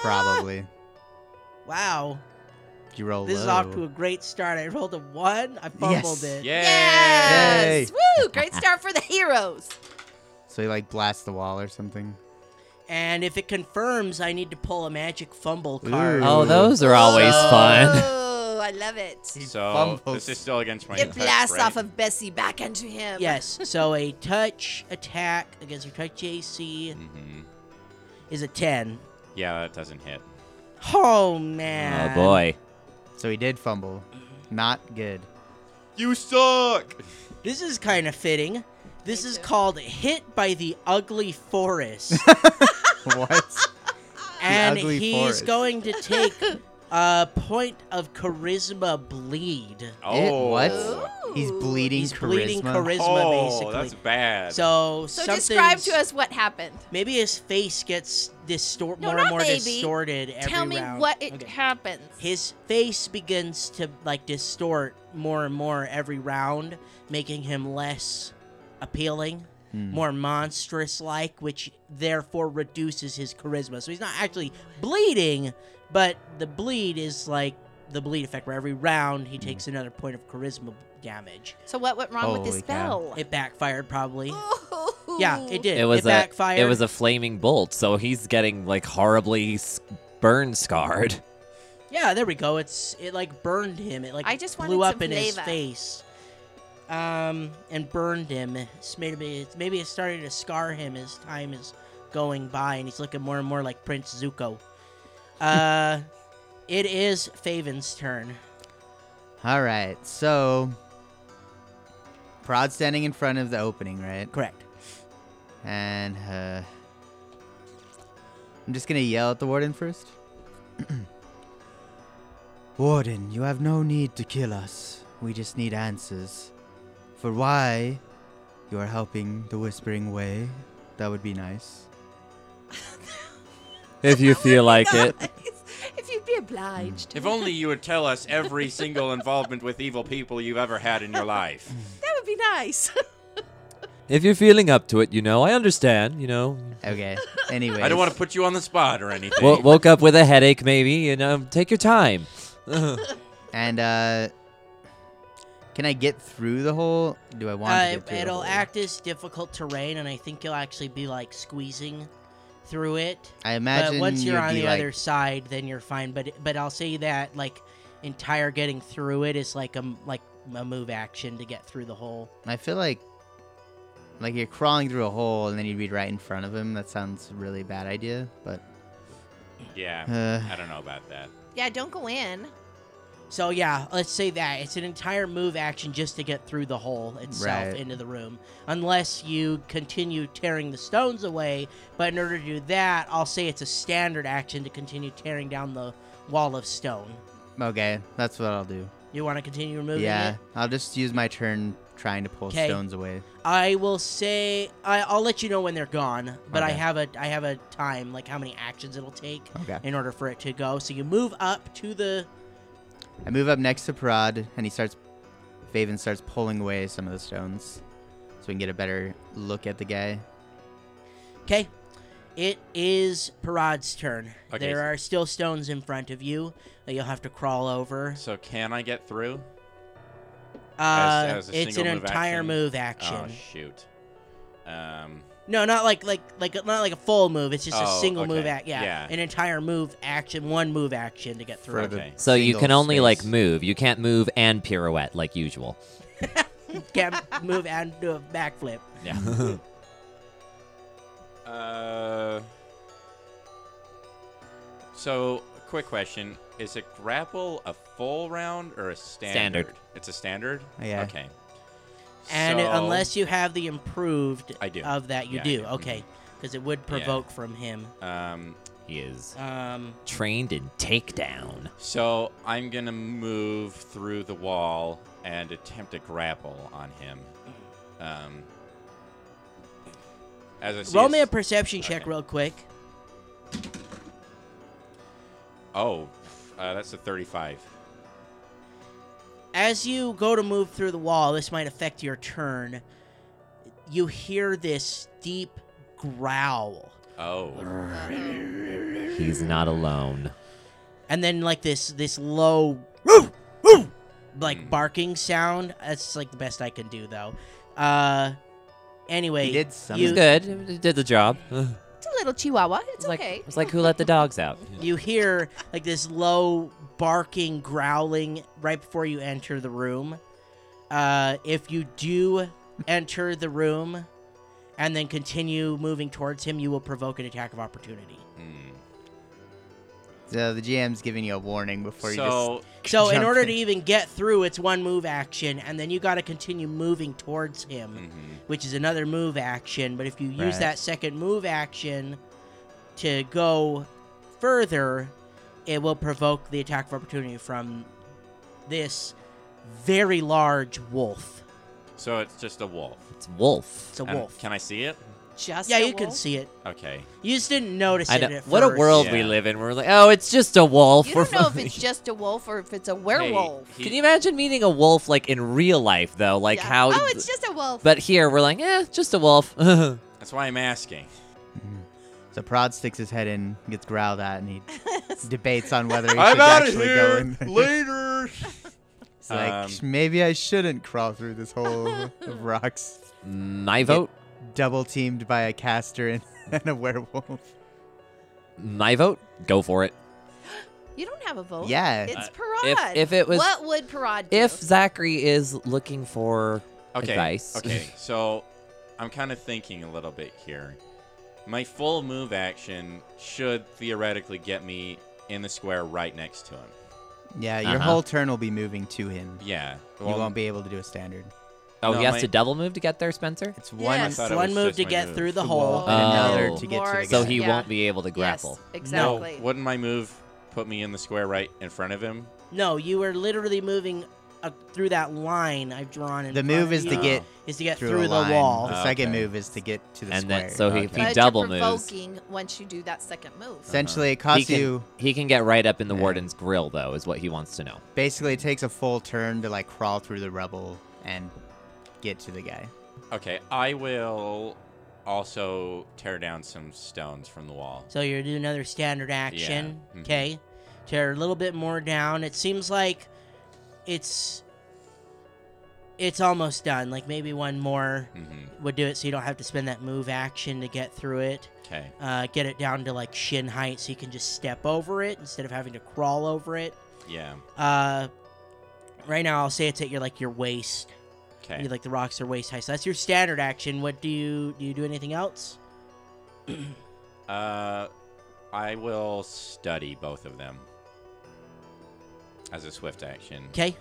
Speaker 3: Probably.
Speaker 2: Wow.
Speaker 3: You roll
Speaker 2: This
Speaker 3: low.
Speaker 2: is off to a great start. I rolled a one. I fumbled
Speaker 3: Yes.
Speaker 2: it.
Speaker 1: Yay!
Speaker 5: Yes! Woo! Great start for the heroes.
Speaker 3: So he like blasts the wall or something.
Speaker 2: And if it confirms, I need to pull a magic fumble card.
Speaker 3: Ooh.
Speaker 6: oh, those are always fun.
Speaker 5: Oh, I love it.
Speaker 1: So
Speaker 3: fumbles.
Speaker 1: this is still against my
Speaker 5: It
Speaker 1: touch,
Speaker 5: blasts
Speaker 1: right?
Speaker 5: off of Bessie back into him.
Speaker 2: Yes. So a touch attack against your touch AC
Speaker 1: Mhm.
Speaker 2: is a ten.
Speaker 1: Yeah, that doesn't hit.
Speaker 2: Oh
Speaker 6: Oh
Speaker 2: man.
Speaker 6: boy.
Speaker 3: So he did fumble. Not good.
Speaker 1: You suck.
Speaker 2: This is kind of fitting. This is called "Hit by the Ugly Forest,"
Speaker 3: what?
Speaker 2: and
Speaker 3: Ugly
Speaker 2: he's
Speaker 3: Forest.
Speaker 2: going to take a point of charisma bleed.
Speaker 1: Oh,
Speaker 3: what?
Speaker 5: Ooh.
Speaker 3: He's bleeding
Speaker 2: He's
Speaker 3: charisma.
Speaker 2: bleeding charisma,
Speaker 1: Oh,
Speaker 2: basically.
Speaker 1: that's bad.
Speaker 2: So,
Speaker 5: So describe to
Speaker 2: something's-
Speaker 5: us what happened.
Speaker 2: Maybe his face gets distorted
Speaker 5: No,
Speaker 2: more and
Speaker 5: not
Speaker 2: more
Speaker 5: maybe.
Speaker 2: distorted every
Speaker 5: Tell me
Speaker 2: round.
Speaker 5: what it
Speaker 2: Okay.
Speaker 5: happens.
Speaker 2: His face begins to like distort more and more every round, making him less appealing,
Speaker 3: Hmm.
Speaker 4: Mm.
Speaker 2: more monstrous like, which therefore reduces his charisma. So he's not actually bleeding, but the bleed is like the bleed effect where every round
Speaker 4: Mm.
Speaker 2: he takes another point of charisma damage.
Speaker 5: so what went wrong with the
Speaker 3: Holy cow.
Speaker 5: spell?
Speaker 2: It backfired probably.
Speaker 5: Oh. Ooh.
Speaker 2: Yeah, it did.
Speaker 4: It was a
Speaker 2: backfired.
Speaker 4: it was a flaming bolt, so he's getting like horribly s- burn scarred.
Speaker 2: Yeah, there we go. It's it like burned him. It like
Speaker 5: I just wanted
Speaker 2: blew up
Speaker 5: some
Speaker 2: in his
Speaker 5: flavor.
Speaker 2: face, um, and burned him. It's maybe it's maybe it's starting to scar him as time is going by, and he's looking more and more like Prince Zuko. Uh, it is Faven's turn.
Speaker 3: All right, so Prod standing in front of the opening, right?
Speaker 2: Correct.
Speaker 3: And uh, I'm just gonna yell at the warden first. warden, you have no need to kill us. We just need answers for why you are helping the Whispering Way. That would be nice.
Speaker 6: If
Speaker 5: Oh
Speaker 6: you feel like it.
Speaker 5: if you'd be obliged.
Speaker 1: if only you would tell us every single involvement with evil people you've ever had in your life.
Speaker 5: That would be nice.
Speaker 6: If you're feeling up to it, you know, I understand, you know.
Speaker 3: Okay. Anyway,
Speaker 1: I don't want to put you on the spot or anything.
Speaker 6: W- woke up with a headache, maybe, you know, take your time.
Speaker 3: And uh, can I get through the hole? Do I want to
Speaker 2: Uh,
Speaker 3: get through? the
Speaker 2: it'll
Speaker 3: hole?
Speaker 2: act as difficult terrain, and I think you'll actually be like squeezing through it.
Speaker 3: I imagine
Speaker 2: but uh, once you're
Speaker 3: you'd
Speaker 2: on
Speaker 3: be
Speaker 2: the
Speaker 3: like,
Speaker 2: other side, then you're fine. But but I'll say that like entire getting through it is like a m- like a move action to get through the hole.
Speaker 3: I feel like like you're crawling through a hole and then you'd be right in front of him. That sounds a really bad idea, but
Speaker 1: yeah,
Speaker 3: uh,
Speaker 1: I don't know about that.
Speaker 5: yeah, don't go in.
Speaker 2: So yeah, let's say that it's an entire move action just to get through the hole itself
Speaker 3: Right.
Speaker 2: into the room, unless you continue tearing the stones away. But in order to do that, I'll say it's a standard action to continue tearing down the wall of stone.
Speaker 3: uh, okay, that's what I'll do.
Speaker 2: You want to continue removing
Speaker 3: yeah,
Speaker 2: it?
Speaker 3: I'll just use my turn trying to pull
Speaker 2: 'Kay.
Speaker 3: stones away.
Speaker 2: I will say I, I'll let you know when they're gone, but I
Speaker 3: Okay.
Speaker 2: have a I have a time like how many actions it'll take
Speaker 3: Okay.
Speaker 2: in order for it to go. So you move up to the
Speaker 3: I move up next to Prod, and he starts. Faven starts pulling away some of the stones, so we can get a better look at the guy.
Speaker 2: okay. It is Parad's turn.
Speaker 1: Okay,
Speaker 2: there
Speaker 1: so-
Speaker 2: are still stones in front of you that you'll have to crawl over.
Speaker 1: So can I get through?
Speaker 2: Uh,
Speaker 1: as a
Speaker 2: it's an
Speaker 1: single move
Speaker 2: entire
Speaker 1: action?
Speaker 2: move action.
Speaker 1: Oh shoot. Um.
Speaker 2: no, not like like like not like a full move. It's just a
Speaker 1: Oh,
Speaker 2: single move
Speaker 1: okay.
Speaker 2: act. Yeah,
Speaker 1: Yeah.
Speaker 2: an entire move action, one move action to get through.
Speaker 1: the- Okay.
Speaker 4: So you
Speaker 3: single
Speaker 4: can only like
Speaker 3: space.
Speaker 4: move. You can't move and pirouette like usual.
Speaker 2: Can't move and do a backflip.
Speaker 1: Yeah. uh. So, quick question: Is it grapple a full round or a standard? It's a standard.
Speaker 3: Yeah.
Speaker 1: Okay.
Speaker 2: And it-
Speaker 1: So-
Speaker 2: unless you have the improved
Speaker 1: I do.
Speaker 2: of that, you
Speaker 1: Yeah, mm-hmm. I
Speaker 2: do.
Speaker 1: do.
Speaker 2: Okay. Because it would provoke from him.
Speaker 1: Um.
Speaker 4: He is
Speaker 2: Um,
Speaker 4: trained in takedown.
Speaker 1: So I'm gonna move through the wall and attempt a grapple on him. Um. As I see
Speaker 2: roll
Speaker 1: a
Speaker 2: me a
Speaker 1: s-
Speaker 2: perception check
Speaker 1: okay.
Speaker 2: real quick.
Speaker 1: oh, uh, that's a 35.
Speaker 2: As you go to move through the wall, this might affect your turn. You hear this deep growl.
Speaker 1: Oh.
Speaker 4: He's not alone.
Speaker 2: And then like this this low woo, woo, like
Speaker 1: Hmm.
Speaker 2: barking sound. That's like the best I can do though. Uh anyway,
Speaker 3: He did some.
Speaker 2: you-
Speaker 4: Good, it did the job.
Speaker 5: It's a little chihuahua. It's
Speaker 4: It's like
Speaker 5: okay.
Speaker 4: it's like who let the dogs out?
Speaker 2: you hear like this low barking growling right before you enter the room uh, if you do enter the room and then continue moving towards him you will provoke an attack of opportunity
Speaker 1: Hmm.
Speaker 3: So the GM's giving you a warning before you just
Speaker 1: So
Speaker 2: so in
Speaker 3: Jump
Speaker 2: order
Speaker 3: in.
Speaker 2: to even get through it's one move action and then you got to continue moving towards him
Speaker 1: mhm.
Speaker 2: which is another move action. But if you use
Speaker 3: Right.
Speaker 2: that second move action to go further, it will provoke the attack of opportunity from this very large wolf.
Speaker 1: so it's just a wolf.
Speaker 4: It's Wolf.
Speaker 2: It's a
Speaker 1: And
Speaker 2: wolf.
Speaker 1: Can I see it?
Speaker 5: Just
Speaker 2: yeah,
Speaker 5: a
Speaker 2: you can
Speaker 5: wolf?
Speaker 2: see it.
Speaker 1: Okay.
Speaker 2: You just didn't notice
Speaker 4: I
Speaker 2: it
Speaker 4: know-
Speaker 2: at
Speaker 4: what a
Speaker 2: first.
Speaker 4: world we
Speaker 1: Yeah.
Speaker 4: live in. We're like, oh, it's just a wolf.
Speaker 5: You
Speaker 4: We're
Speaker 5: don't know if
Speaker 4: fine."
Speaker 5: it's just a wolf or if it's a werewolf.
Speaker 1: Hey, he-
Speaker 4: Can you imagine meeting a wolf like in real life though? Like
Speaker 5: Yeah.
Speaker 4: how?
Speaker 5: Oh, it's just a wolf.
Speaker 4: but here we're like, eh, just a wolf. That's
Speaker 1: That's why I'm asking.
Speaker 3: So Prod sticks his head in, gets growled at, and he debates on whether he should
Speaker 1: outta
Speaker 3: actually go in. there.
Speaker 1: Later.
Speaker 3: It's like
Speaker 1: Um,
Speaker 3: maybe I shouldn't crawl through this hole of rocks.
Speaker 4: my vote.
Speaker 3: Double teamed by a caster and, and a werewolf.
Speaker 4: My vote. Go for it.
Speaker 5: you don't have a vote.
Speaker 3: Yeah.
Speaker 5: It's
Speaker 1: Uh,
Speaker 5: Parad.
Speaker 4: If if it was
Speaker 5: what would Parad do?
Speaker 4: if Zachary is looking for
Speaker 1: Okay.
Speaker 4: advice.
Speaker 1: Okay. So I'm kind of thinking a little bit here. My full move action should theoretically get me in the square right next to him.
Speaker 3: Yeah, your
Speaker 4: Uh-huh.
Speaker 3: whole turn will be moving to him.
Speaker 1: Yeah.
Speaker 3: you
Speaker 1: well,
Speaker 3: won't be able to do a standard.
Speaker 4: Oh,
Speaker 1: No,
Speaker 4: he has
Speaker 1: my-
Speaker 4: to double move to get there, Spencer.
Speaker 3: It's one.
Speaker 5: Yes.
Speaker 1: thought it
Speaker 2: One
Speaker 1: was
Speaker 2: move
Speaker 1: just
Speaker 2: to
Speaker 1: my
Speaker 2: get
Speaker 1: move.
Speaker 2: through the
Speaker 3: The
Speaker 2: hole.
Speaker 3: wall and
Speaker 4: another
Speaker 5: Oh,
Speaker 3: to get to
Speaker 5: Lord.
Speaker 3: the
Speaker 4: So
Speaker 3: Yeah.
Speaker 4: he
Speaker 5: Yeah.
Speaker 4: won't be able to grapple.
Speaker 5: Yes,
Speaker 1: No,
Speaker 5: exactly.
Speaker 1: wouldn't my move put me in the square right in front of him?
Speaker 2: No, you were literally moving up through that line I've drawn. In
Speaker 3: The
Speaker 2: front
Speaker 3: move
Speaker 2: of
Speaker 3: is to
Speaker 2: you,
Speaker 1: Oh.
Speaker 3: get
Speaker 2: is to get
Speaker 3: through,
Speaker 2: through,
Speaker 3: a
Speaker 2: the
Speaker 3: line.
Speaker 2: wall.
Speaker 3: The second
Speaker 1: Okay.
Speaker 3: move is to get to the
Speaker 4: Ah, And
Speaker 3: square.
Speaker 4: then so he, if
Speaker 1: Okay.
Speaker 5: But
Speaker 4: he
Speaker 5: you're
Speaker 4: double moves,
Speaker 5: provoking once you do that second move.
Speaker 3: Essentially, it costs
Speaker 4: uh-huh. he can,
Speaker 3: you
Speaker 4: he can get right up in the
Speaker 3: Yeah.
Speaker 4: warden's grill, though, is what he wants to know.
Speaker 3: basically it takes a full turn to like crawl through the rubble and get to the guy.
Speaker 1: Okay. I will also tear down some stones from the wall.
Speaker 2: So you're doing another standard action.
Speaker 1: Yeah, mhm.
Speaker 2: Okay. Tear a little bit more down. It seems like it's it's almost done. Like maybe one more
Speaker 1: hmm
Speaker 2: would do it so you don't have to spend that move action to get through it.
Speaker 1: Okay.
Speaker 2: Uh, get it down to like shin height so you can just step over it instead of having to crawl over it.
Speaker 1: Yeah.
Speaker 2: Uh, right now I'll say it's at your like your waist.
Speaker 1: Okay.
Speaker 2: You like the rocks are waist high. So that's your standard action. What do you do you do anything else?
Speaker 1: Uh, I will study both of them as a swift action,
Speaker 2: Okay.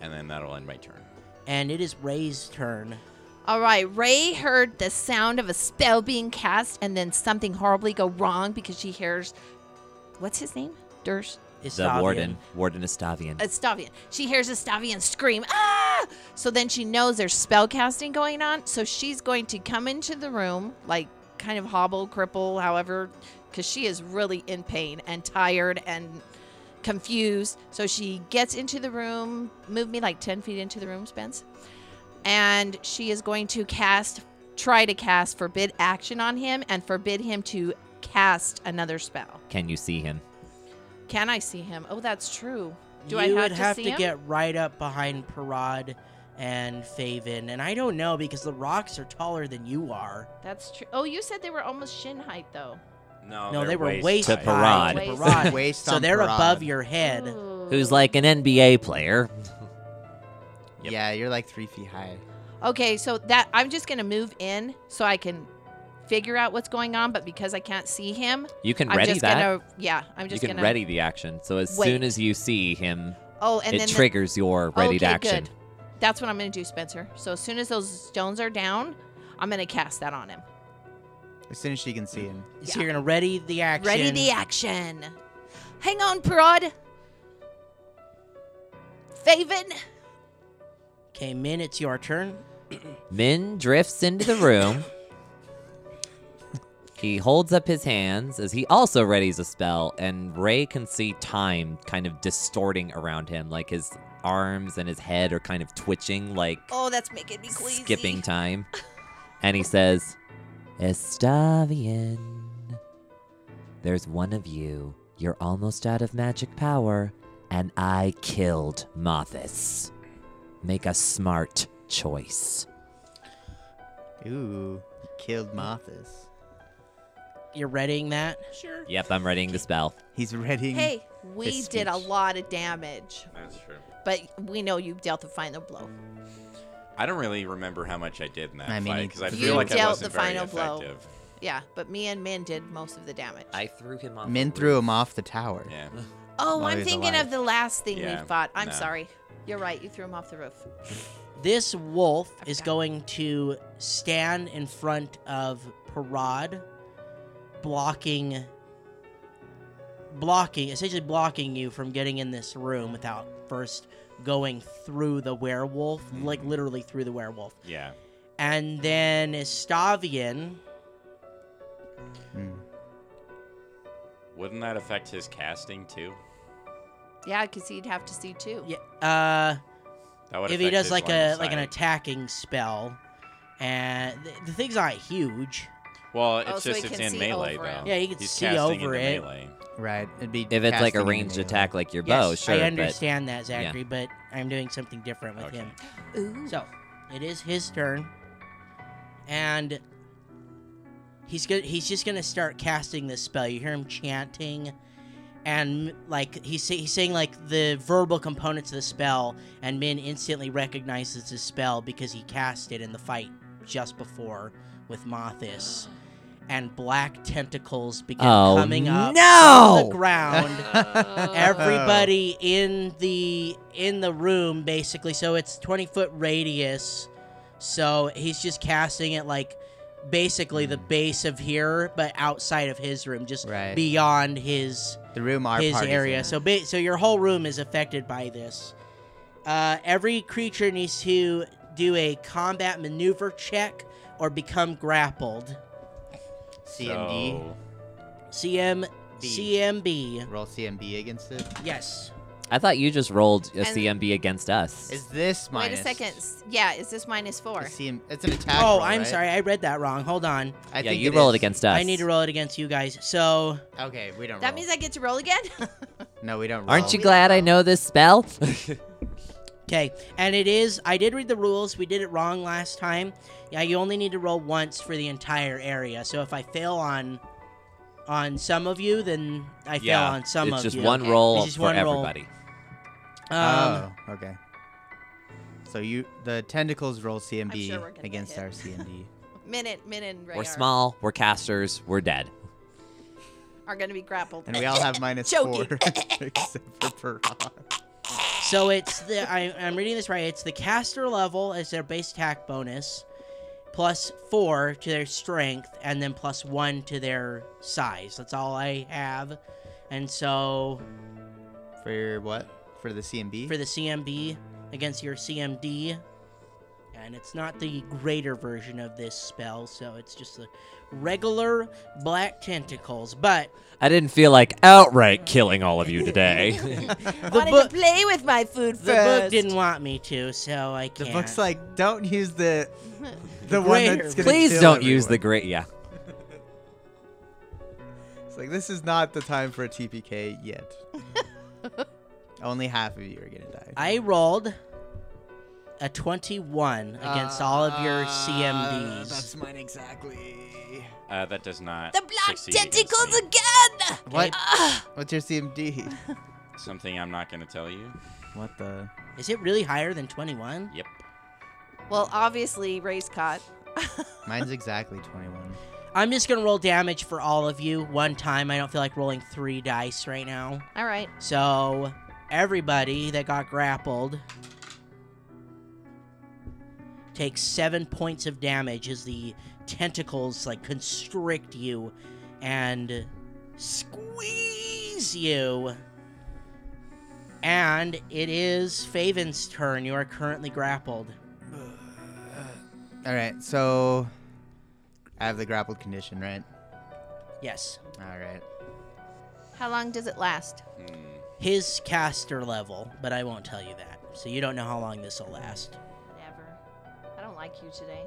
Speaker 1: and then that'll end my turn.
Speaker 2: And it is Ray's turn.
Speaker 5: All right, Ray heard the sound of a spell being cast, and then something horribly go wrong because she hears, what's his name? Durs
Speaker 6: the
Speaker 2: Istavian.
Speaker 6: warden, Warden Estavian.
Speaker 5: Estavian. She hears Estavian scream, ah! So then she knows there's spell casting going on. So she's going to come into the room, like kind of hobble, cripple, however, because she is really in pain and tired and confused. So she gets into the room, move me like 10 feet into the room, Spence. And she is going to cast, try to cast forbid action on him and forbid him to cast another spell.
Speaker 6: Can you see him?
Speaker 5: Can I see him? Oh, that's true. Do
Speaker 2: you
Speaker 5: I have
Speaker 2: would
Speaker 5: to
Speaker 2: have
Speaker 5: see
Speaker 2: to
Speaker 5: him?
Speaker 2: get right up behind Parad and Faven, and I don't know because the rocks are taller than you are.
Speaker 5: That's true. Oh, you said they were almost shin height, though.
Speaker 1: No,
Speaker 2: no,
Speaker 1: Oh, they're
Speaker 2: they were waist,
Speaker 1: waist
Speaker 6: To
Speaker 1: high.
Speaker 2: high
Speaker 5: Parad.
Speaker 2: to
Speaker 5: Waist. Mm,
Speaker 2: Parad.
Speaker 3: Waist
Speaker 2: so
Speaker 3: on
Speaker 2: they're above
Speaker 3: Parad.
Speaker 2: your head.
Speaker 6: Who's like an NBA player?
Speaker 1: Yep.
Speaker 3: Yeah, you're like three feet high.
Speaker 5: Okay, so that I'm just gonna move in so I can figure out what's going on, but because I can't see him,
Speaker 6: You can
Speaker 5: I'm
Speaker 6: ready
Speaker 5: just
Speaker 6: that.
Speaker 5: gonna yeah, I'm
Speaker 6: you
Speaker 5: just
Speaker 6: can
Speaker 5: gonna
Speaker 6: ready the action. So as soon
Speaker 5: Wait.
Speaker 6: as you see him,
Speaker 5: Oh, and
Speaker 6: it
Speaker 5: then the-
Speaker 6: triggers your ready to
Speaker 5: Okay,
Speaker 6: action.
Speaker 5: good. that's what I'm gonna do, Spencer. So as soon as those stones are down, I'm gonna cast that on him.
Speaker 3: As soon as she can see
Speaker 4: Mm.
Speaker 3: him.
Speaker 2: So you're gonna ready the action.
Speaker 5: Ready the action. Hang on, Prod. Faven.
Speaker 2: Okay, Min, it's your turn.
Speaker 4: Min drifts into the room. he holds up his hands as he also readies a spell, and Ray can see time kind of distorting around him, like his arms and his head are kind of twitching, like
Speaker 5: Oh, that's making me queasy.
Speaker 4: skipping time. And he says, Estavian, there's one of you. You're almost out of magic power, and I killed Mothis. Make a smart choice.
Speaker 3: Ooh, you killed Mothis.
Speaker 2: You're readying that.
Speaker 5: Sure.
Speaker 4: Yep, I'm readying the spell.
Speaker 3: He's readying.
Speaker 5: Hey, we
Speaker 3: his
Speaker 5: did a
Speaker 3: speech.
Speaker 5: lot of damage,
Speaker 1: That's true.
Speaker 5: but we know you dealt the final blow.
Speaker 1: I don't really remember how much I did in that
Speaker 3: I mean,
Speaker 1: fight because I
Speaker 3: you
Speaker 1: feel like I
Speaker 5: dealt
Speaker 1: wasn't
Speaker 5: the
Speaker 1: very
Speaker 5: final blow.
Speaker 1: effective.
Speaker 5: Yeah, but me and Min did most of the damage.
Speaker 4: threw him off.
Speaker 3: Min threw him off the tower.
Speaker 1: Yeah.
Speaker 5: oh,
Speaker 3: While
Speaker 5: I'm
Speaker 3: he was
Speaker 5: thinking
Speaker 3: alive.
Speaker 5: of the last thing
Speaker 1: Yeah,
Speaker 5: we fought. I'm
Speaker 1: no.
Speaker 5: sorry. You're right. You threw him off the roof.
Speaker 2: This wolf is
Speaker 5: Okay.
Speaker 2: going to stand in front of Parad, blocking, blocking, essentially blocking you from getting in this room without first going through the werewolf, like literally through the werewolf.
Speaker 1: Yeah.
Speaker 2: And then Estavian,
Speaker 3: Hmm.
Speaker 1: Wouldn't that affect his casting too?
Speaker 5: Yeah, because he'd have to see too.
Speaker 2: yeah, uh,
Speaker 1: That would
Speaker 2: if he
Speaker 1: affect
Speaker 2: does
Speaker 1: his
Speaker 2: like
Speaker 1: line of
Speaker 2: a like an
Speaker 1: sight.
Speaker 2: attacking spell, and the, the thing's not huge.
Speaker 1: Well, it's
Speaker 5: Oh, so
Speaker 1: just
Speaker 5: he
Speaker 1: it's
Speaker 5: can
Speaker 1: in
Speaker 5: see
Speaker 1: melee
Speaker 5: over
Speaker 1: though.
Speaker 5: him.
Speaker 2: Yeah, he can
Speaker 1: He's
Speaker 2: see
Speaker 1: casting
Speaker 2: over
Speaker 1: into
Speaker 2: it.
Speaker 1: melee.
Speaker 3: Right. It'd be
Speaker 4: If it's like
Speaker 3: casting
Speaker 4: a
Speaker 3: in the
Speaker 4: ranged
Speaker 3: melee.
Speaker 4: attack like your
Speaker 2: Yes,
Speaker 4: bow, Oh, sure.
Speaker 2: I
Speaker 4: but-
Speaker 2: understand that, Zachary, but I'm doing something different with
Speaker 1: Okay.
Speaker 2: him.
Speaker 5: Ooh.
Speaker 2: So it is his turn, and he's go- he's just gonna start casting this spell. You hear him chanting, and like he's say- he's saying like the verbal components of the spell, and Min instantly recognizes the spell because he cast it in the fight just before with Mothis. And black tentacles begin
Speaker 4: Oh,
Speaker 2: coming up
Speaker 4: no!
Speaker 2: from the ground
Speaker 4: Oh.
Speaker 3: Uh-huh.
Speaker 2: everybody in the in the room basically so it's 20 foot radius so he's just casting it like basically the base of here but outside of his room just
Speaker 3: Hmm. Right.
Speaker 2: beyond his
Speaker 3: the room our
Speaker 2: Oh. his
Speaker 3: party's
Speaker 2: area
Speaker 3: in.
Speaker 2: so ba- so your whole room is affected by this uh, every creature needs to do a combat maneuver check or become grappled
Speaker 3: CMD.
Speaker 2: cm
Speaker 3: B.
Speaker 2: cmb
Speaker 3: Roll CMB against it.
Speaker 2: yes
Speaker 4: I thought you just rolled a
Speaker 5: And-
Speaker 4: CMB against us.
Speaker 3: Is this
Speaker 5: Wait
Speaker 3: minus?
Speaker 5: a second. S- Yeah, is this minus four?
Speaker 3: It's, CM, it's an attack.
Speaker 2: oh
Speaker 3: roll,
Speaker 2: i'm
Speaker 3: right?
Speaker 2: sorry i read that wrong hold on
Speaker 3: I
Speaker 4: yeah,
Speaker 3: think
Speaker 4: you
Speaker 3: it
Speaker 4: rolled
Speaker 3: is.
Speaker 4: against us.
Speaker 2: I need to roll it against you guys. So
Speaker 3: Okay, we don't.
Speaker 5: That
Speaker 3: roll.
Speaker 5: means I get to roll again?
Speaker 3: No, we don't. Roll.
Speaker 4: Aren't you glad I know this spell?
Speaker 2: okay, and it is. I did read the rules. We did it wrong last time. Yeah, you only need to roll once for the entire area. So if I fail on, on some of you, then I fail
Speaker 6: Yeah,
Speaker 2: on some
Speaker 4: it's
Speaker 2: of
Speaker 4: just
Speaker 2: you.
Speaker 4: one
Speaker 5: Okay.
Speaker 4: roll
Speaker 2: It's just
Speaker 4: for
Speaker 2: one roll.
Speaker 4: everybody.
Speaker 2: Um,
Speaker 3: oh, okay. So you, the tentacles roll
Speaker 5: I'm
Speaker 3: CMB
Speaker 5: sure we're gonna get
Speaker 3: against
Speaker 5: hit.
Speaker 3: our CMD.
Speaker 5: Minute, Minute, and Ray
Speaker 4: We're
Speaker 5: are,
Speaker 4: small, we're casters, we're dead.
Speaker 5: are going to be grappled.
Speaker 3: And we all have minus four,
Speaker 5: Choking.
Speaker 3: except for Parag.
Speaker 2: So it's the I, I'm reading this right. It's the caster level as their base attack bonus, plus four to their strength, and then plus one to their size. That's all I have, and so
Speaker 3: For what? For the CMB?
Speaker 2: for the CMB against your CMD. And it's not the greater version of this spell, so it's just the regular black tentacles. But
Speaker 6: I didn't feel like outright killing all of you today.
Speaker 5: I wanted
Speaker 2: book-
Speaker 5: to play with my food
Speaker 2: the book
Speaker 5: first.
Speaker 2: didn't want me to, so I
Speaker 3: the
Speaker 2: can't.
Speaker 3: book's like, don't use the the one
Speaker 2: greater
Speaker 3: that's gonna
Speaker 6: Please
Speaker 3: kill
Speaker 6: don't use the
Speaker 3: everyone."
Speaker 6: great. Yeah.
Speaker 3: It's like this is not the time for a TPK yet. Only half of you are gonna die.
Speaker 2: I rolled a 21 against all of your
Speaker 3: Uh,
Speaker 2: CMDs.
Speaker 3: mine exactly.
Speaker 1: Uh, that does not.
Speaker 5: the black
Speaker 1: succeed against
Speaker 5: tentacles
Speaker 1: me.
Speaker 5: again.
Speaker 3: What?
Speaker 5: Ah.
Speaker 3: What's your CMD?
Speaker 1: Something I'm not going to tell you.
Speaker 3: What the?
Speaker 2: Is it really higher than 21?
Speaker 1: Yep.
Speaker 5: Well, obviously, Ray's caught.
Speaker 3: Mine's exactly 21.
Speaker 2: I'm just going to roll damage for all of you one time. I don't feel like rolling three dice right now.
Speaker 5: All right.
Speaker 2: So, everybody that got grappled takes seven points of damage as the tentacles like constrict you and squeeze you. And it is Faven's turn. You are currently grappled.
Speaker 3: All right, so I have the grappled condition, right?
Speaker 2: Yes.
Speaker 3: All right.
Speaker 5: How long does it last?
Speaker 1: Hmm.
Speaker 2: His caster level, but I won't tell you that. So you don't know how long this will last.
Speaker 5: Never. I don't like you today.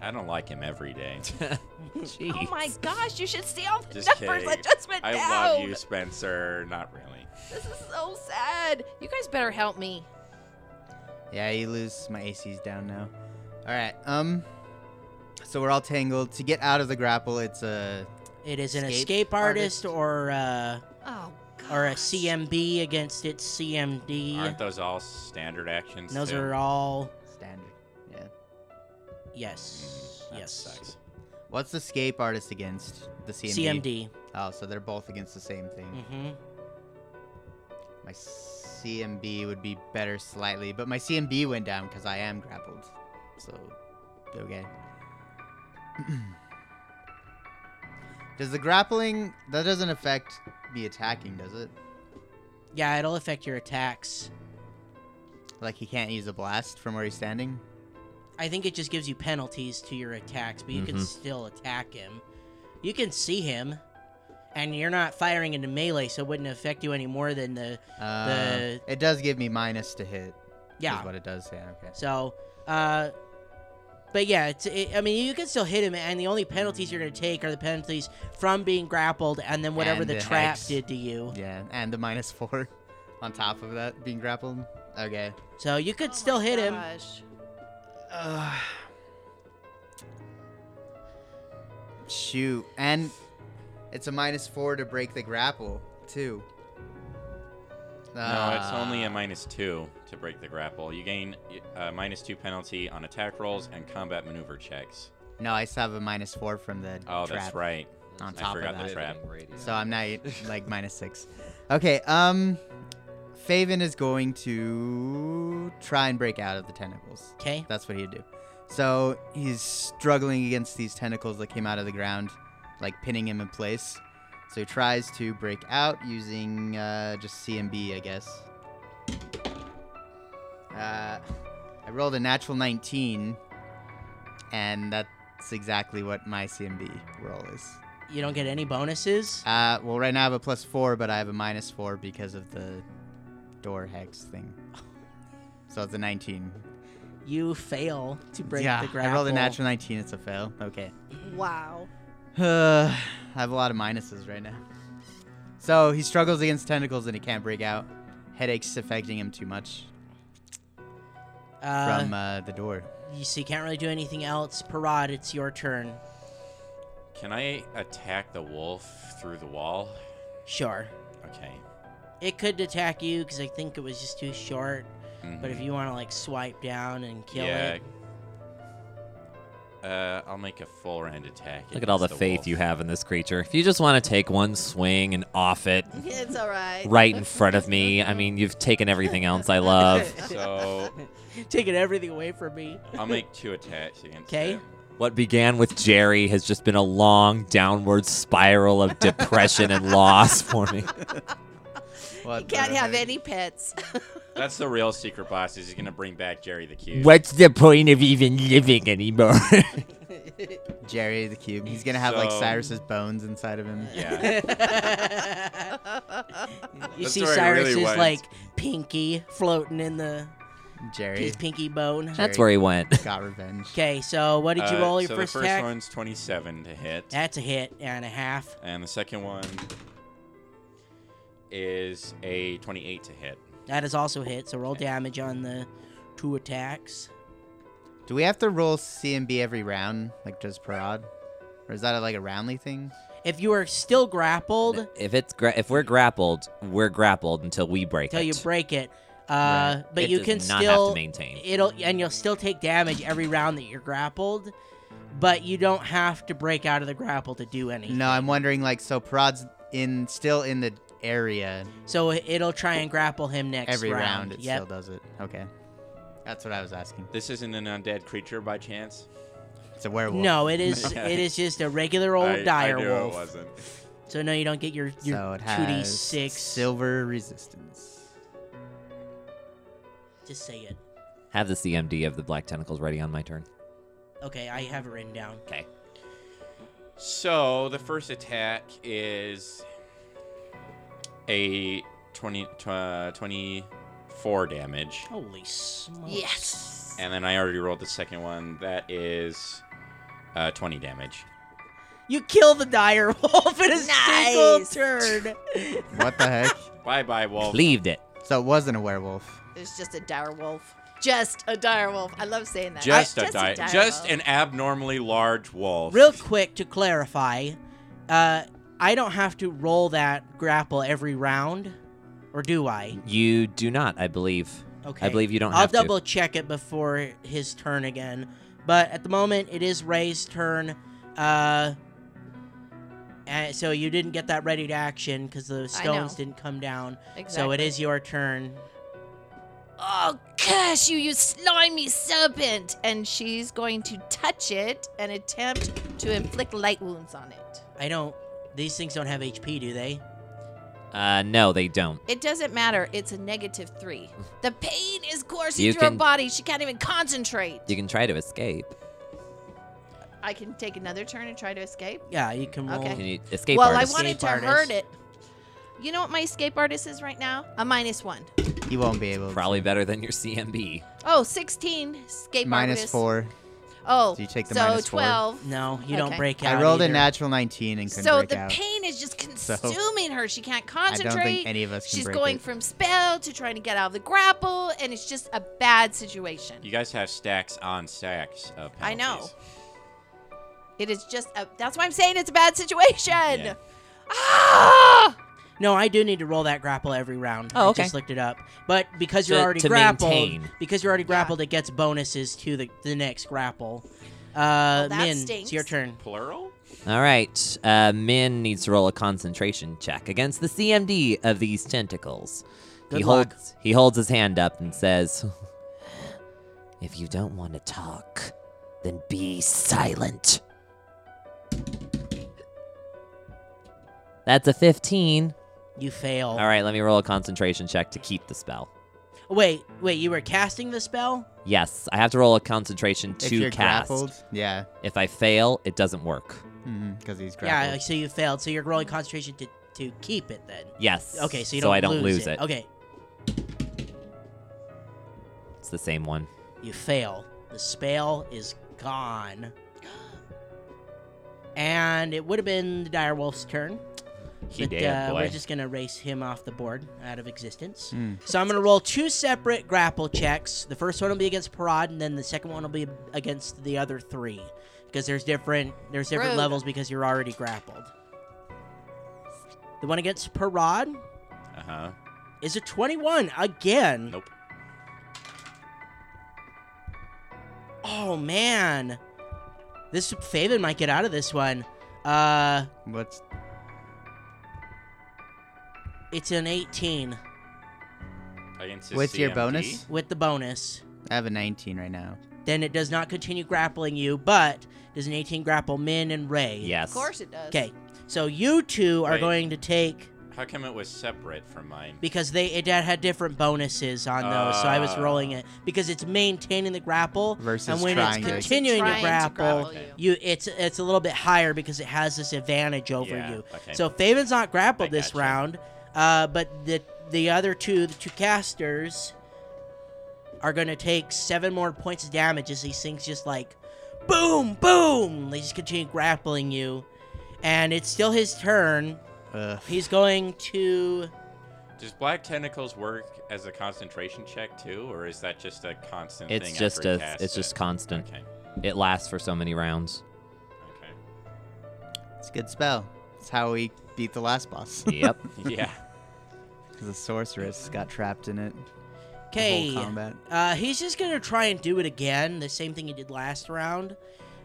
Speaker 1: I don't like him every day.
Speaker 5: Oh my gosh, you should see all the
Speaker 1: Just
Speaker 5: numbers I
Speaker 1: kidding.
Speaker 5: just went
Speaker 1: I
Speaker 5: down.
Speaker 1: love you, Spencer. Not really.
Speaker 5: This is so sad. You guys better help me.
Speaker 3: Yeah, you lose. My AC's down now. All right. Um. So we're all tangled. To get out of the grapple, it's a
Speaker 2: It is an
Speaker 3: Escape
Speaker 2: escape artist,
Speaker 3: artist.
Speaker 2: or uh,
Speaker 5: Oh, gosh.
Speaker 2: or a CMB against its CMD.
Speaker 1: Aren't those all standard actions?
Speaker 2: Those
Speaker 1: too?
Speaker 2: are all
Speaker 3: standard. Yeah.
Speaker 2: yes,
Speaker 1: Mm, Hmm, That
Speaker 2: yes.
Speaker 1: sucks.
Speaker 3: What's the escape artist against? The CMD.
Speaker 2: CMD.
Speaker 3: Oh, so they're both against the same
Speaker 1: Mm.
Speaker 3: thing.
Speaker 2: Mm-hmm.
Speaker 3: My CMB would be better slightly, but my CMB went down because I am grappled. So, okay. does the grappling that doesn't affect the attacking, does it?
Speaker 2: Yeah, it'll affect your attacks.
Speaker 3: Like he can't use a blast from where he's standing.
Speaker 2: I think it just gives you penalties to your attacks, but you can
Speaker 3: Mm-hmm.
Speaker 6: Mhm.
Speaker 2: still attack him. You can see him, and you're not firing into melee, so it wouldn't affect you any more than the
Speaker 3: Uh,
Speaker 2: The-
Speaker 3: It does give me minus to hit.
Speaker 2: yeah.
Speaker 3: Is what it does. Yeah. Okay.
Speaker 2: So, uh, but yeah, it's, it, I mean, you can still hit him, and the only penalties you're going to take are the penalties from being grappled and then whatever
Speaker 3: And
Speaker 2: the
Speaker 3: the
Speaker 2: trap
Speaker 3: hex.
Speaker 2: did to you.
Speaker 3: Yeah, and the minus four on top of that being grappled. Okay.
Speaker 2: So you
Speaker 5: Oh
Speaker 2: could
Speaker 5: my
Speaker 2: still hit him.
Speaker 5: gosh.
Speaker 3: Ugh. Shoot. And it's a minus four to break the grapple, too.
Speaker 1: No, it's
Speaker 3: Ah.
Speaker 1: only a minus two to break the grapple. You gain a minus two penalty on attack rolls and combat maneuver checks.
Speaker 3: No, I still have a minus four from the
Speaker 1: Oh,
Speaker 3: trap.
Speaker 1: that's right.
Speaker 3: On
Speaker 1: I
Speaker 3: top of
Speaker 1: forgot
Speaker 3: that.
Speaker 1: the trap.
Speaker 3: So I'm now like minus six. Okay, um Faven is going to try and break out of the tentacles.
Speaker 2: Okay.
Speaker 3: That's what he'd do. So he's struggling against these tentacles that came out of the ground, like pinning him in place. So he tries to break out using uh, just CMB, I guess. Uh, I rolled a natural 19, and that's exactly what my CMB roll is.
Speaker 2: You don't get any bonuses.
Speaker 3: Uh, well, right now I have a plus four, but I have a minus four because of the door hex thing. So it's a 19.
Speaker 2: You fail to break
Speaker 3: yeah,
Speaker 2: the grapple.
Speaker 3: I rolled a natural 19. It's a fail. Okay.
Speaker 5: Wow.
Speaker 3: I have a lot of minuses right now. So he struggles against tentacles and he can't break out. Headaches affecting him too much
Speaker 2: Uh,
Speaker 3: from uh, the door.
Speaker 2: you, so you can't really do anything else. Parad, it's your turn.
Speaker 1: Can I attack the wolf through the wall?
Speaker 2: Sure.
Speaker 1: Okay.
Speaker 2: It could attack you because I think it was just too short. But if you want to like swipe down and kill
Speaker 1: Mm-hmm. yeah.
Speaker 2: it,
Speaker 1: Uh, I'll make a full round attack.
Speaker 6: Look at all the
Speaker 1: against
Speaker 6: faith
Speaker 1: wolf.
Speaker 6: you have in this creature. If you just want to take one swing and off it
Speaker 5: It's all right.
Speaker 6: right in front of me, I mean, you've taken everything else I love.
Speaker 1: So
Speaker 2: taking everything away from me.
Speaker 1: I'll make two attacks against.
Speaker 2: 'Kay.
Speaker 1: it.
Speaker 6: What began with Jerry has just been a long downward spiral of depression and loss for me.
Speaker 5: You can't have any pets.
Speaker 1: That's the real secret boss. Is he's gonna bring back Jerry the Cube?
Speaker 6: What's the point of even living anymore?
Speaker 3: Jerry the Cube. He's gonna have like
Speaker 1: So-
Speaker 3: Cyrus's bones inside of him.
Speaker 1: Yeah.
Speaker 2: You
Speaker 1: That's
Speaker 2: see
Speaker 1: where I really
Speaker 2: Cyrus's
Speaker 1: went.
Speaker 2: like pinky floating in the
Speaker 3: Jerry
Speaker 2: his pinky bone.
Speaker 4: That's where he went.
Speaker 3: got revenge.
Speaker 2: Okay, so what did you
Speaker 1: Uh,
Speaker 2: roll your
Speaker 1: so
Speaker 2: first,
Speaker 1: the first
Speaker 2: attack?
Speaker 1: one's 27 to hit,
Speaker 2: That's a hit and a half.
Speaker 1: and the second one is a 28 to hit.
Speaker 2: That is also a hit. So roll damage on the two attacks.
Speaker 3: Do we have to roll CMB every round, like just prod, or is that like a roundly thing?
Speaker 2: If you are still grappled,
Speaker 4: if it's gra- if we're grappled, we're grappled until we break
Speaker 2: until you
Speaker 4: it.
Speaker 2: break it. Uh,
Speaker 3: Right.
Speaker 2: But
Speaker 4: It
Speaker 2: you
Speaker 4: does
Speaker 2: can
Speaker 4: not
Speaker 2: still
Speaker 4: have to maintain.
Speaker 2: it'll and you'll still take damage every round that you're grappled, but you don't have to break out of the grapple to do anything.
Speaker 3: No, I'm wondering like so prod's in still in the area
Speaker 2: So it'll try and grapple him next
Speaker 3: every round.
Speaker 2: round.
Speaker 3: It
Speaker 2: yep.
Speaker 3: still does it. Okay, that's what I was asking.
Speaker 1: This isn't an undead creature by chance.
Speaker 3: It's a werewolf.
Speaker 2: No, it is
Speaker 1: Okay.
Speaker 2: it is just a regular old
Speaker 1: I, I
Speaker 2: dire
Speaker 1: knew it
Speaker 2: wolf.
Speaker 1: wasn't.
Speaker 2: So no, you don't get your your
Speaker 3: so it
Speaker 2: two d
Speaker 3: has
Speaker 2: six.
Speaker 3: silver resistance.
Speaker 2: Just say it.
Speaker 4: have the CMD of the black tentacles ready on my turn.
Speaker 2: Okay, I have it written down.
Speaker 4: Okay.
Speaker 1: So the first attack is a 20, tw- uh, 24 damage.
Speaker 2: Holy smokes!
Speaker 5: yes.
Speaker 1: And then I already rolled the second one. That is uh, 20 damage.
Speaker 2: You kill the dire wolf in a single
Speaker 5: Nice.
Speaker 2: turn.
Speaker 3: What the heck?
Speaker 1: Bye bye, wolf.
Speaker 4: Cleaved it.
Speaker 3: So it wasn't a werewolf.
Speaker 5: It's just a dire wolf. Just a dire wolf. I love saying that.
Speaker 1: Just
Speaker 5: I-
Speaker 1: a di- just an abnormally large wolf.
Speaker 2: Real quick to clarify, uh, I don't have to roll that grapple every round, or do I?
Speaker 4: You do not, I believe.
Speaker 2: Okay.
Speaker 4: I believe you don't
Speaker 2: I'll
Speaker 4: have
Speaker 2: double
Speaker 4: to.
Speaker 2: check it before his turn again. But at the moment, it is Ray's turn. Uh, and so you didn't get that ready to action because the stones
Speaker 5: know.
Speaker 2: didn't come down.
Speaker 5: Exactly.
Speaker 2: So it is your turn.
Speaker 5: Oh, curse you, you slimy serpent! And she's going to touch it and attempt to inflict light wounds on it.
Speaker 2: I don't. These things don't have HP, do they?
Speaker 4: Uh, no, they don't.
Speaker 5: It doesn't matter. It's a negative three. The pain is coursing
Speaker 4: You
Speaker 5: through her
Speaker 4: can-
Speaker 5: body. She can't even concentrate.
Speaker 4: You can try to escape.
Speaker 5: I can take another turn and try to escape.
Speaker 2: Yeah, you can roll.
Speaker 5: Okay.
Speaker 4: Can you escape
Speaker 5: well,
Speaker 4: artist?
Speaker 5: I wanted to
Speaker 2: Escape
Speaker 5: hurt
Speaker 2: artist.
Speaker 5: it. You know what my escape artist is right now? A minus one.
Speaker 3: You won't be able. to.
Speaker 4: Probably better than your CMB.
Speaker 5: Oh, 16 escape
Speaker 3: Minus
Speaker 5: artist.
Speaker 3: four.
Speaker 5: Oh,
Speaker 3: So you take the
Speaker 5: so
Speaker 3: minus four.
Speaker 5: 12.
Speaker 2: No, you don't
Speaker 5: Okay.
Speaker 2: break out.
Speaker 3: I rolled
Speaker 2: either.
Speaker 3: a natural 19 and couldn't
Speaker 5: So
Speaker 3: break
Speaker 5: the
Speaker 3: out.
Speaker 5: pain is just consuming her. She can't
Speaker 3: I
Speaker 5: concentrate.
Speaker 3: don't think any of us can
Speaker 5: She's
Speaker 3: break
Speaker 5: going
Speaker 3: it.
Speaker 5: from spell to trying to get out of the grapple, and it's just a bad situation.
Speaker 1: You guys have stacks on stacks of penalties.
Speaker 5: I know. It is just a. That's why I'm saying it's a bad situation.
Speaker 1: Yeah.
Speaker 5: Ah!
Speaker 2: No, I do need to roll that grapple every round.
Speaker 4: Oh,
Speaker 2: I
Speaker 4: okay.
Speaker 2: just looked it up. But because you're
Speaker 4: To-
Speaker 2: already
Speaker 4: to
Speaker 2: grappled,
Speaker 4: maintain.
Speaker 2: because you're already grappled, it gets bonuses to the, the next grapple.
Speaker 5: Well,
Speaker 2: Uh,
Speaker 5: that
Speaker 2: Min,
Speaker 5: stinks.
Speaker 2: it's your turn.
Speaker 1: Plural?
Speaker 4: All right. Uh, Min needs to roll a concentration check against the CMD of these tentacles. he
Speaker 2: Good luck.
Speaker 4: holds he holds his hand up and says, "If you don't want to talk, then be silent." That's a 15.
Speaker 2: You fail.
Speaker 4: All right, let me roll a concentration check to keep the spell.
Speaker 2: Wait, wait, you were casting the spell?
Speaker 4: Yes, I have to roll a concentration
Speaker 3: If
Speaker 4: to
Speaker 3: you're
Speaker 4: cast.
Speaker 3: grappled, yeah,
Speaker 4: If I fail, it doesn't work.
Speaker 3: because he's grappled.
Speaker 2: Yeah, so you failed. So you're rolling concentration to, to keep it then.
Speaker 4: Yes.
Speaker 2: Okay, so you don't,
Speaker 4: I don't lose, it.
Speaker 2: Okay,
Speaker 4: It's the same one.
Speaker 2: you fail. The spell is gone. And it would have been the direwolf's turn.
Speaker 1: He
Speaker 2: but,
Speaker 1: did,
Speaker 2: uh,
Speaker 1: boy. Hmm.
Speaker 2: We're just gonna erase him off the board, out of existence.
Speaker 3: Mm.
Speaker 2: So I'm gonna roll two separate grapple checks. The first one will be against Parad, and then the second one will be against the other three, because there's different there's different
Speaker 5: Rude.
Speaker 2: levels because you're already grappled. The one against Parad
Speaker 1: Uh huh.
Speaker 2: is a 21 again.
Speaker 1: Nope.
Speaker 2: Oh man, this Faven might get out of this one. Uh,
Speaker 3: What's
Speaker 2: it's an 18
Speaker 1: Against his
Speaker 3: what's your
Speaker 1: CMD.
Speaker 3: bonus?
Speaker 2: with the bonus.
Speaker 3: I have a 19 right now.
Speaker 2: then it does not continue grappling you, but does an 18 grapple Min and Ray?
Speaker 4: Yes.
Speaker 5: Of course it does.
Speaker 2: Okay, so you two are
Speaker 1: Wait.
Speaker 2: going to take
Speaker 1: How come it was separate from mine?
Speaker 2: because they it had had different bonuses on those, so I was rolling it because it's maintaining the grapple
Speaker 3: Uh. Versus
Speaker 2: and when
Speaker 3: trying
Speaker 2: it's
Speaker 3: to-
Speaker 2: continuing
Speaker 5: Trying
Speaker 2: to
Speaker 5: to
Speaker 2: grapple,
Speaker 5: grapple you.
Speaker 2: you it's it's a little bit higher because it has this advantage over
Speaker 1: Yeah,
Speaker 2: you.
Speaker 1: okay.
Speaker 2: So Faven's not grappled
Speaker 1: I
Speaker 2: this
Speaker 1: gotcha.
Speaker 2: round, uh, but the the other two the two casters are gonna take seven more points of damage as these things just like boom boom they just continue grappling you, and it's still his turn.
Speaker 3: Ugh.
Speaker 2: He's going to.
Speaker 1: Does black tentacles work as a concentration check too, or is that just a constant
Speaker 4: It's
Speaker 1: thing?
Speaker 4: just
Speaker 1: after I
Speaker 4: a
Speaker 1: cast
Speaker 4: it's just
Speaker 1: it?
Speaker 4: constant.
Speaker 1: Okay.
Speaker 4: It lasts for so many rounds.
Speaker 1: Okay.
Speaker 3: It's a good spell. It's how we beat the last boss.
Speaker 4: Yep.
Speaker 1: Yeah.
Speaker 3: the sorceress got trapped in it. the whole
Speaker 2: Okay.
Speaker 3: combat.
Speaker 2: Uh, he's just gonna try and do it again, the same thing he did last round.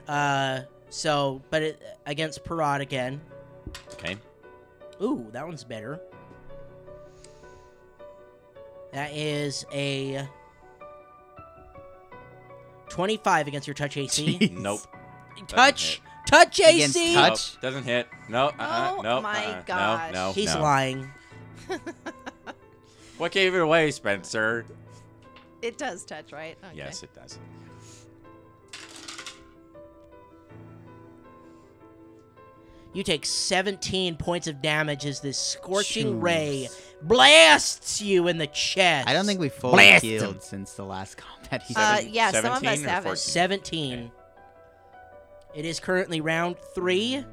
Speaker 2: Uh, so, but it against Parrot again.
Speaker 1: okay.
Speaker 2: Ooh, that one's better. That is a twenty-five against your touch AC.
Speaker 1: Nope.
Speaker 2: touch, touch
Speaker 3: Against
Speaker 2: AC.
Speaker 3: touch?
Speaker 1: Nope. Doesn't hit. No. Uh-uh.
Speaker 5: Oh
Speaker 1: Nope.
Speaker 5: my
Speaker 1: uh-uh.
Speaker 5: gosh.
Speaker 1: No. No.
Speaker 2: He's
Speaker 1: no.
Speaker 2: lying.
Speaker 1: What gave it away, Spencer?
Speaker 5: It does touch, right? Okay.
Speaker 1: Yes, it does.
Speaker 2: You take 17 points of damage as this scorching ray blasts you in the chest.
Speaker 3: I don't think we fully
Speaker 6: Blast
Speaker 3: healed
Speaker 6: him.
Speaker 3: since the last combat. He
Speaker 5: Uh,
Speaker 1: Seven-
Speaker 5: yeah, some of us
Speaker 1: 17 or
Speaker 5: haven't.
Speaker 1: 14?
Speaker 2: 17. It is currently round three.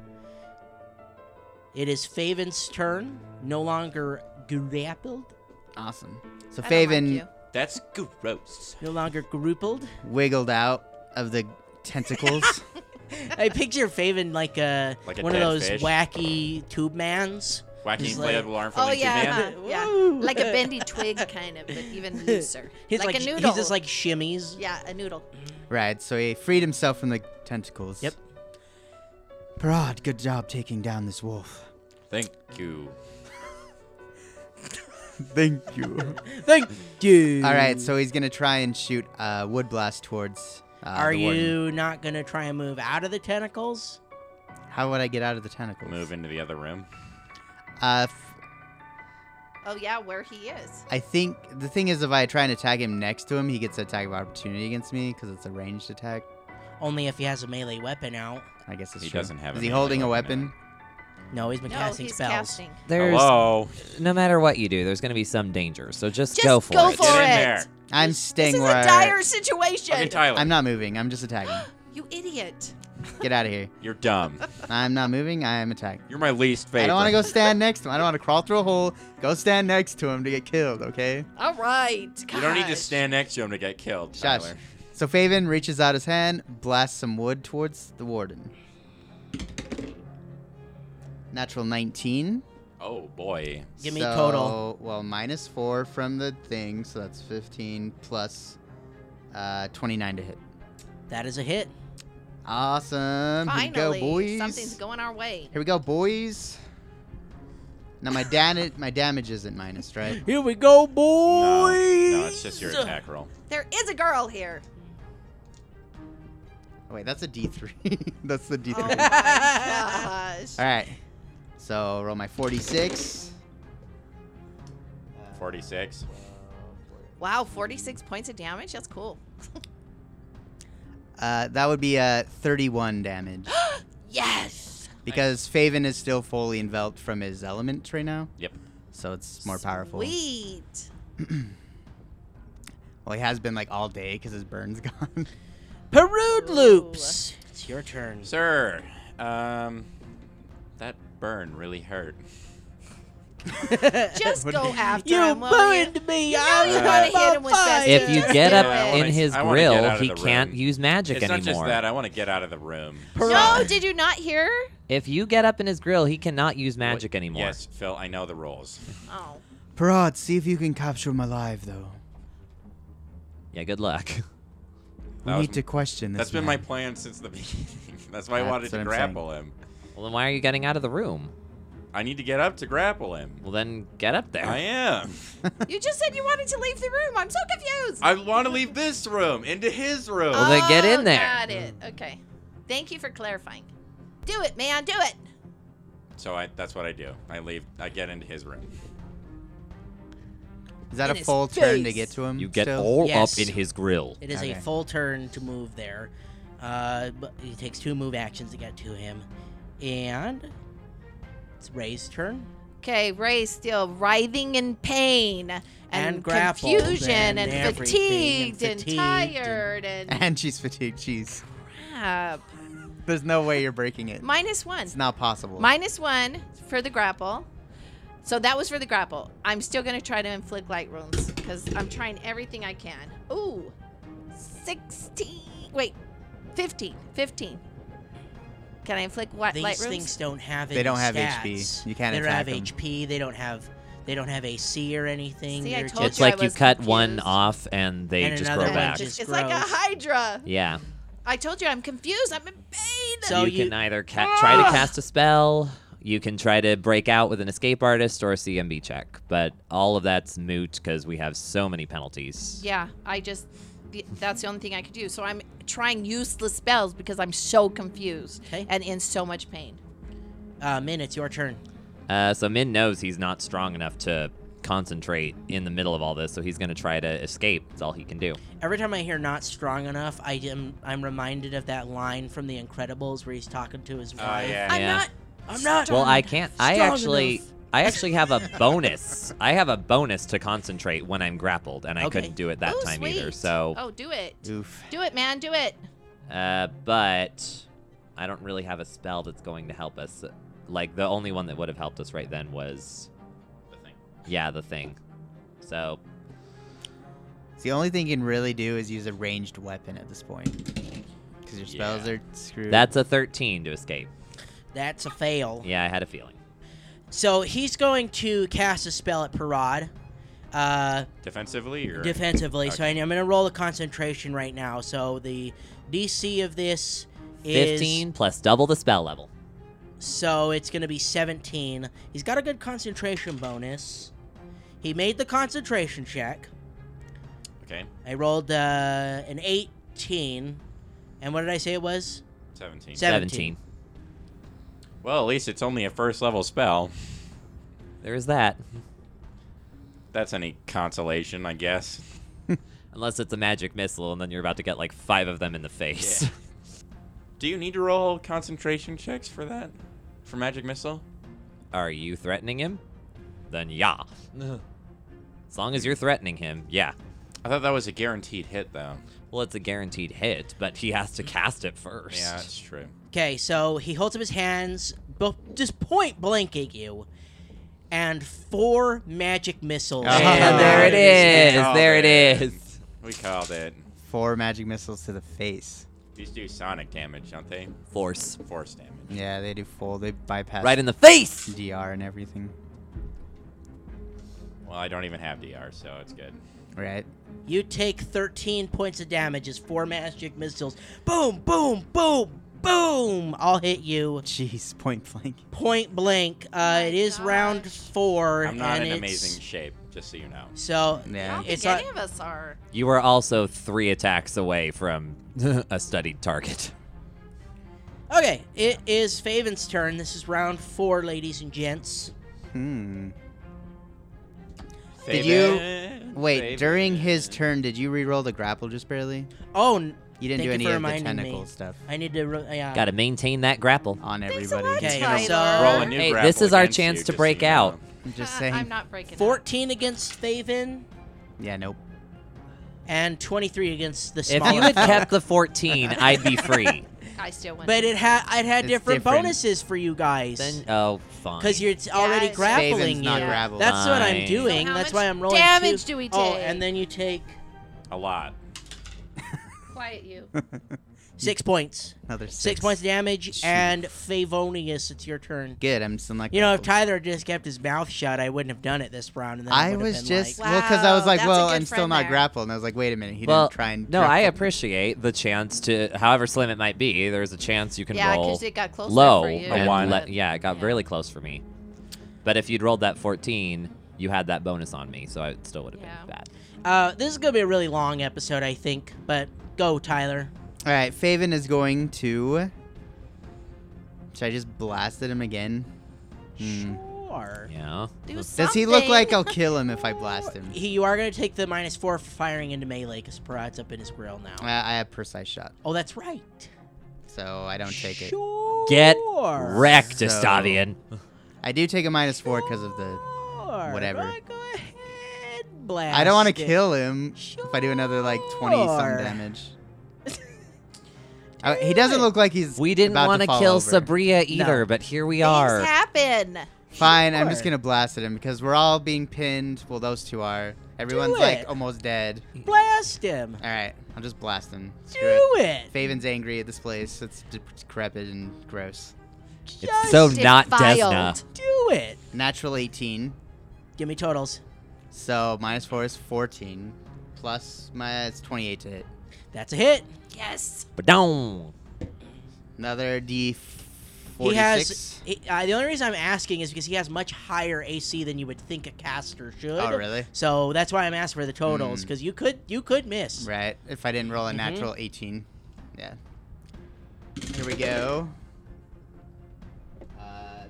Speaker 2: It is Faven's turn, no longer grappled,
Speaker 3: awesome. So
Speaker 5: I don't like
Speaker 3: Faven
Speaker 5: you.
Speaker 1: That's gross.
Speaker 2: no longer grappled.
Speaker 3: wiggled out of the tentacles.
Speaker 2: I picture Faven like a
Speaker 1: Like a
Speaker 2: one of
Speaker 1: dead
Speaker 2: those
Speaker 1: fish.
Speaker 2: wacky tube mans.
Speaker 1: Wacky
Speaker 2: He's like-
Speaker 1: inflatable arm from
Speaker 5: Oh
Speaker 1: Lincoln
Speaker 5: yeah,
Speaker 1: Man.
Speaker 5: uh, yeah,
Speaker 2: Woo.
Speaker 5: like a bendy twig kind of, but even looser.
Speaker 2: He's
Speaker 5: like, a
Speaker 2: sh-
Speaker 5: noodle.
Speaker 2: He's just like shimmies.
Speaker 5: yeah, a noodle.
Speaker 3: right, so he freed himself from the tentacles.
Speaker 2: Yep.
Speaker 3: Parad, good job taking down this wolf.
Speaker 1: Thank you.
Speaker 3: Thank you.
Speaker 2: Thank you.
Speaker 3: All right, so he's gonna try and shoot uh, wood blast towards. Uh,
Speaker 2: Are
Speaker 3: the warden.
Speaker 2: you not gonna try and move out of the tentacles?
Speaker 3: How would I get out of the tentacles?
Speaker 1: Move into the other room.
Speaker 3: Uh, f-
Speaker 5: Oh yeah, where he is.
Speaker 3: I think the thing is, if I try and attack him next to him, he gets an attack of opportunity against me because it's a ranged attack.
Speaker 2: Only if he has a melee weapon out.
Speaker 3: I guess it's
Speaker 1: He
Speaker 3: true.
Speaker 1: doesn't have a
Speaker 3: Is he
Speaker 1: melee
Speaker 3: holding a
Speaker 1: weapon
Speaker 3: weapon?
Speaker 2: No, he's been
Speaker 5: No,
Speaker 2: casting
Speaker 5: he's
Speaker 2: spells.
Speaker 5: casting.
Speaker 4: There's
Speaker 1: Hello.
Speaker 4: no matter what you do, there's going to be some danger. So just,
Speaker 5: Just
Speaker 4: go for
Speaker 5: go
Speaker 4: it.
Speaker 5: for
Speaker 1: Get in
Speaker 5: it.
Speaker 1: there.
Speaker 3: I'm
Speaker 5: This
Speaker 3: staying
Speaker 5: is
Speaker 3: where
Speaker 5: a
Speaker 3: I-
Speaker 5: dire situation.
Speaker 1: Fucking Tyler.
Speaker 3: I'm not moving. I'm just attacking.
Speaker 5: you idiot.
Speaker 3: Get out of here.
Speaker 1: You're dumb.
Speaker 3: I'm not moving. I am attacking.
Speaker 1: You're my least favorite.
Speaker 3: I don't want to go stand next to him. I don't want to crawl through a hole, go stand next to him to get killed, okay?
Speaker 5: All right.
Speaker 1: You don't need to
Speaker 5: gosh.
Speaker 1: stand next to him to get killed.
Speaker 3: Shush.
Speaker 1: Tyler.
Speaker 3: So Faven reaches out his hand, blasts some wood towards the warden. Natural 19.
Speaker 1: Oh boy.
Speaker 2: Give me total.
Speaker 3: So, Well, minus four from the thing, so that's 15 plus uh, 29 to hit.
Speaker 2: That is a hit.
Speaker 3: Awesome. Here we go,
Speaker 5: Finally,
Speaker 3: boys.
Speaker 5: something's going our way.
Speaker 3: Here we go, boys. Now my damage, my damage isn't minus, right?
Speaker 2: Here we go, boys.
Speaker 1: No, no, it's just your attack roll.
Speaker 5: There is a girl here.
Speaker 3: Oh, wait, that's a D3. that's the D3.
Speaker 5: Oh my gosh.
Speaker 3: All right. So roll my 46.
Speaker 1: 46.
Speaker 5: Wow, 46 points of damage. That's cool.
Speaker 3: Uh, that would be uh, 31 damage
Speaker 5: Yes.
Speaker 3: because Faven is still fully enveloped from his element right now,
Speaker 1: Yep.
Speaker 3: so it's more powerful.
Speaker 5: Sweet.
Speaker 3: Well, he has been like all day because his burn's gone.
Speaker 2: Perude
Speaker 5: Ooh.
Speaker 2: loops. It's your turn.
Speaker 1: Sir, um, that burn really hurt.
Speaker 5: Just go after
Speaker 2: You
Speaker 5: him, will you?
Speaker 2: burned me.
Speaker 5: You know
Speaker 2: I
Speaker 5: you
Speaker 2: am
Speaker 1: gotta
Speaker 5: hit him with
Speaker 2: fire.
Speaker 5: best
Speaker 4: If you
Speaker 5: Just
Speaker 4: get
Speaker 5: do
Speaker 4: up
Speaker 5: it. I
Speaker 4: in
Speaker 5: wanna-
Speaker 4: his
Speaker 1: I wanna get
Speaker 4: grill,
Speaker 1: out of
Speaker 4: he
Speaker 1: the
Speaker 4: can't
Speaker 1: room.
Speaker 4: use magic
Speaker 1: it's not just
Speaker 4: anymore.
Speaker 1: that. I want to get out of the room.
Speaker 5: No, did you not hear?
Speaker 4: If you get up in his grill, he cannot use magic anymore.
Speaker 1: Yes, Phil, I know the rules.
Speaker 5: Oh.
Speaker 3: Parad, see if you can capture him alive, though.
Speaker 4: Yeah, good luck.
Speaker 3: We
Speaker 1: That was
Speaker 3: need
Speaker 1: m-
Speaker 3: to question this.
Speaker 1: That's been my
Speaker 3: man.
Speaker 1: plan since the beginning. That's why I
Speaker 3: That's
Speaker 1: wanted
Speaker 3: what
Speaker 1: to
Speaker 3: I'm
Speaker 1: grapple him.
Speaker 4: Well, then why are you getting out of the room?
Speaker 1: I need to get up to grapple him.
Speaker 4: Well, then get up there.
Speaker 1: I am.
Speaker 5: You just said you wanted to leave the room. I'm so confused.
Speaker 1: I want to leave this room into his room.
Speaker 4: Well, then get in
Speaker 5: Oh,
Speaker 4: there.
Speaker 5: Got it. Okay. Thank you for clarifying. Do it, man. Do it.
Speaker 1: So I, that's what I do. I leave. I get into his room.
Speaker 3: Is that
Speaker 5: In
Speaker 3: a
Speaker 5: his
Speaker 3: full turn to
Speaker 5: face.
Speaker 3: get to him?
Speaker 6: You get
Speaker 3: still?
Speaker 6: all
Speaker 2: Yes.
Speaker 6: up in his grill.
Speaker 2: It is
Speaker 3: Okay.
Speaker 2: a full turn to move there. Uh, but he takes two move actions to get to him, and it's Ray's turn.
Speaker 5: Okay, Ray's still writhing in pain and,
Speaker 2: And grappled
Speaker 5: confusion
Speaker 2: and
Speaker 5: and,
Speaker 2: everything and
Speaker 5: fatigued and,
Speaker 2: fatigued and-
Speaker 5: tired and,
Speaker 3: And she's fatigued. She's.
Speaker 5: crap.
Speaker 3: There's no way you're breaking it.
Speaker 5: Minus one.
Speaker 3: It's not possible.
Speaker 5: Minus one for the grapple. So that was for the grapple. I'm still gonna try to inflict light wounds because I'm trying everything I can. Ooh, 16. Wait, 15. 15. Can I inflict what
Speaker 2: These
Speaker 5: light
Speaker 2: things
Speaker 5: wounds?
Speaker 2: don't have.
Speaker 3: They
Speaker 2: any
Speaker 3: don't have
Speaker 2: stats.
Speaker 3: HP. You can't
Speaker 2: They don't
Speaker 3: attack
Speaker 2: have
Speaker 3: them.
Speaker 2: HP. They don't have. They don't have AC or anything.
Speaker 5: See, I
Speaker 2: They're
Speaker 5: told
Speaker 6: it's
Speaker 2: just-
Speaker 5: you I
Speaker 6: like you
Speaker 5: was
Speaker 6: cut one
Speaker 5: confused.
Speaker 6: off and they
Speaker 2: And
Speaker 6: just
Speaker 2: another
Speaker 6: grow
Speaker 2: one
Speaker 6: back.
Speaker 2: just
Speaker 5: it's like a
Speaker 2: grows.
Speaker 5: hydra.
Speaker 4: Yeah.
Speaker 5: I told you I'm confused. I'm in pain.
Speaker 2: So
Speaker 4: you,
Speaker 2: you- Ah!
Speaker 4: can either ca- try to cast a spell, you can try to break out with an escape artist or a CMB check, but all of that's moot because we have so many penalties.
Speaker 5: yeah, I just th- that's the only thing I could do. So I'm trying useless spells because I'm so confused
Speaker 2: Okay.
Speaker 5: and in so much pain.
Speaker 2: Uh, Min, it's your turn.
Speaker 4: Uh, so Min knows he's not strong enough to concentrate in the middle of all this, so he's going to try to escape. That's all he can do.
Speaker 2: Every time I hear "not strong enough," I am I'm reminded of that line from The Incredibles where he's talking to his wife.
Speaker 1: Oh yeah.
Speaker 5: I'm
Speaker 4: Yeah.
Speaker 5: not.
Speaker 2: I'm not.
Speaker 4: Well, I can't. I
Speaker 2: Strong
Speaker 4: actually,
Speaker 2: enough.
Speaker 4: I actually have a bonus. I have a bonus to concentrate when I'm grappled, and I
Speaker 2: Okay.
Speaker 4: couldn't do it that
Speaker 5: oh,
Speaker 4: time
Speaker 5: sweet.
Speaker 4: either. So,
Speaker 5: Oh, do it.
Speaker 3: Oof.
Speaker 5: Do it, man. Do it.
Speaker 4: uh, but I don't really have a spell that's going to help us. Like the only one that would have helped us right then was, yeah, the thing. So
Speaker 3: It's the only thing you can really do is use a ranged weapon at this point. Because your spells
Speaker 1: Yeah.
Speaker 3: are screwed.
Speaker 4: that's a 13 to escape.
Speaker 2: That's a fail.
Speaker 4: Yeah, I had a feeling.
Speaker 2: So he's going to cast a spell at Parad. Uh,
Speaker 1: Defensively or
Speaker 2: defensively. So I- I'm going to roll a concentration right now. So the DC of this is
Speaker 4: 15 plus double the spell level.
Speaker 2: So it's going to be 17. He's got a good concentration bonus. He made the concentration check.
Speaker 1: okay.
Speaker 2: I rolled uh, an 18. And what did I say it was?
Speaker 1: 17.
Speaker 2: Seven. 17.
Speaker 1: Well, at least it's only a first level spell.
Speaker 4: There is that.
Speaker 1: That's any consolation, I guess.
Speaker 4: Unless it's a magic missile, and then you're about to get like five of them in the face.
Speaker 1: Yeah. Do you need to roll concentration checks for that? For magic missile?
Speaker 4: Are you threatening him? Then yeah. as long as you're threatening him, yeah.
Speaker 1: I thought that was a guaranteed hit though.
Speaker 4: Well, it's a guaranteed hit, but he has to cast it first.
Speaker 1: Yeah, that's true.
Speaker 2: Okay, so he holds up his hands, bo- just point blank at you. And four magic missiles.
Speaker 1: Ah,
Speaker 3: Oh.
Speaker 4: And there it is.
Speaker 1: Oh,
Speaker 4: there it
Speaker 1: man.
Speaker 4: is.
Speaker 1: We called it.
Speaker 3: Four magic missiles to the face.
Speaker 1: These do sonic damage, don't they?
Speaker 4: Force.
Speaker 1: Force damage.
Speaker 3: Yeah, they do full. They bypass
Speaker 4: Right in the face.
Speaker 3: DR and everything.
Speaker 1: Well, I don't even have DR, so it's good.
Speaker 3: Right?
Speaker 2: You take 13 points of damage as four magic missiles. Boom, boom, boom, boom. I'll hit you
Speaker 3: Jeez, point blank.
Speaker 2: point blank. Uh, it is
Speaker 5: gosh.
Speaker 2: round four.
Speaker 1: I'm not
Speaker 2: and
Speaker 1: in
Speaker 2: it's-
Speaker 1: amazing shape, just so you know.
Speaker 2: So
Speaker 5: I
Speaker 3: Yeah.
Speaker 5: don't
Speaker 2: It's
Speaker 5: think
Speaker 2: not-
Speaker 5: any of us are.
Speaker 4: You are also three attacks away from a studied target.
Speaker 2: okay, it is Faven's turn. This is round four, ladies and gents.
Speaker 3: Hmm. Did you- Wait, during his turn, did you reroll the grapple just barely?
Speaker 2: Oh, n-
Speaker 3: You
Speaker 2: Thank
Speaker 3: didn't
Speaker 2: you
Speaker 3: do any
Speaker 2: for
Speaker 3: of the
Speaker 2: reminding me.
Speaker 3: tentacle stuff
Speaker 2: I need to. Re- yeah.
Speaker 4: Got to maintain that grapple.
Speaker 3: on
Speaker 5: Thanks
Speaker 3: everybody.
Speaker 5: a lot,
Speaker 2: Okay,
Speaker 5: Tyler.
Speaker 2: so-
Speaker 1: Roll a new
Speaker 4: Hey,
Speaker 1: grapple
Speaker 4: this is our
Speaker 1: against you,
Speaker 4: chance to
Speaker 1: just so
Speaker 4: break
Speaker 1: you know.
Speaker 4: out.
Speaker 3: I'm just
Speaker 5: Uh,
Speaker 3: saying.
Speaker 5: I'm not breaking. out.
Speaker 2: 14 against Faven
Speaker 3: Yeah, nope.
Speaker 2: and 23 against the
Speaker 4: If
Speaker 2: smaller.
Speaker 4: you had
Speaker 2: fellow.
Speaker 4: kept the 14, I'd be free.
Speaker 5: I still win.
Speaker 2: but it had I'd had
Speaker 3: It's
Speaker 2: different,
Speaker 3: different.
Speaker 2: bonuses for you guys.
Speaker 4: then, oh, fine.
Speaker 2: Because you're already
Speaker 5: it's-
Speaker 2: grappling
Speaker 3: Faven's
Speaker 2: you.
Speaker 3: not
Speaker 5: Yeah.
Speaker 3: grappled.
Speaker 2: That's what I'm
Speaker 4: Fine.
Speaker 2: doing.
Speaker 5: So how
Speaker 2: That's
Speaker 5: much
Speaker 2: why I'm rolling. two-
Speaker 5: damage do we
Speaker 2: Oh,
Speaker 5: take?
Speaker 2: and then you take
Speaker 1: A lot.
Speaker 5: quiet you.
Speaker 2: six points.
Speaker 3: Another six.
Speaker 2: Six points of damage, and Favonius, it's your turn.
Speaker 3: Good. I'm still not.
Speaker 2: You know, if
Speaker 3: grappled.
Speaker 2: Tyler just kept his mouth shut, I wouldn't have done it this round. And then
Speaker 3: I
Speaker 2: would've
Speaker 3: was
Speaker 2: been
Speaker 3: just
Speaker 2: like,
Speaker 5: like-
Speaker 3: well, because I was
Speaker 5: Wow,
Speaker 3: like,
Speaker 5: that's a
Speaker 3: well,
Speaker 5: good
Speaker 3: I'm still
Speaker 5: friend
Speaker 3: not
Speaker 5: there.
Speaker 3: grappled, and I was like, wait a minute, he
Speaker 4: well,
Speaker 3: didn't try and.
Speaker 4: no, I
Speaker 3: grapple.
Speaker 4: appreciate the chance to, however slim it might be, there's a chance you can
Speaker 5: yeah,
Speaker 4: roll
Speaker 5: because it got close.
Speaker 4: low.
Speaker 5: For you.
Speaker 4: and
Speaker 1: A one.
Speaker 4: let- yeah, it got
Speaker 5: Yeah.
Speaker 4: really close for me. But if you'd rolled that 14, you had that bonus on me, so I still would have
Speaker 5: Yeah.
Speaker 4: been bad.
Speaker 2: uh, this is going to be a really long episode, I think. But go, Tyler.
Speaker 3: All right, Faven is going to. Should I just blast at him again? Mm.
Speaker 2: Sure.
Speaker 4: Yeah.
Speaker 5: Do something.
Speaker 3: Does he look like I'll kill him if I blast him?
Speaker 2: He, you are going to take the minus four for firing into melee because Parad's up in his grill now.
Speaker 3: I, I have precise shot,
Speaker 2: oh, that's right.
Speaker 3: so I don't take it.
Speaker 2: Sure.
Speaker 6: Get Wrecked,
Speaker 3: So-
Speaker 6: Estavian.
Speaker 3: I do take a minus four because of the. whatever.
Speaker 2: Right, go ahead, blast.
Speaker 3: I don't want to
Speaker 2: it.
Speaker 3: kill him if I do another like twenty some
Speaker 2: Sure.
Speaker 3: damage. I- he doesn't look like he's.
Speaker 4: We didn't
Speaker 3: want to fall
Speaker 4: kill
Speaker 3: over.
Speaker 4: Sabria either, but here we are.
Speaker 5: Things happen.
Speaker 3: Fine, I'm just
Speaker 2: Sure.
Speaker 3: gonna blast at him because we're all being pinned. Well, those two are. Everyone's
Speaker 2: it.
Speaker 3: like almost dead.
Speaker 2: Blast him.
Speaker 3: All right, I'll just blast him.
Speaker 2: Do
Speaker 3: Screw it.
Speaker 2: it.
Speaker 3: Faven's angry at this place. It's de- decrepit and gross.
Speaker 2: Just
Speaker 6: so not
Speaker 5: defiled.
Speaker 6: Desna.
Speaker 2: do it.
Speaker 3: Natural 18,
Speaker 2: Give me totals.
Speaker 3: so minus four is 14, plus my it's 28 to hit.
Speaker 2: That's a hit.
Speaker 5: Yes.
Speaker 4: Ba-dong.
Speaker 3: Another D46.
Speaker 2: He has. He, uh, the only reason I'm asking is because he has much higher AC than you would think a caster should.
Speaker 3: oh really?
Speaker 2: So that's why I'm asking for the totals
Speaker 3: Mm.
Speaker 2: because you could you could miss.
Speaker 3: Right. If I didn't roll a
Speaker 2: Mhm.
Speaker 3: natural 18, yeah. Here we go. Uh,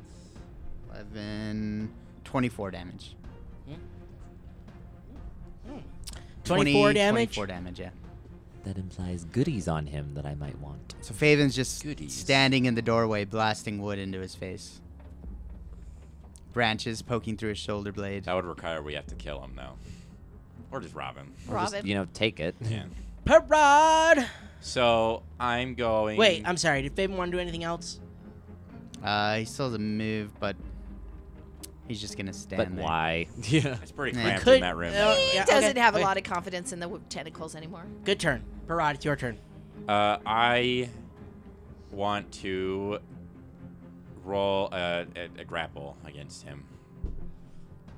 Speaker 3: it's 11, 24 damage.
Speaker 2: 24 damage.
Speaker 3: 24 damage, yeah.
Speaker 4: That implies goodies on him that I might want.
Speaker 3: So Faven's just
Speaker 1: Goodies.
Speaker 3: standing in the doorway, blasting wood into his face. Branches poking through his shoulder blade.
Speaker 1: That would require we have to kill him, though. Or just rob him.
Speaker 4: Or just,
Speaker 5: Robin.
Speaker 4: you know, take it.
Speaker 1: Yeah.
Speaker 2: Parade.
Speaker 1: So I'm going.
Speaker 2: Wait, I'm sorry. Did Fabian want to do anything else?
Speaker 3: Uh, he still doesn't move, but he's just gonna stand
Speaker 4: But
Speaker 3: there.
Speaker 4: why?
Speaker 6: Yeah.
Speaker 1: It's pretty
Speaker 3: You
Speaker 1: cramped
Speaker 2: could-
Speaker 1: in that room.
Speaker 2: uh,
Speaker 1: anyway.
Speaker 5: He
Speaker 2: Yeah,
Speaker 5: doesn't
Speaker 2: okay.
Speaker 5: have a
Speaker 2: Wait.
Speaker 5: lot of confidence in the w- tentacles anymore.
Speaker 2: Good turn. Parade, it's your turn.
Speaker 1: Uh, I want to roll a, a, a grapple against him.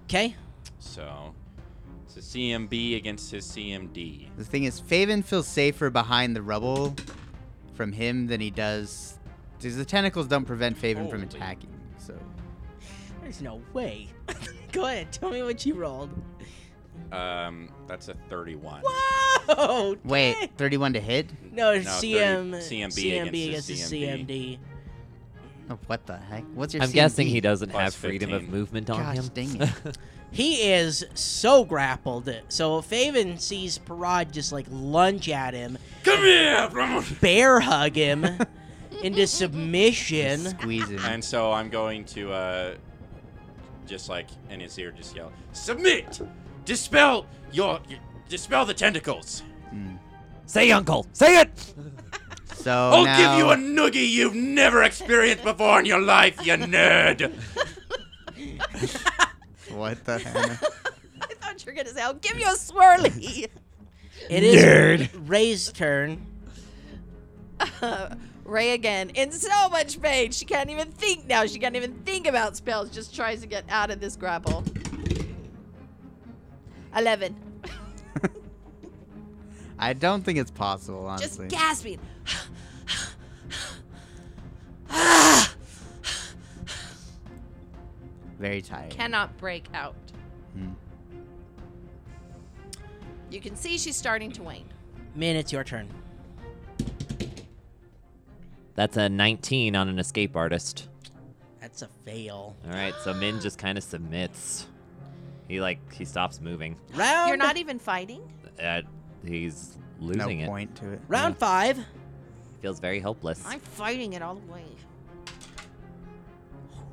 Speaker 2: Okay.
Speaker 1: So it's a CMB against his CMD.
Speaker 3: The thing is, Faven feels safer behind the rubble from him than he does. Because the tentacles don't prevent Faven from
Speaker 1: Holy.
Speaker 3: attacking. So
Speaker 2: There's no way. Go ahead. Tell me what you rolled.
Speaker 1: Um, that's a 31.
Speaker 2: Whoa.
Speaker 3: wait,
Speaker 2: dang.
Speaker 3: 31 to hit?
Speaker 2: No, it's
Speaker 1: No,
Speaker 2: CM,
Speaker 1: 30 CMB
Speaker 2: CMB
Speaker 1: against
Speaker 2: against
Speaker 1: the
Speaker 2: the
Speaker 1: CMD.
Speaker 2: CMD.
Speaker 3: Oh, what the heck? What's your?
Speaker 4: I'm guessing
Speaker 3: CMD?
Speaker 4: he doesn't
Speaker 1: Plus
Speaker 4: have freedom
Speaker 1: 15.
Speaker 4: of movement on
Speaker 3: Gosh,
Speaker 4: him.
Speaker 3: dang it.
Speaker 2: He is so grappled. So Faven sees Parad just like lunge at him,
Speaker 1: Come here, Ramon!
Speaker 2: bear hug him into submission.
Speaker 3: Squeeze him.
Speaker 1: And so I'm going to, uh, just like in his ear, just yell, "Submit! Dispel your, your dispel the tentacles!
Speaker 3: Mm.
Speaker 6: Say uncle. Say it.
Speaker 3: So
Speaker 1: I'll
Speaker 3: now,
Speaker 1: give you a noogie you've never experienced before in your life, you nerd!"
Speaker 3: What the heck?
Speaker 5: I thought you were gonna say, "I'll give you a swirly."
Speaker 2: It is
Speaker 6: Nerd.
Speaker 2: Ray's turn.
Speaker 5: Ray again in so much pain she can't even think now. She can't even think about spells. Just tries to get out of this grapple. Eleven.
Speaker 3: I don't think it's possible,
Speaker 5: Just
Speaker 3: honestly.
Speaker 5: gasping.
Speaker 3: Very tired.
Speaker 5: Cannot break out.
Speaker 3: Hmm.
Speaker 5: You can see she's starting to wane.
Speaker 2: Min, it's your turn.
Speaker 4: That's a 19 on an escape artist.
Speaker 2: That's a fail.
Speaker 4: All right, so Min just kind of submits. He like he stops moving.
Speaker 2: Round.
Speaker 5: You're not even fighting.
Speaker 4: Uh, he's
Speaker 3: no
Speaker 4: losing it.
Speaker 3: point to it.
Speaker 2: Round five.
Speaker 4: Feels very hopeless.
Speaker 5: I'm fighting it all the way.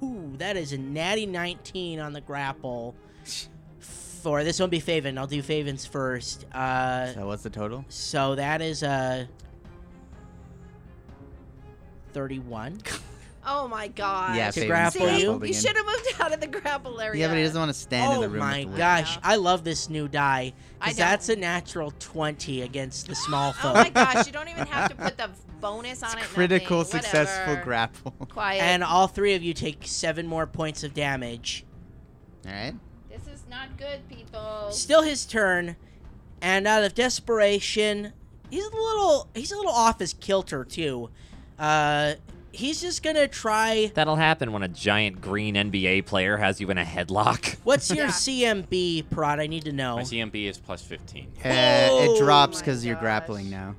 Speaker 2: Ooh, that is a natty 19 on the grapple. For this one, be Faven. I'll do Faven's first. Uh,
Speaker 3: So what's the total?
Speaker 2: so that is uh, a 31.
Speaker 5: Oh my god.
Speaker 3: yeah,
Speaker 2: To
Speaker 3: Faven's
Speaker 2: grapple
Speaker 3: grappled
Speaker 2: you?
Speaker 3: again.
Speaker 5: You should have moved out of the grapple area.
Speaker 3: Yeah, but he doesn't want to stand in
Speaker 2: oh
Speaker 3: the room.
Speaker 2: my
Speaker 3: with the wood.
Speaker 2: gosh, I love this new die.
Speaker 5: I
Speaker 2: 'cause
Speaker 5: know.
Speaker 2: that's a natural 20 against the small
Speaker 5: Oh
Speaker 2: folk.
Speaker 5: my gosh, you don't even have to put the bonus on it.
Speaker 3: Critical
Speaker 5: nothing,
Speaker 3: successful
Speaker 5: whatever.
Speaker 3: grapple. All
Speaker 5: Quiet.
Speaker 2: and all three of you take seven more points of damage.
Speaker 3: right.
Speaker 5: this is not good, people.
Speaker 2: Still his turn, and out of desperation, he's a little he's a little off his kilter too. Uh, he's just gonna try.
Speaker 4: That'll happen when a giant green NBA player has you in a headlock.
Speaker 2: What's your
Speaker 5: Yeah.
Speaker 2: CMB, Prod? I need to know.
Speaker 1: My CMB is plus 15.
Speaker 3: Uh, it
Speaker 2: Oh
Speaker 3: drops
Speaker 5: my
Speaker 3: because you're
Speaker 5: gosh.
Speaker 3: grappling now.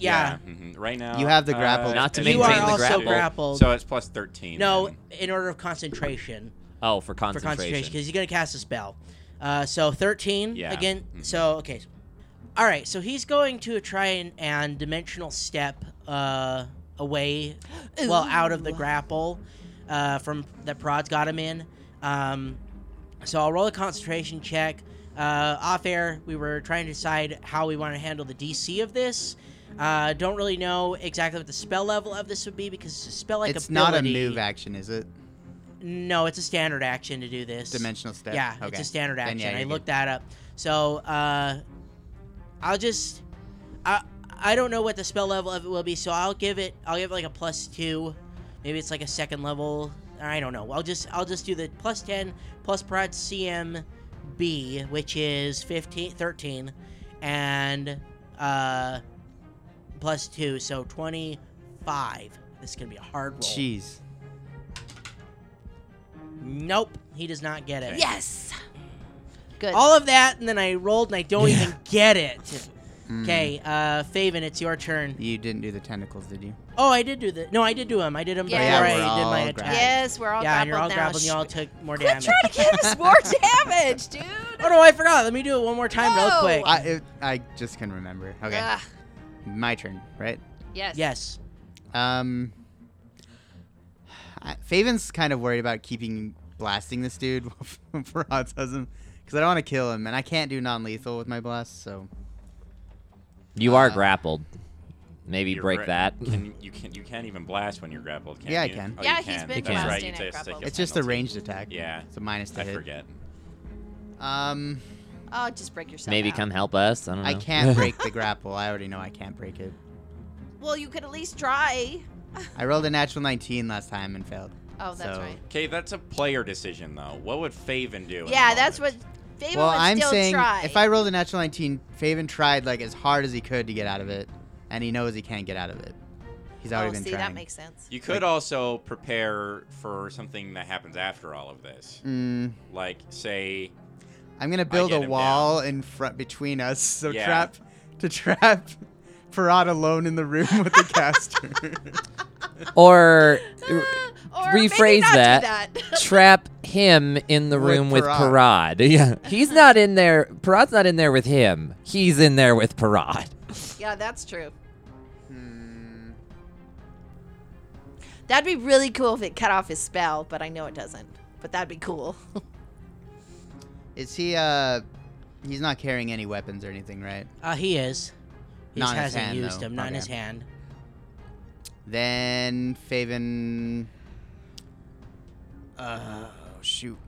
Speaker 2: Yeah.
Speaker 1: mhm. Right now
Speaker 3: You have the
Speaker 1: uh,
Speaker 3: grapple.
Speaker 4: Not to
Speaker 1: you
Speaker 4: maintain
Speaker 1: are
Speaker 4: the
Speaker 1: also
Speaker 4: grapple.
Speaker 2: grappled.
Speaker 1: So it's plus thirteen.
Speaker 2: No,
Speaker 1: then.
Speaker 2: in order of concentration
Speaker 4: Oh,
Speaker 2: for
Speaker 4: for concentration.
Speaker 2: concentration because he's gonna cast a spell. Uh, so thirteen
Speaker 1: Yeah.
Speaker 2: again.
Speaker 3: Mm-hmm.
Speaker 1: Mhm.
Speaker 2: So okay, all right. So he's going to try and, and dimensional step uh, away, well, out of the
Speaker 5: Ooh.
Speaker 2: grapple uh, from that Prod's got him in. Um, so I'll roll a concentration check. Uh, off air, we were trying to decide how we want to handle the DC of this. Uh, don't really know exactly what the spell level of this would be because it's a spell like
Speaker 3: it's not a
Speaker 2: ability-
Speaker 3: move action, is it?
Speaker 2: No, it's a standard action to do this.
Speaker 3: Dimensional step.
Speaker 2: Yeah,
Speaker 3: okay.
Speaker 2: it's a standard
Speaker 3: Then,
Speaker 2: action.
Speaker 3: yeah,
Speaker 2: I
Speaker 3: you're
Speaker 2: looked that up. So uh, I'll just I I don't know what the spell level of it will be, so I'll give it I'll give it like a plus two. Maybe it's like a second level. I don't know. I'll just I'll just do the plus ten plus prod CMB, which is 15, 13, and uh, plus two, so twenty five. This is gonna be a hard roll.
Speaker 3: Jeez.
Speaker 2: Nope, he does not get it.
Speaker 5: Yes. Good.
Speaker 2: all of that, and then I rolled and I don't even get it. Okay, uh, Faven, it's your turn.
Speaker 3: Hmm. You didn't do the tentacles, did you?
Speaker 2: Oh, I did do the. No, I did do him. I did him
Speaker 5: Yeah.
Speaker 2: before
Speaker 5: Yeah,
Speaker 3: we're
Speaker 2: I did my
Speaker 3: all
Speaker 2: attack.
Speaker 3: grappled.
Speaker 5: yes, we're all
Speaker 2: yeah, and
Speaker 5: grappled
Speaker 2: you're all
Speaker 5: now.
Speaker 2: grappled. and
Speaker 5: Sh-
Speaker 2: You all took more
Speaker 5: Quit
Speaker 2: damage.
Speaker 5: trying to give us more damage, dude.
Speaker 2: Oh no, I forgot. Let me do it one more time, real
Speaker 5: No.
Speaker 2: quick.
Speaker 3: I it, I just can remember. Okay,
Speaker 5: Ugh.
Speaker 3: my turn, right?
Speaker 5: Yes.
Speaker 2: yes.
Speaker 3: Um, I, Faven's kind of worried about keeping blasting this dude for odds him because I don't want to kill him, and I can't do non-lethal with my blast. So
Speaker 4: You are
Speaker 3: Uh,
Speaker 4: grappled. Maybe
Speaker 1: You're
Speaker 4: break
Speaker 1: gra-
Speaker 4: that.
Speaker 1: Can, you can you can't even blast when you're grappled. Can
Speaker 3: Yeah, I
Speaker 1: you?
Speaker 3: can.
Speaker 1: Oh,
Speaker 5: Yeah,
Speaker 1: you
Speaker 5: he's
Speaker 1: can.
Speaker 5: been
Speaker 1: That's right,
Speaker 5: blasting
Speaker 1: you
Speaker 5: at
Speaker 1: take-
Speaker 5: grappled.
Speaker 1: take a
Speaker 3: it's just a
Speaker 1: penalty.
Speaker 3: ranged attack.
Speaker 1: Yeah.
Speaker 3: it's a minus to
Speaker 1: I
Speaker 3: hit.
Speaker 1: forget.
Speaker 3: Um,
Speaker 5: Oh, just break yourself.
Speaker 4: Maybe
Speaker 5: out.
Speaker 4: come help us. I don't know.
Speaker 3: I can't break the grapple. I already know I can't break it.
Speaker 5: Well, you could at least try.
Speaker 3: I rolled a natural 19 last time and failed.
Speaker 5: Oh, that's
Speaker 3: So-
Speaker 5: right.
Speaker 1: Okay, that's a player decision though. What would Faven do? in
Speaker 5: Yeah,
Speaker 1: the
Speaker 5: that's what.
Speaker 1: moment?
Speaker 5: Fabian
Speaker 3: well,
Speaker 5: would
Speaker 3: I'm
Speaker 5: still
Speaker 3: saying
Speaker 5: try. Oh,
Speaker 3: if I rolled a natural 19, Faven tried like as hard as he could to get out of it, and he knows he can't get out of it. He's already
Speaker 5: oh,
Speaker 3: been
Speaker 5: see,
Speaker 3: trying.
Speaker 5: that makes sense.
Speaker 1: You could also prepare for something that happens after all of this.
Speaker 3: Mm,
Speaker 1: Like say,
Speaker 3: I'm gonna build
Speaker 1: get
Speaker 3: a
Speaker 1: him
Speaker 3: wall in front between us, so
Speaker 1: Yeah.
Speaker 3: trap to trap, Parad alone in the room with the caster.
Speaker 4: Or
Speaker 3: Uh,
Speaker 5: Or maybe
Speaker 4: rephrase
Speaker 5: not do
Speaker 4: that. trap him in the
Speaker 3: With
Speaker 4: room with
Speaker 3: Parag.
Speaker 4: Parad. Yeah. He's not in there. Parad's not in there with him. He's in there with Parad.
Speaker 5: yeah, that's true.
Speaker 3: Hmm.
Speaker 5: That'd be really cool if it cut off his spell, but I know it doesn't. But that'd be cool.
Speaker 3: Is he? Uh, he's not carrying any weapons or anything, right?
Speaker 2: Uh, he is. He just
Speaker 3: Not in his
Speaker 2: hasn't
Speaker 3: hand,
Speaker 2: used
Speaker 3: though.
Speaker 2: him. Not in
Speaker 3: Okay.
Speaker 2: his hand.
Speaker 3: Then Faven. Uh, oh, shoot.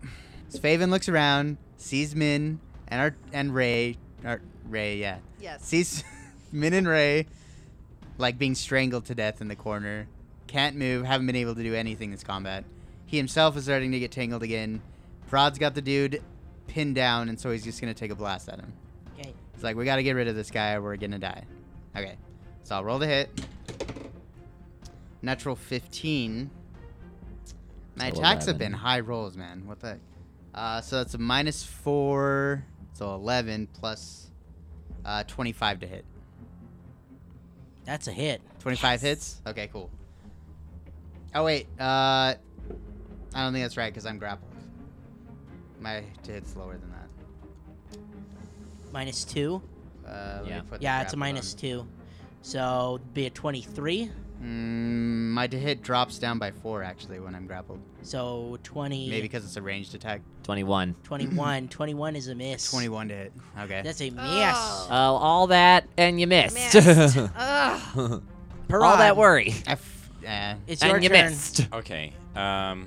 Speaker 3: So Faven looks around, sees Min and our and Ray, our, Ray, yeah,
Speaker 5: yes.
Speaker 3: sees Min and Ray like being strangled to death in the corner. Can't move, haven't been able to do anything this combat. He himself is starting to get tangled again. Prod's got the dude pinned down, and so he's just gonna take a blast at him.
Speaker 2: Okay.
Speaker 3: It's like we gotta get rid of this guy or we're gonna die. Okay. So I'll roll the hit. Natural fifteen. My
Speaker 4: So
Speaker 3: attacks have been
Speaker 4: 11.
Speaker 3: high rolls, man. What the heck? Uh, so that's a minus four, so eleven plus uh, twenty-five to hit.
Speaker 2: That's a hit.
Speaker 3: Twenty-five hits. Okay, cool. Oh wait, uh, I don't think that's right because I'm grappled. My to hit's lower than that.
Speaker 2: Minus two.
Speaker 3: Uh, let me
Speaker 4: Yeah.
Speaker 3: put the
Speaker 2: Yeah, it's a
Speaker 3: grapple
Speaker 2: minus
Speaker 3: on.
Speaker 2: two. So it'd be a twenty-three.
Speaker 3: Mm, my to hit drops down by four actually when I'm grappled.
Speaker 2: So twenty.
Speaker 3: Maybe because it's a ranged attack.
Speaker 4: 21.
Speaker 2: 21. 21 is a miss.
Speaker 3: 21 to hit. Okay.
Speaker 2: That's a miss.
Speaker 4: Oh,
Speaker 5: Oh.
Speaker 4: all that and you missed.
Speaker 5: Missed. Ugh.
Speaker 4: all that
Speaker 2: Parag,
Speaker 4: worry.
Speaker 3: I f- eh.
Speaker 2: It's your
Speaker 4: And you
Speaker 2: turn.
Speaker 4: missed.
Speaker 1: okay, um,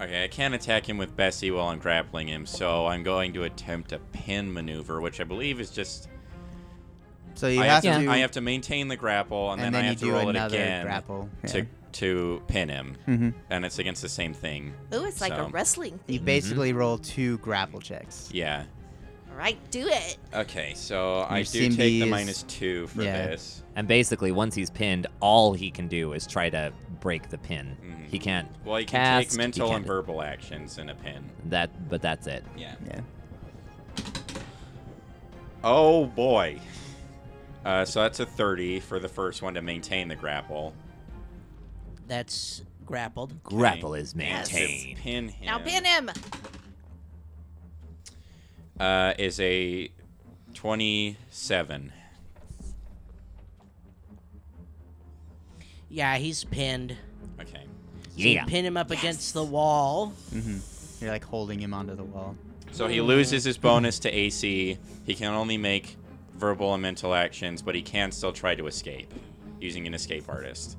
Speaker 1: okay, I can't attack him with Bessie while I'm grappling him, so I'm going to attempt a pin maneuver, which I believe is just
Speaker 3: So you
Speaker 1: I
Speaker 3: have,
Speaker 1: have
Speaker 3: to.
Speaker 1: I have to maintain the grapple, and,
Speaker 3: and
Speaker 1: then,
Speaker 3: then
Speaker 1: I
Speaker 3: you
Speaker 1: have to
Speaker 3: do
Speaker 1: roll it
Speaker 3: another
Speaker 1: again
Speaker 3: grapple.
Speaker 1: to
Speaker 3: Yeah.
Speaker 1: to pin him,
Speaker 3: Mhm.
Speaker 1: and it's against the same thing.
Speaker 5: Ooh, it's like
Speaker 1: So-
Speaker 5: a wrestling
Speaker 3: You
Speaker 5: thing.
Speaker 2: Mm-hmm.
Speaker 3: basically roll two grapple checks.
Speaker 1: Yeah.
Speaker 5: All right, do it.
Speaker 1: Okay, so I
Speaker 3: Your
Speaker 1: do take the
Speaker 3: CMB is-
Speaker 1: minus two for
Speaker 3: yeah.
Speaker 1: this.
Speaker 4: And basically, once he's pinned, all he can do is try to break the pin.
Speaker 1: Mhm.
Speaker 4: He can't.
Speaker 1: Well, you can take
Speaker 4: cast, he
Speaker 1: mental
Speaker 4: can't-
Speaker 1: and verbal actions in a pin.
Speaker 4: That, but that's it.
Speaker 1: Yeah.
Speaker 3: Yeah.
Speaker 1: Oh boy. Uh, so that's a 30 for the first one to maintain the grapple.
Speaker 2: That's grappled.
Speaker 6: Grapple is
Speaker 1: And to
Speaker 6: maintained.
Speaker 1: Pin him.
Speaker 5: Now pin him.
Speaker 1: Uh, is a 27.
Speaker 2: Yeah, he's pinned.
Speaker 1: Okay.
Speaker 2: So you
Speaker 6: Yeah.
Speaker 2: pin him up against the wall.
Speaker 3: You're like holding him onto the wall.
Speaker 1: So he loses his bonus to AC. He can only make verbal and mental actions, but he can still try to escape using an escape artist.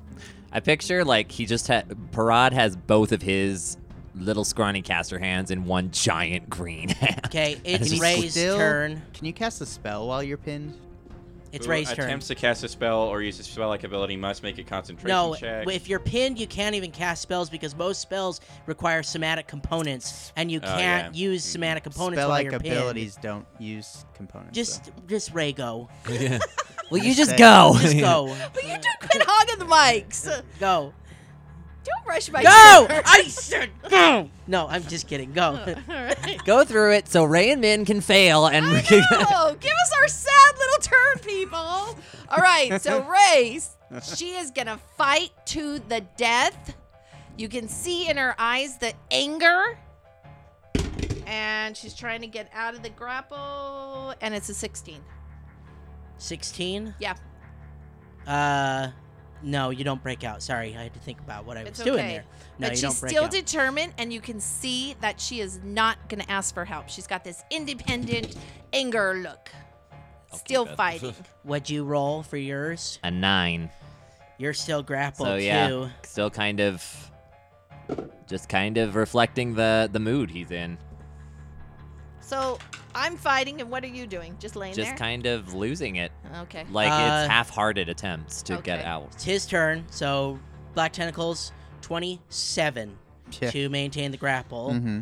Speaker 6: I picture like he just had Parad has both of his little scrawny caster hands in one giant green hand.
Speaker 2: Okay, it's
Speaker 6: he's
Speaker 2: Ray's
Speaker 3: still-
Speaker 2: turn.
Speaker 3: Can you cast a spell while you're pinned?
Speaker 2: It's
Speaker 1: Who
Speaker 2: Ray's turn.
Speaker 1: attempts to cast a spell or use a spell-like ability must make a concentration
Speaker 2: No,
Speaker 1: check.
Speaker 2: if you're pinned, you can't even cast spells because most spells require somatic components, and you
Speaker 1: Oh,
Speaker 2: can't
Speaker 1: yeah.
Speaker 2: use somatic components while
Speaker 3: Spell-like
Speaker 2: you're pinned.
Speaker 3: abilities don't use components.
Speaker 2: Just,
Speaker 3: though.
Speaker 2: just Ray go,
Speaker 4: Well, you
Speaker 3: Just
Speaker 4: just
Speaker 3: say-
Speaker 4: go.
Speaker 2: just go,
Speaker 5: But you do quit hogging the mics.
Speaker 2: go,
Speaker 5: Don't rush my
Speaker 2: go.
Speaker 5: turn.
Speaker 2: I said go. No, I'm just kidding. Go.
Speaker 5: All right.
Speaker 4: go through it so Ray and Min can fail and we can
Speaker 5: No, give us our sad little turn, people. All right, so Ray's, she is gonna fight to the death. You can see in her eyes the anger, and she's trying to get out of the grapple, and it's a 16.
Speaker 2: Sixteen.
Speaker 5: Yeah,
Speaker 2: Uh, no, you don't break out. Sorry, I had to think about what I was
Speaker 5: It's
Speaker 2: doing
Speaker 5: okay.
Speaker 2: there. No,
Speaker 5: but
Speaker 2: you
Speaker 5: she's
Speaker 2: don't break
Speaker 5: still
Speaker 2: out.
Speaker 5: determined, and you can see that she is not gonna ask for help. She's got this independent anger look. Still
Speaker 6: that.
Speaker 5: fighting.
Speaker 2: What'd you roll for yours?
Speaker 6: A nine.
Speaker 2: You're still grappled
Speaker 6: so yeah,
Speaker 2: too.
Speaker 6: still kind of, just kind of reflecting the the mood he's in.
Speaker 5: So I'm fighting, and what are you doing? Just laying
Speaker 6: Just
Speaker 5: there?
Speaker 6: kind of losing it.
Speaker 5: okay.
Speaker 6: Like
Speaker 2: Uh,
Speaker 6: it's half-hearted attempts to get
Speaker 5: okay.
Speaker 6: out.
Speaker 2: It's his turn. So Black Tentacles, twenty-seven
Speaker 3: yeah.
Speaker 2: to maintain the grapple,
Speaker 3: Mm-hmm.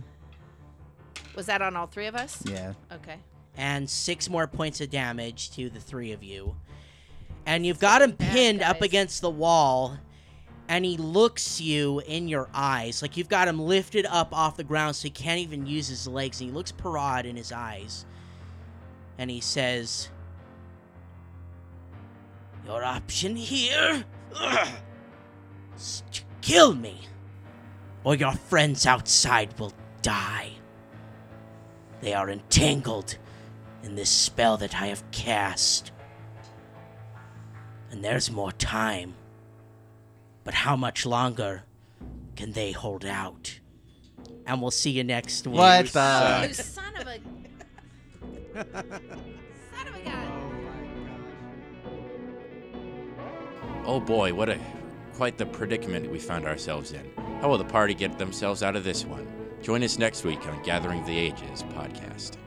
Speaker 5: Was that on all three of us?
Speaker 3: Yeah.
Speaker 5: Okay.
Speaker 2: and six more points of damage to the three of you. And you've got him
Speaker 5: bad,
Speaker 2: pinned up
Speaker 5: guys.
Speaker 2: against the wall, and he looks you in your eyes, like you've got him lifted up off the ground, so he can't even use his legs. And he looks Parad in his eyes, and he says, "Your option here." is to Kill me, or your friends outside will die. They are entangled in this spell that I have cast. And there's more time. But how much longer can they hold out? And we'll see you next week.
Speaker 3: What the?
Speaker 5: Oh, you son of a. son of a gun.
Speaker 1: Oh boy, what a quite the predicament we found ourselves in. How will the party get themselves out of this one? Join us next week on Gathering the Ages podcast.